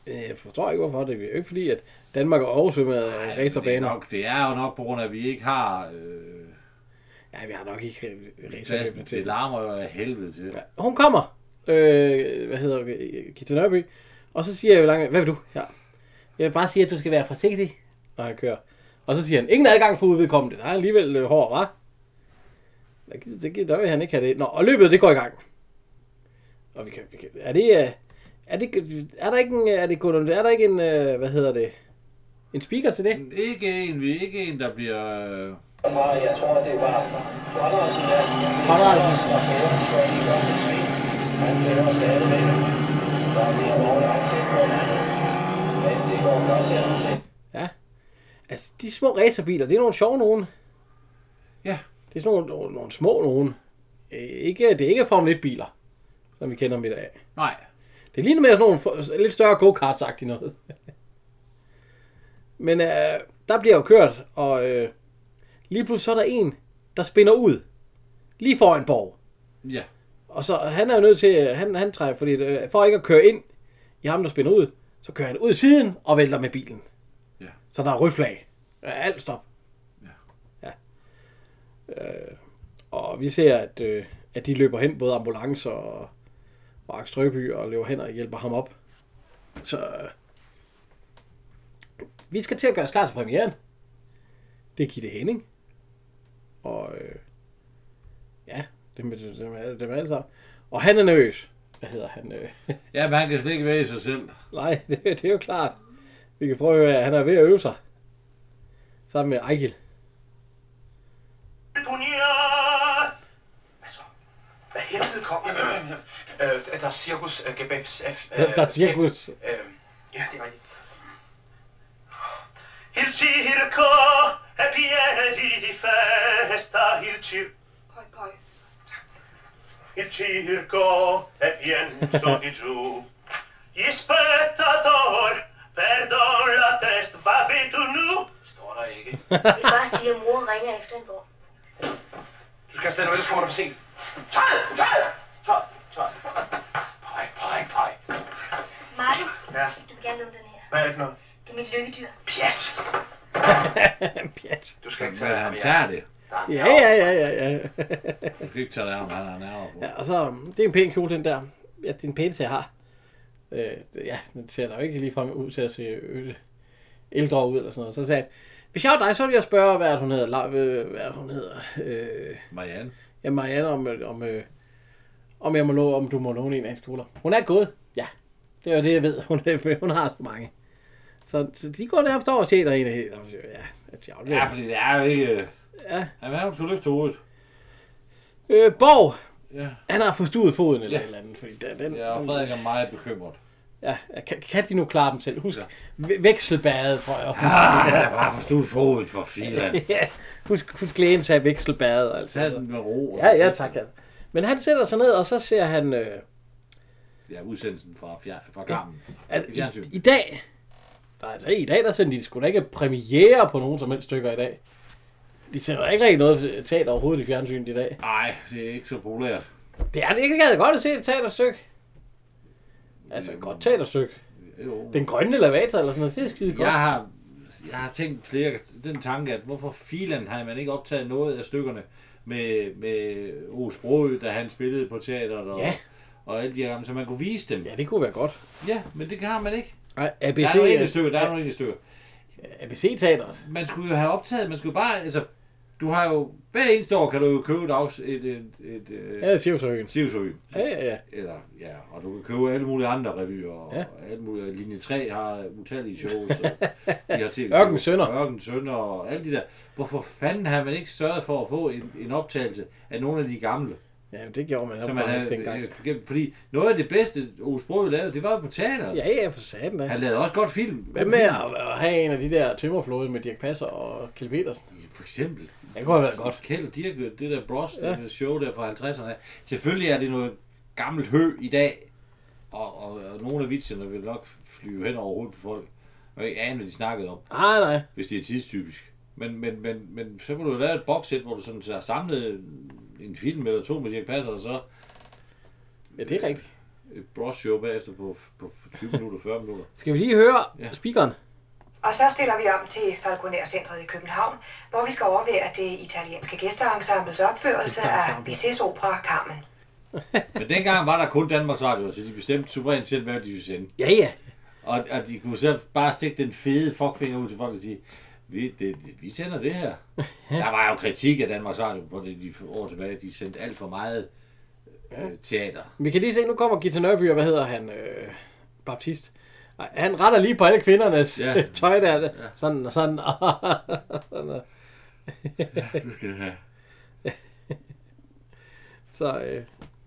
Speaker 2: Øh, Jeg forstår ikke, hvorfor det er jo ikke fordi, at Danmark er oversvømmet af
Speaker 3: det, er
Speaker 2: racerbaner.
Speaker 3: nok, det er jo nok på grund af, at vi ikke har øh,
Speaker 2: Ja, vi har nok ikke øh, racerbaner
Speaker 3: pladsen. Det
Speaker 2: til.
Speaker 3: larmer jo af helvede til.
Speaker 2: Ja, Hun kommer, øh, hvad hedder hun, Gita Nørby, og så siger jeg jo langt, hvad vil du? Ja. Jeg vil bare sige, at du skal være forsigtig, når han kører. Og så siger han, ingen adgang for udvedkommende. Der er alligevel øh, hård, hva'? Der, gider- der, gider- der vil han ikke have det. Nå, og løbet, det går i gang. Og vi kan, vi kan er det, øh, er det, er der ikke en, øh, er det, Gordon- er der ikke en, øh, hvad hedder det, en speaker til det?
Speaker 3: Men Ikke en, vi ikke en, der bliver... Øh,
Speaker 12: Jeg tror, det er bare Conradsen, der
Speaker 2: Conradsen.
Speaker 12: der bedre, de gør ikke godt til sving. Han kender stadigvæk. Der er mere overlagt sikkerhed. Men det går godt selv til.
Speaker 2: Altså, de små racerbiler, det er nogle sjove nogen.
Speaker 3: Ja.
Speaker 2: Det er sådan nogle, nogle, nogle små nogen. Øh, ikke, det er ikke Formel 1-biler, som vi kender dem i dag.
Speaker 3: nej.
Speaker 2: Det ligner mere sådan nogle for- lidt større go-karts agtigt noget. Men øh, der bliver jo kørt, og øh, lige pludselig så er der en, der spinder ud. Lige foran Borg.
Speaker 3: Ja.
Speaker 2: Og så han er jo nødt til, han, han trækker, fordi øh, for ikke at køre ind i ham, der spinder ud, så kører han ud i siden og vælter med bilen.
Speaker 3: Ja.
Speaker 2: Så der er rødt flag. Ja, alt stop.
Speaker 3: Ja.
Speaker 2: ja. Øh, og vi ser, at, øh, at de løber hen, både ambulancer og, og Mark Strøby, og løber hen og hjælper ham op. Så øh, vi skal til at gøre os klar til premieren. Det er Gitte Henning. Og øh, ja, dem, dem, dem, dem alle sammen. Og han er nervøs. Hvad hedder han? Øh,
Speaker 3: Ja, men han kan slet ikke være i sig selv.
Speaker 2: Nej, det, det er jo klart. Vi kan prøve at høre, at han er ved at øve sig. Sammen med Ejgil.
Speaker 10: Deponere!
Speaker 6: Hvad helvede kom jeg med? Øh, der er cirkus øh, gebabs. Øh,
Speaker 2: Der- der er cirkus.
Speaker 6: Øh, ja, det er rigtigt.
Speaker 10: Il circo è pieno di festa, il circo... Il circo è pieno di giù. Gli spettatori perdono la testa, va ved du nu? Står der ikke.
Speaker 7: Vi kan bare sige, at mor ringer efter en vogn.
Speaker 6: Du skal afsted nu, ellers kommer du for sent. Tøj! Tøj! Tøj! Tøj! Pej, pej, pej.
Speaker 7: Martin,
Speaker 6: Ja,
Speaker 7: du vil gerne låne den her.
Speaker 6: hvad er det for noget?
Speaker 7: Det er mit lykkedyr.
Speaker 6: Pjat!
Speaker 2: Pjat.
Speaker 6: Du skal ikke tage
Speaker 3: Men
Speaker 6: det her
Speaker 3: han tager
Speaker 6: mere.
Speaker 3: det.
Speaker 2: Ja, ja, ja, ja, ja.
Speaker 3: Du skal ikke tage det af, om han har nerver på.
Speaker 2: ja og så, um, det er en pæn kjole, den der. Ja, det er en pæneste, jeg har. Øh, det- ja, den ser da jo ikke ligefrem ud til at se øl, ældre ud eller sådan noget. Så sagde han, hvis jeg var dig, så ville jeg spørge, hvad er det, hun hedder. La- øh, Hvad er det, hun hedder? Øh,
Speaker 3: Marianne.
Speaker 2: Ja, Marianne, om, øh, om, øh, om, jeg må låne, om du må låne en af hans kjoler. Hun er gået. Ja, det er jo det, jeg ved. Hun, er, hun har så mange. Så, så de går nærmest over og stjæler en af helt. Ja, de afleverer.
Speaker 3: Ja, fordi det er jo ikke... øh,
Speaker 2: Ja.
Speaker 3: Han har jo til at løfte hovedet.
Speaker 2: Øh, Borg,
Speaker 3: Ja.
Speaker 2: han har forstuet foden eller
Speaker 3: Ja.
Speaker 2: et eller andet. Fordi den, den,
Speaker 3: Ja, og
Speaker 2: den-
Speaker 3: Frederik er meget bekymret.
Speaker 2: Ja, kan, kan de nu klare dem selv? Husk, ja. vekselbade, tror jeg.
Speaker 3: Ah, han har bare forstået fodet for filan.
Speaker 2: ja, husk, husk lægen sagde vekselbade. Altså.
Speaker 3: Tag den med ro.
Speaker 2: Ja, ja, tak. Ja. Men han sætter sig ned, og så ser han... Øh,
Speaker 3: Ja, udsendelsen fra, fjer- fra Garmen.
Speaker 2: Altså,
Speaker 3: Fjernsyn.
Speaker 2: i, i dag... Der, er altså, I dag, der sendte de sgu da ikke premiere på nogen som helst stykker i dag. De sender da ikke rigtig noget teater overhovedet i fjernsynet i dag.
Speaker 3: Nej, det er ikke så populært.
Speaker 2: Det er det ikke. Jeg havde godt at se et teaterstykke. Altså, et godt teaterstykke.
Speaker 3: Jo.
Speaker 2: Den grønne elevator eller sådan noget, det er skide godt.
Speaker 3: Jeg har, jeg har tænkt flere den tanke, at hvorfor filan har man ikke optaget noget af stykkerne med, med Os Brø, da han spillede på teateret og,
Speaker 2: Ja.
Speaker 3: og alle de her, så man kunne vise dem.
Speaker 2: Ja, det kunne være godt.
Speaker 3: Ja, men det har man ikke.
Speaker 2: Nej,
Speaker 3: Der
Speaker 2: ABC,
Speaker 3: er nogle enkelte stykker, der er nogle enkelte stykker.
Speaker 2: ABC-teateret.
Speaker 3: Man skulle jo have optaget, man skulle bare, altså, du har jo, hver eneste år kan du jo købe et, afs- et, et, et, et øh,
Speaker 2: Ja, Sivsøen.
Speaker 3: Sivsø.
Speaker 2: Ja, ja, ja.
Speaker 3: Eller, ja, og du kan købe alle mulige andre revyer, og
Speaker 2: Ja.
Speaker 3: ja. alle mulige, Linje 3 har utallige shows, og de har TV
Speaker 2: Ørken Sønder.
Speaker 3: Ørken Sønder, og alle de der. Hvorfor fanden har man ikke sørget for at få en, en optagelse af nogle af de gamle?
Speaker 2: Ja, men det gjorde man
Speaker 3: som
Speaker 2: jo
Speaker 3: man
Speaker 2: bare ikke
Speaker 3: havde,
Speaker 2: dengang.
Speaker 3: øh, gennem- fordi noget af det bedste, Ove Sprogøe lavede, det var jo på teateret.
Speaker 2: Ja, ja, for satan da.
Speaker 3: Han lavede også godt film.
Speaker 2: Hvad med at, at have en af de der tømmerflåde med Dirk Passer og Kjell Petersen?
Speaker 3: For eksempel.
Speaker 2: Det kunne have været godt.
Speaker 3: Kjeld og Dirk, det der Bros,
Speaker 2: Ja.
Speaker 3: ja. show der fra 50'erne. Selvfølgelig er det noget gammelt hø i dag, og, og, og nogle af vitserne vil nok flyve hen over hovedet på folk. Og ikke ane, hvad de snakkede om,
Speaker 2: Nej, Ah, nej.
Speaker 3: hvis det er tidstypisk. Men, men, men, men så kan du jo lave et boxset, hvor du sådan har samlet en film eller to med Dirk Passer, og så
Speaker 2: Ja, det er rigtigt.
Speaker 3: et Bros show bagefter på, på 20 minutter, 40 minutter.
Speaker 2: Skal vi lige høre speakeren?
Speaker 5: Og så stiller vi om til Falconer-centret i København, hvor vi skal overvære det italienske gæsteensembles opførelse af Bizets opera Carmen.
Speaker 3: Men dengang var der kun Danmarks Radio, så de bestemte suverænt selv, hvad de ville sende.
Speaker 2: Ja, ja.
Speaker 3: Og, og de kunne så bare stikke den fede fuckfinger ud til folk og sige, vi, det, det, vi sender det her. der var jo kritik af Danmarks Radio på det, de år tilbage. De sendte alt for meget øh, teater.
Speaker 2: Vi kan lige se, nu kommer Gita Nørby, og hvad hedder han? Øh, Baptist. Ej, Han retter lige på alle kvindernes
Speaker 3: Ja.
Speaker 2: ja. tøj der. Ja. Sådan og sådan. og sådan og.
Speaker 3: Du skal have.
Speaker 2: Så øh,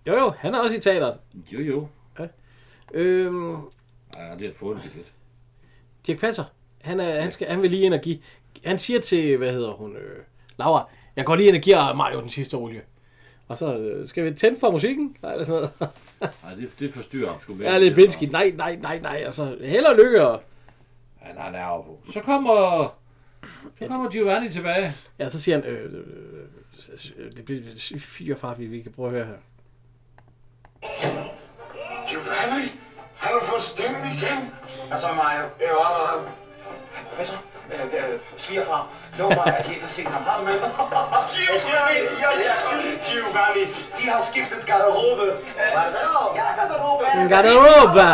Speaker 2: jo jo, han er også i teateret.
Speaker 3: Jo jo.
Speaker 2: Øhm,
Speaker 3: Ej, det har fået en billet.
Speaker 2: Dirk Passer, han, er, han, skal, han vil lige energi. Han siger til, hvad hedder hun, øh, Laura, jeg går lige energi og Mario den sidste olie. Og så øh, skal vi tænde for musikken, eller sådan noget.
Speaker 3: Ej, det, det forstyrrer ham sgu mere.
Speaker 2: Ja, det er Binsky. Nej, nej, nej, nej. Og så held og lykke. Og,
Speaker 3: Han har nerver på. Så kommer, så kommer Giovanni tilbage.
Speaker 2: ja, så siger han, øh, øh, øh, det bliver fire far, vi vi kan prøve at høre her.
Speaker 8: Giovanni, har du fået stemmen igen?
Speaker 6: Øh, Og så Mario.
Speaker 8: Det var der.
Speaker 6: Hvad så? Øh, øh, svigerfar. Lov mig, at jeg ikke har set ham. Har du med mig?
Speaker 8: Giovanni, jeg elsker dig, Giovanni.
Speaker 6: De har skiftet garderobe. Garderobe? Ja, garderobe.
Speaker 2: En garderobe!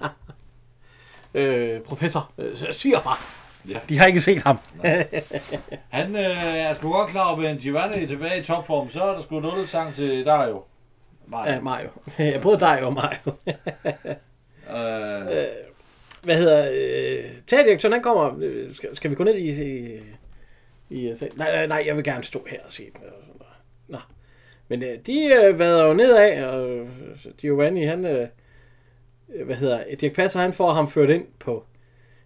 Speaker 2: øh, professor, øh, svigerfar.
Speaker 3: Ja.
Speaker 2: De har ikke set ham.
Speaker 3: Han øh, er sgu godt klar over, at Giovanni er tilbage i topform. Så er der sgu nul sang til Dario. Mario.
Speaker 2: Ja, Mario. Jeg både dig og Mario.
Speaker 3: Øh,
Speaker 2: Hvad hedder... Øh, teaterdirektøren, han kommer... Øh, skal, skal vi gå ned i... i, i øh, sal- nej, nej, nej, jeg vil gerne stå her og se den. eller sådan noget. Nå. Men øh, de øh, vader jo nedad, og øh, Giovanni, han, øh, hvad hedder, Dirk Passer, han får ham ført ind på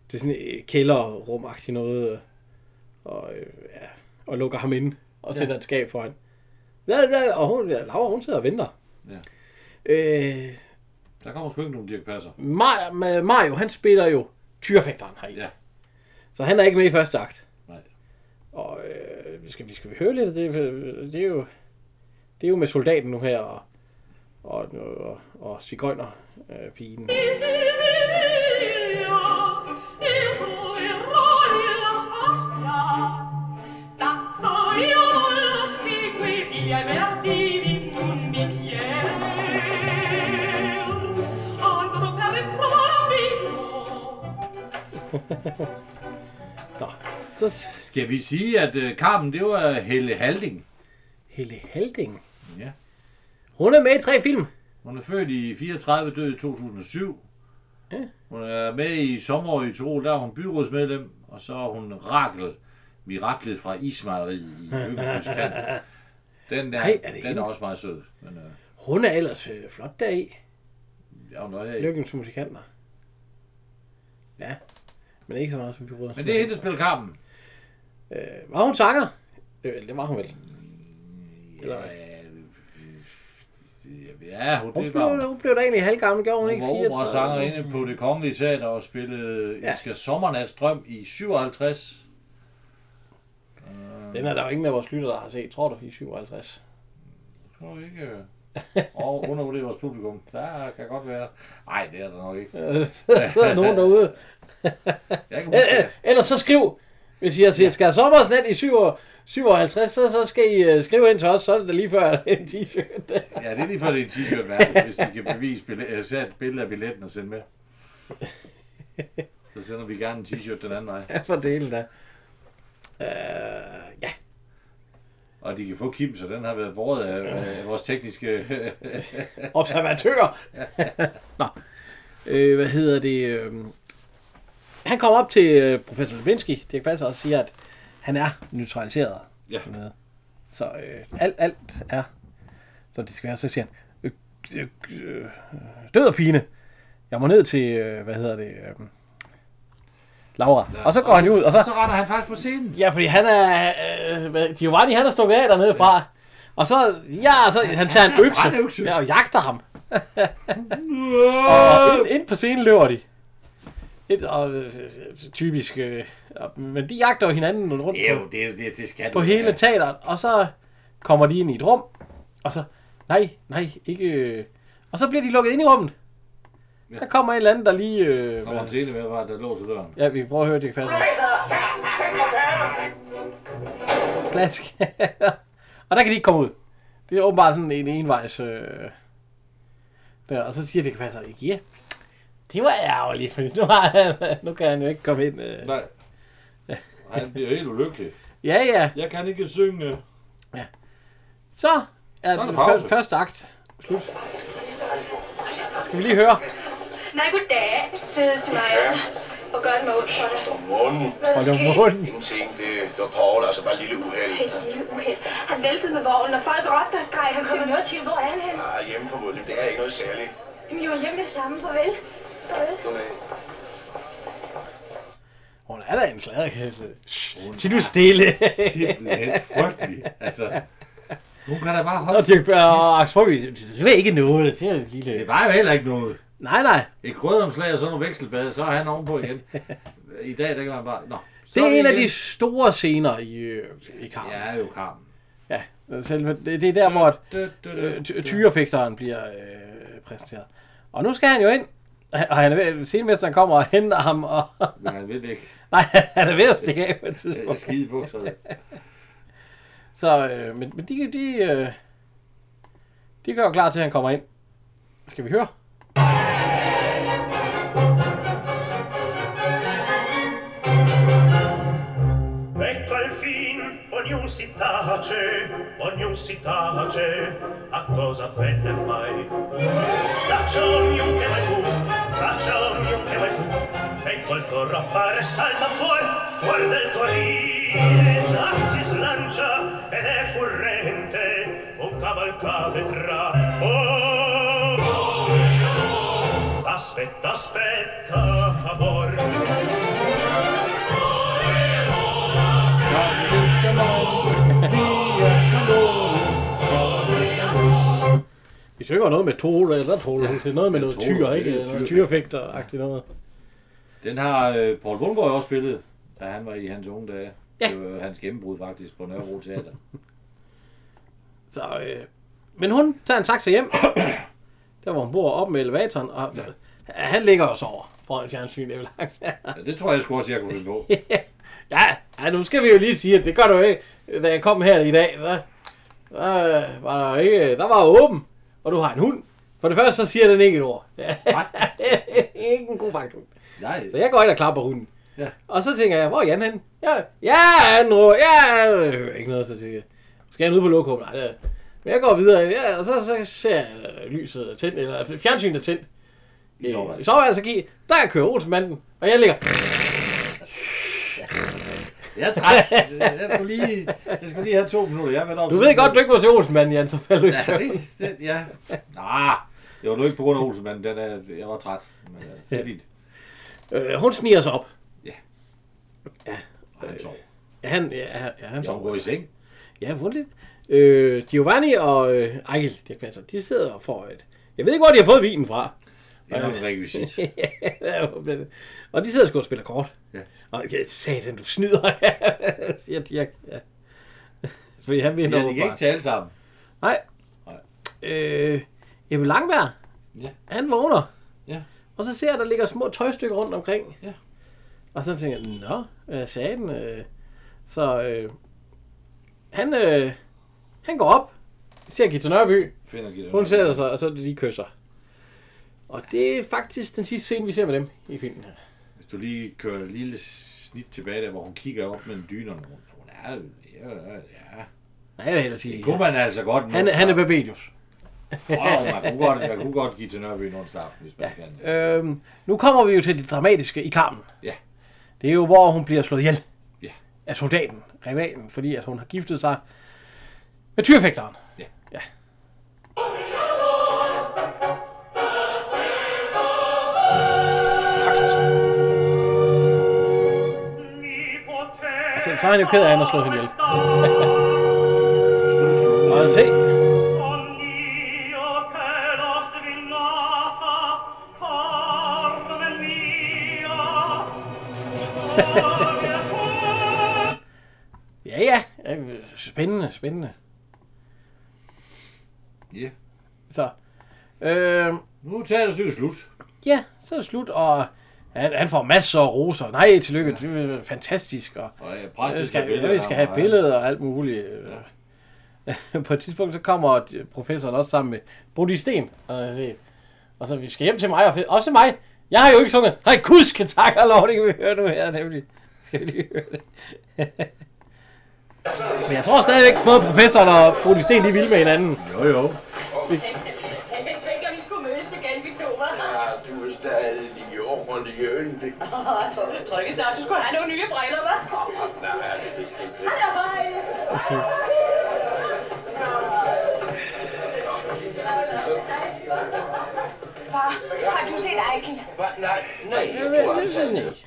Speaker 2: det er sådan et kælderrum noget, øh, og, øh, ja, og lukker ham ind og
Speaker 13: Ja.
Speaker 2: sætter ja. et skab foran. Ja, ja, og hun, ja, Laura, hun sidder og venter.
Speaker 3: Ja.
Speaker 2: Øh,
Speaker 3: Der kommer sgu ikke nogen Dirk Passer.
Speaker 2: Mar- Ma- Mario, han spiller jo tyrefægteren heri.
Speaker 3: Ja.
Speaker 2: Så han er ikke med i første akt.
Speaker 3: Nej.
Speaker 2: Og øh, skal, vi, skal vi høre lidt af det? Det er jo, det er jo med soldaten nu her, og, og, og, og cigøjner, øh, pigen. Så...
Speaker 3: Skal vi sige, at øh, Carmen, det var Helle Halding?
Speaker 2: Helle Halding?
Speaker 3: Ja.
Speaker 2: Hun er med i tre film.
Speaker 3: Hun er født i 34, død i 2007.
Speaker 2: Ja.
Speaker 3: Hun er med i sommer i Tyrol, der er hun byrådsmedlem, og så er hun Rakel, miraklet fra Ismejeriet i Økosmusikant. Den, der,
Speaker 2: Ej,
Speaker 3: Ej,
Speaker 2: er
Speaker 3: er
Speaker 2: det
Speaker 3: den
Speaker 2: hende?
Speaker 3: er også meget sød. Men, øh,
Speaker 2: Hun er ellers øh, flot deri.
Speaker 3: ja, hun er her i.
Speaker 2: Lykkens musikanter. Ja, men ikke så meget som byrådet.
Speaker 3: Men det er hende, der spiller kampen.
Speaker 2: Øh, var hun sanger? Øh, det var hun vel. Eller,
Speaker 3: ja, hun,
Speaker 2: hun,
Speaker 3: det var
Speaker 2: blev, hun blev da egentlig halvgammel, gjorde hun,
Speaker 3: hun
Speaker 2: ikke?
Speaker 3: var
Speaker 2: 34?
Speaker 3: operasanger inde på det kongelige teater og spillede
Speaker 2: Ja.
Speaker 3: ja. Skal Sommernats Drøm i 57.
Speaker 2: Den er der jo ingen af vores lytter, der har set, tror du, i 57.
Speaker 3: Tror jeg ikke. øh, Og undervurdere vores publikum. Der kan godt være. Nej, det er der nok ikke.
Speaker 2: der sidder nogen derude.
Speaker 3: Jeg kan
Speaker 2: Øh, øh, Ellers så skriv, hvis I har set Skær Sommersnat i 7 år- 57, så, så skal I øh, skrive ind til os, så er det da lige før at det er en t-shirt.
Speaker 3: Ja, det er lige for det er en t-shirt værd, hvis de kan bevise billet, øh, sæt et billede af billetten og sende med. Så sender vi gerne en t-shirt den anden vej.
Speaker 2: Ja, for delen da. Øh, ja.
Speaker 3: Og de kan få Kim, så den har været båret af, af vores tekniske...
Speaker 2: Observatør. Nå. Øh, hvad hedder det? Øh, han kommer op til øh, professor Levinsky, Dirk Passer, og siger, at han er neutraliseret.
Speaker 3: Ja.
Speaker 2: Så øh, alt, alt er, som det skal være. Så siger han, øh, øh, øh, død og pine. Jeg må ned til, øh, hvad hedder det, øh, Laura. Ja, og så går han jo ud, og så...
Speaker 3: så retter han faktisk på scenen.
Speaker 2: Ja, fordi han er... Øh, hvad- Giovanni, han er stukket af dernede fra. Ja. Og så... Ja, så han tager en økse.
Speaker 3: Han er økse.
Speaker 2: Ja, og jagter ham. og ind, ind på scenen løber de. Et, og, øh, typisk... Øh, og- men de jagter jo hinanden rundt
Speaker 3: Jo,
Speaker 2: på,
Speaker 3: det, det, det skal
Speaker 2: på
Speaker 3: du
Speaker 2: hele
Speaker 3: have.
Speaker 2: teateret. Og så kommer de ind i et rum. Og så... Nej, nej, ikke... øh. Og så bliver de lukket ind i rummet.
Speaker 3: Ja.
Speaker 2: Der kommer en eller anden, der lige... Øh,
Speaker 3: Kommer en scene med, var der låser døren.
Speaker 2: ja, vi prøver at høre, det kan passe. Slask. og der kan de ikke komme ud. Det er åbenbart sådan en envejs... Øh... Der, og så siger det kan passe ikke, ja. Det var ærgerligt, for nu, har han, nu kan han jo ikke komme ind. Øh.
Speaker 3: Nej. Han bliver helt ulykkelig.
Speaker 2: Ja, ja.
Speaker 3: Jeg kan ikke synge.
Speaker 2: Så er
Speaker 3: Så er
Speaker 2: det
Speaker 3: der pause.
Speaker 2: fø- første akt. Slut. Skal vi lige høre?
Speaker 9: Nej, goddag, sødeste mig. Og gør det mig ondt for dig.
Speaker 8: Morgen.
Speaker 9: Hold da munden.
Speaker 8: Ingenting, det var Paul, altså bare et lille uheld.
Speaker 9: Et lille uheld. Han væltede med vognen, og folk råbte og skreg. Han kommer noget til. Hvor er han henne?
Speaker 8: Ah, hjemme formodentlig, det er ikke noget særligt.
Speaker 9: Jamen, jeg var hjemme det samme. Farvel. Farvel.
Speaker 8: Goddag.
Speaker 2: Hun er da en sladderkasse. Til du stille.
Speaker 3: Simpelthen frygtelig. Altså, hun kan da bare
Speaker 2: Og
Speaker 3: holde...
Speaker 2: Dirk Bær og Axel Frøby, det er ikke noget. Det er et lille...
Speaker 3: Det var jo heller ikke noget.
Speaker 2: Nej, nej.
Speaker 3: Et krødomslag og sådan nogle vekselbade, så er han ovenpå igen. I dag, der kan man bare... Nå, så
Speaker 2: Det
Speaker 3: vi
Speaker 2: er en af
Speaker 3: igen.
Speaker 2: de store scener i, øh, i Carmen.
Speaker 3: Ja, jo Carmen.
Speaker 2: Ja, selve, det, det er der, hvor at,
Speaker 3: dø, dø, dø,
Speaker 2: øh, ty- tyrefægteren bliver øh, præsenteret. Og nu skal han jo ind, og han er ved, scenemesteren kommer og henter ham, og
Speaker 3: Men han ved det ikke. Øh,
Speaker 2: nej, han er ved at stikke af på et
Speaker 3: Jeg er
Speaker 2: tidspunkt.
Speaker 3: skide på, så...
Speaker 2: Så, øh, men, men de, de, øh, de gør jo klar til, at han kommer ind. Skal vi høre?
Speaker 10: Ecco alfin ogni città c'è, ogni città c'è, a cosa venne mai? Faccia ogni che vai fu, faccia ogni che vai fu, e col corro appare salta fuori, fuori del corriere, già si slancia ed è furrente, un cavalcate tra. Oh, aspetta, aspetta, amor.
Speaker 2: Vi synger noget med tole, eller tole, det er noget med noget tyr, ikke? Noget tyrefægter-agtigt noget.
Speaker 3: Den har øh, Paul Bundgaard også spillet, da han var i hans unge dage. Ja. Det var hans gennembrud faktisk på Nørrebro Teater.
Speaker 2: Så, øh, men hun tager en taxa hjem, der hvor hun bor, op med elevatoren, og ja. han ligger og sover foran fjernsynet. Det er langt.
Speaker 3: Ja, det tror jeg sgu også, jeg kunne finde på.
Speaker 2: ja, ja, nu skal vi jo lige sige, at det gør du ikke. Da jeg kom her i dag, der, der øh, var der ikke, der var åben, og du har en hund. For det første, så siger den ikke et ord. ikke en god vagthund.
Speaker 3: Nej.
Speaker 2: Så jeg går ind og klapper hunden.
Speaker 3: Ja.
Speaker 2: Og så tænker jeg, hvor er Jan henne? Ja, ja, han råber, ja, jeg hører ikke noget, så siger jeg. Skal han ud på lokum? Nej, det er. Men jeg går videre, ja, og så, så ser jeg øh, lyset er tændt, eller fjernsynet er tændt.
Speaker 3: I soveværelset.
Speaker 2: I soveværelset, så giver, der kører Olsenmanden, og jeg ligger,
Speaker 3: Jeg er træt. Jeg skulle lige, jeg skulle lige have to minutter. Jeg er vendt op
Speaker 2: du
Speaker 3: til-
Speaker 2: ved godt, du ikke må se Olsenmanden, Jan, så falder du i
Speaker 3: Ja,
Speaker 2: søvn.
Speaker 3: det, det, ja. Nå, det var nu ikke på grund af Olsenmanden. Den er, jeg var træt. Men, øh, det er fint.
Speaker 2: Øh, hun sniger sig op.
Speaker 3: Ja.
Speaker 2: Ja.
Speaker 3: Og han sov.
Speaker 2: Ja, han, ja, ja, han
Speaker 3: Jeg går i seng.
Speaker 2: Ja, hun lidt. Øh, Giovanni og øh, Ejl, de, altså, de sidder og får et... Jeg ved ikke, hvor de har fået vinen fra.
Speaker 3: Det er nok en rekvisit.
Speaker 2: Ja, det var det. og de sidder sgu og spiller kort.
Speaker 3: Ja.
Speaker 2: Og jeg satan, du snyder, siger Dirk. Ja. Fordi han
Speaker 3: Ja,
Speaker 2: vinder
Speaker 3: de kan ikke tale sammen.
Speaker 2: Nej. Øh, Ebbe Langberg,
Speaker 3: Ja.
Speaker 2: han vågner.
Speaker 3: Ja.
Speaker 2: Og så ser jeg, der ligger små tøjstykker rundt omkring.
Speaker 3: Ja.
Speaker 2: Og så tænker jeg, nå, hvad sagde den? Øh, så øh, han, øh, han går op, ser Gita Nørby,
Speaker 3: Finder Gitte
Speaker 2: hun
Speaker 3: Nørby.
Speaker 2: sætter sig, og så de kysser. Og det er faktisk den sidste scene, vi ser med dem i filmen her.
Speaker 3: Hvis du lige kører et lille snit tilbage der, hvor hun kigger op mellem dynerne. Hun, hun er, ja, ja.
Speaker 2: Nej, jeg vil hellere sige,
Speaker 3: Det kunne man altså godt.
Speaker 2: han, han er Babelius.
Speaker 3: Wow, man kunne godt, man kunne godt give til Nørby en onsdag aften, hvis man kan.
Speaker 2: Øhm, nu kommer vi jo til det dramatiske i Carmen.
Speaker 3: Ja.
Speaker 2: Det er jo, hvor hun bliver slået ihjel
Speaker 3: Ja.
Speaker 2: af soldaten, rivalen, fordi at hun har giftet sig med tyrefægteren.
Speaker 3: Ja.
Speaker 2: ja. Og så, så er han jo ked af, at han har slået hende ihjel. Og se, ja ja, Øh, spændende, spændende.
Speaker 3: Ja.
Speaker 2: Så, øh,
Speaker 3: Nu tager det stykke slut.
Speaker 2: ja, så er det slut, og han, han får masser af roser. Nej, tillykke, det er fantastisk. Og,
Speaker 3: Og øh,
Speaker 2: Ja,
Speaker 3: præsten
Speaker 2: vi skal,
Speaker 3: billeder
Speaker 2: ja, vi skal
Speaker 3: af
Speaker 2: have
Speaker 3: ham,
Speaker 2: billeder og alt muligt. øh. På et tidspunkt, så kommer professoren også sammen med Brody Sten. Og, jeg siger, og så vi skal hjem til mig, og fe- også mig. Jeg har jo ikke sunget. Nej, kuds kan takke og lov, det kan vi høre nu her, nemlig. Skal vi lige høre det? Men jeg tror stadigvæk, både professoren og Brody Sten, de vil med hinanden.
Speaker 3: Jo, jo.
Speaker 9: Jeg tænker, vi skulle mødes igen, vi to, hva'?
Speaker 11: Ja, Ah, du er stadig lige ordentlig yndig.
Speaker 9: Åh, jeg tror, du trykker snart. Du skulle have nogle nye briller, hva'?
Speaker 11: Nej, det er ikke det.
Speaker 9: Hej,
Speaker 5: Far, har du set Eichel?
Speaker 6: Hva? Nej, nej, jeg tror altså.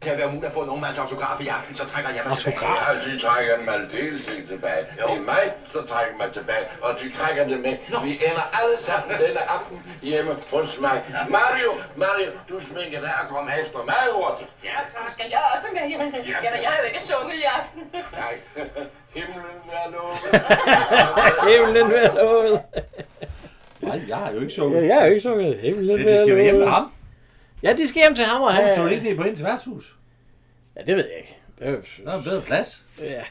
Speaker 6: Til at være muligt at få en ung mands autograf i aften, så trækker jeg mig tilbage.
Speaker 11: Ja, de trækker dem aldeles ikke tilbage. Det er mig, der trækker mig tilbage, og de trækker det med. Vi ender alle sammen denne aften hjemme hos mig. Mario, Mario, du sminker dig og kom efter mig, hurtigt.
Speaker 9: Ja, tak. Skal jeg også med? Jamen, ja, da jeg har jo ikke sunget i aften.
Speaker 11: Nej, himlen er lukket.
Speaker 2: Himlen er lukket.
Speaker 3: Nej, jeg har jo ikke sunget.
Speaker 2: Ja, jeg har jo ikke sunget. Himlen
Speaker 3: Ja, de skal
Speaker 2: er
Speaker 3: være hjemme med
Speaker 2: lukket.
Speaker 3: ham.
Speaker 2: Ja, de skal hjem til ham og
Speaker 3: Hun tog
Speaker 2: have...
Speaker 3: ikke ned på hendes værtshus.
Speaker 2: Ja, det ved jeg ikke. Det er jo
Speaker 3: Der er en bedre plads.
Speaker 2: Ja.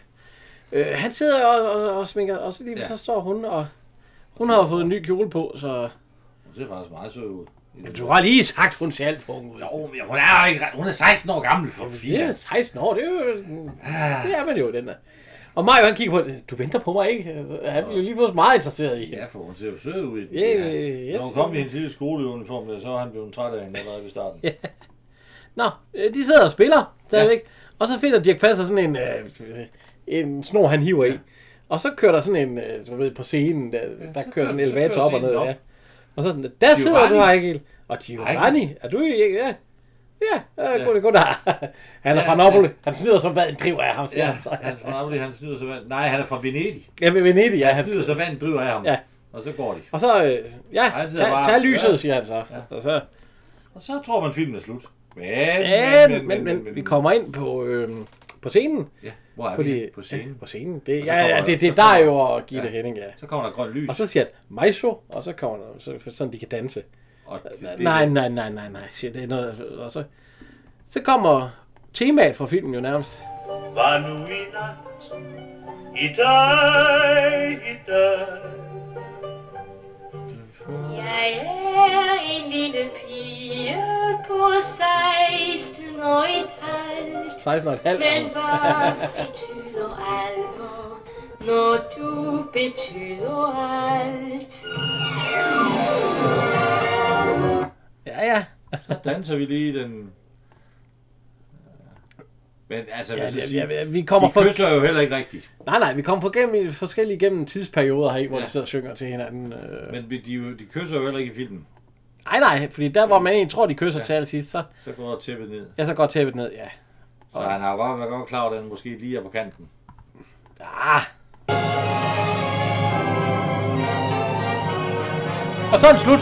Speaker 2: Øh, han sidder og, og, og sminker, og så lige
Speaker 3: Ja.
Speaker 2: ja. så står hun, og hun har jo fået en ny kjole på, så...
Speaker 3: Hun ser faktisk meget sød ud.
Speaker 2: Du har lige sagt, hun ser alt for ung ud.
Speaker 3: Jo, men hun er jo ikke... Hun er 16 år gammel, for
Speaker 2: Det er
Speaker 3: fire.
Speaker 2: 16 år, det er jo... Det er man jo, den der. Og Mario, han kigger på det. Du venter på mig, ikke? Altså, Han bliver jo lige pludselig meget interesseret i.
Speaker 3: Ja, for hun ser jo sød ud. i den.
Speaker 2: Ja, ja, ja.
Speaker 3: Når hun kom i hendes lille skoleuniform, der, så var han blevet træt af hende allerede ved starten.
Speaker 2: Nå, øh, de sidder og spiller stadigvæk. Ja. Og så finder Dirk Passer sådan en, øh, en snor, han hiver ja. i. Og så kører der sådan en, øh, du ved, på scenen, der, der kører sådan
Speaker 3: så
Speaker 2: en
Speaker 3: kører- så
Speaker 2: elevator
Speaker 3: kører
Speaker 2: op og ned.
Speaker 3: scenen op.
Speaker 2: Ja. Og så sådan, der sidder du,
Speaker 3: Giovanni.
Speaker 2: Ejgil. Og Giovanni, er du i? Ja, ja, ja. god, god, Han er
Speaker 3: Ja,
Speaker 2: fra Napoli. Han snyder som hvad en driver af ham, siger
Speaker 3: Ja,
Speaker 2: han så.
Speaker 3: han er fra Napoli, han snyder sig vand. Nej, han er fra Venedig.
Speaker 2: Ja, ved Venedig, ja.
Speaker 3: Han snyder sig vand, driver af ham.
Speaker 2: Ja.
Speaker 3: Og så går de.
Speaker 2: Og så, øh, ja,
Speaker 3: Han sidder
Speaker 2: tag,
Speaker 3: bare-
Speaker 2: tag lyset,
Speaker 3: Ja.
Speaker 2: siger han så. Og så,
Speaker 3: Og så tror man, filmen er slut. Men,
Speaker 2: men, men, men, men, vi kommer ind på, øh, på scenen.
Speaker 3: Ja, hvor er vi? På scenen?
Speaker 2: På scenen. Det,
Speaker 3: Og så
Speaker 2: ja, ja,
Speaker 3: kommer-
Speaker 2: det, det er
Speaker 3: så
Speaker 2: der
Speaker 3: kommer-
Speaker 2: jo og Gitte
Speaker 3: ja.
Speaker 2: Henning, ja.
Speaker 3: Så kommer der grønt lys.
Speaker 2: Og så siger han, Maiso, og så kommer der, så, sådan de kan danse.
Speaker 3: Og
Speaker 2: det, nej, nej, nej, nej, nej, siger det er noget, og så, så kommer temaet fra filmen jo nærmest.
Speaker 10: Var nu i nat, i dag, i dag.
Speaker 9: Jeg er en lille pige på 16 år i tal.
Speaker 2: 16 og et halvt.
Speaker 9: Men hvad betyder alvor, når du betyder alt?
Speaker 2: Ja, ja.
Speaker 3: så danser vi lige den... Men altså,
Speaker 2: Ja,
Speaker 3: hvis jeg
Speaker 2: ja,
Speaker 3: siger,
Speaker 2: ja, ja, vi kommer
Speaker 3: de
Speaker 2: for-
Speaker 3: kysser jo heller ikke rigtigt.
Speaker 2: Nej, nej, vi kommer for gennem, forskellige gennem tidsperioder her, hvor ja. de sidder og synger til hinanden. Øh.
Speaker 3: Men vi- de, de kysser jo heller ikke i filmen.
Speaker 2: Nej, nej, fordi der hvor man egentlig tror, de kysser ja. til allersidst, så,
Speaker 3: Så går der tæppet ned.
Speaker 2: ja, så går tæppet ned, ja.
Speaker 3: Så han har jo godt været godt klar over, at den måske lige er på kanten.
Speaker 2: Ah. Og så er den slut.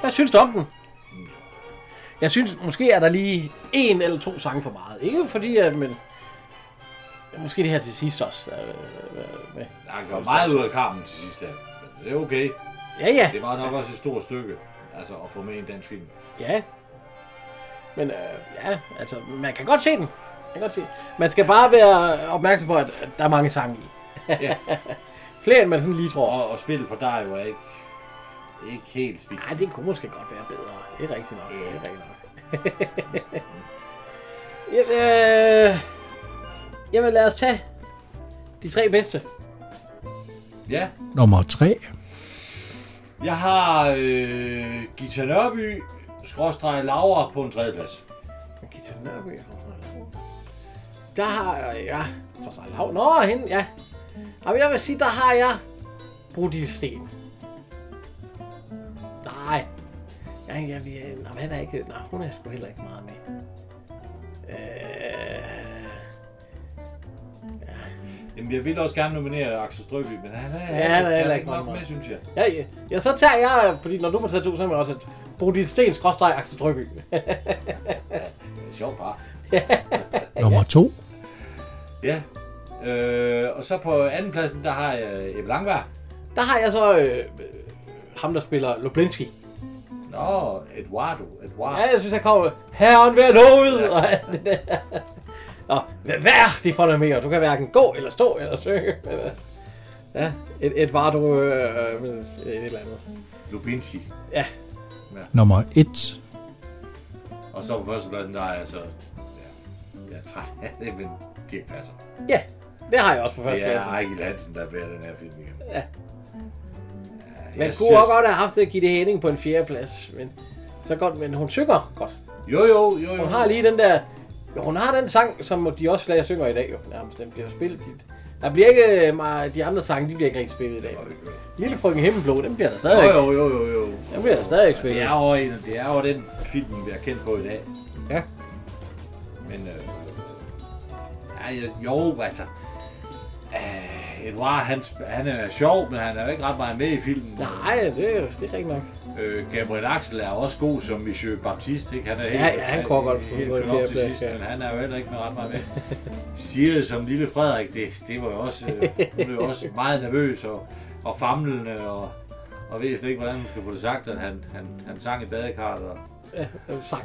Speaker 2: Hvad synes du om den? Jeg synes, måske er der lige en eller to sange for meget. Ikke fordi, at, men... Måske det her til sidst også. øh, øh, med.
Speaker 3: Han går meget ud af kampen til sidst. der. Men det er okay.
Speaker 2: Ja, ja.
Speaker 3: Det var nok også et stort stykke. Altså at få med i en dansk film.
Speaker 2: Ja. Men øh, ja, altså, man kan godt se den. Man, kan godt se. den. man skal bare være opmærksom på, at at der er mange sange i.
Speaker 3: Ja.
Speaker 2: Flere end man sådan lige tror.
Speaker 3: Og, og spillet for dig jo er ikke, ikke helt spidst.
Speaker 2: Nej, det kunne måske godt være bedre. Det er rigtigt nok. Det er rigtigt nok. jamen, øh, jamen, lad os tage de tre bedste.
Speaker 3: Ja.
Speaker 1: Nummer 3.
Speaker 3: Jeg har øh, Gita Nørby, skråstreg Laura på en tredjeplads.
Speaker 2: Gita Nørby, Der har jeg... Ja. Fra Sejlhav. Nå, hende, ja. Jamen, jeg vil sige, der har jeg Brudil Sten. Nej. Ja, ja, vi er... Nå, men han er ikke... Nå, hun er sgu heller ikke meget med. Øh...
Speaker 3: Jamen, jeg ville også gerne nominere Axel Strøby, men han er,
Speaker 2: Ja, han er heller ikke
Speaker 3: nok
Speaker 2: meget
Speaker 3: med, synes jeg.
Speaker 2: Ja, ja, ja, så tager jeg... Fordi når du må tage to, så må jeg også tage Brudil Sten, skråstrej, Axel Drøby.
Speaker 3: Sjov par.
Speaker 1: Nummer 2.
Speaker 3: Ja. Øh, og så på andenpladsen, der har jeg Ebbe Langberg.
Speaker 2: der har jeg så... Øh, øh, ham, der spiller Lublinski.
Speaker 3: Nå, Eduardo, Eduardo.
Speaker 2: Ja, jeg synes, han kommer herren ved lovet, og alt det der. Og hvad hvad er det for noget mere? Du kan hverken gå, eller stå, eller synge. Ja, et, et var du øh, øh, et eller andet.
Speaker 3: Lubinski.
Speaker 2: Ja,
Speaker 1: Nummer 1.
Speaker 3: Og så på førstepladsen, der er jeg så... Ja, jeg er træt af det, men det passer.
Speaker 2: ja, det har jeg også på
Speaker 3: Det er
Speaker 2: førstepladsen.
Speaker 3: Ejgil Hansen, der bærer den her film igen.
Speaker 2: Ja.
Speaker 3: jeg
Speaker 2: Man kunne
Speaker 3: synes-
Speaker 2: også godt have haft Gitte Henning på en fjerdeplads, men så godt, men hun synger godt.
Speaker 3: Jo, jo, jo, jo.
Speaker 2: Hun har lige den der... Jo, hun har den sang, som de også flere synger i dag jo, nærmest. Den bliver spillet... De, der bliver ikke... øh, meget- De andre sange, de bliver ikke rigtig spillet i dag. Lille frøken Himmelblå, den bliver der stadigvæk.
Speaker 3: Jo, jo, jo, jo, jo.
Speaker 2: Den bliver der stadigvæk
Speaker 3: Det
Speaker 2: spillet.
Speaker 3: er, jo en, det er jo den film, vi er kendt på i dag.
Speaker 2: Ja.
Speaker 3: Men øh, ja, jeg- jo, altså... Øh, Edouard, han, sp- han er sjov, men han er jo ikke ret meget med i filmen.
Speaker 2: Nej, det, er- det er rigtigt nok.
Speaker 3: Øh, Gabriel Axel er også god som Monsieur Baptiste, ikke? Han er
Speaker 2: Ja, ja, han kunne godt få
Speaker 3: helt
Speaker 2: på en
Speaker 3: kørt op til
Speaker 2: fjerdeplads,
Speaker 3: sidst,
Speaker 2: ja.
Speaker 3: men han er jo heller ikke med ret meget med. Siret som lille Frederik, det, det var jo også, øh, hun er jo også meget nervøs og, og famlende og, og ved slet ikke, hvordan hun skal få det sagt, at han, han, han sang i badekarret. Og,
Speaker 2: Ja, øh, sang.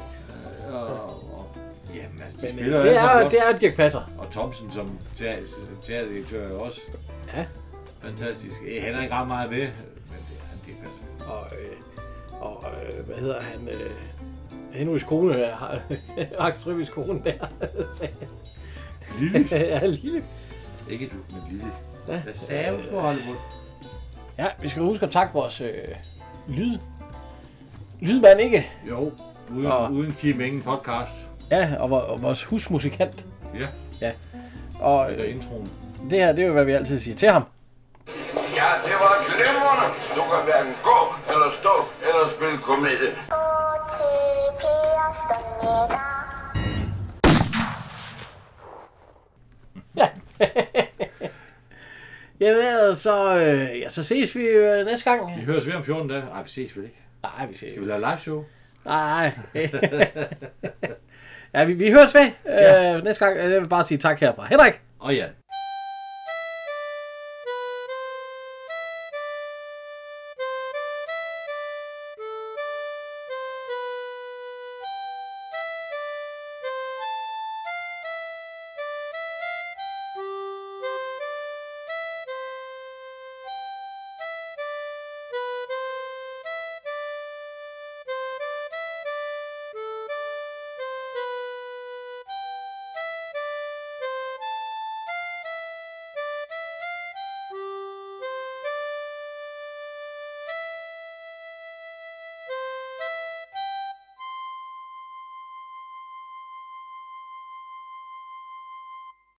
Speaker 3: og, og, jamen, altså, de
Speaker 2: Men, øh,
Speaker 3: spiller jo
Speaker 2: det
Speaker 3: alle sammen
Speaker 2: er,
Speaker 3: godt.
Speaker 2: det er Dirk Passer.
Speaker 3: Og Thomsen som teater- teaterdirektør er jo også
Speaker 2: Ja.
Speaker 3: fantastisk. Eh, Han er ikke ret meget med, men det er han, det er
Speaker 2: Og, øh, og øh, hvad hedder han, øh, Henrys kone, øh, har- Axel Strøbys kone der. sagde jeg.
Speaker 3: Lille?
Speaker 2: ja, Lille.
Speaker 3: Ikke du, men lille.
Speaker 2: Ja.
Speaker 3: Hvad sagde hun på Hollywood?
Speaker 2: Ja, vi skal huske at takke vores øh, lyd. Lydmand, ikke?
Speaker 3: Jo, uden,
Speaker 2: Og-
Speaker 3: uden Kim ingen podcast.
Speaker 2: Ja, og, vor- og vores husmusikant.
Speaker 3: Ja.
Speaker 2: Ja. Og øh,
Speaker 3: Spiller introen.
Speaker 2: det her, det er jo, hvad vi altid siger til ham.
Speaker 11: Ja, det var glimrende. Du kan hverken gå eller stå eller spille komedie.
Speaker 2: Jamen, ellers så, øh, ja, så ses vi øh, næste gang.
Speaker 3: Vi høres ved om 14 dage. Nej, vi ses vel ikke.
Speaker 2: Nej, vi ses.
Speaker 3: Skal vi lave live show?
Speaker 2: Nej. ja, vi, øh, vi høres ved øh,
Speaker 3: Ja.
Speaker 2: næste gang. Jeg vil bare sige tak herfra. Henrik!
Speaker 3: Og ja.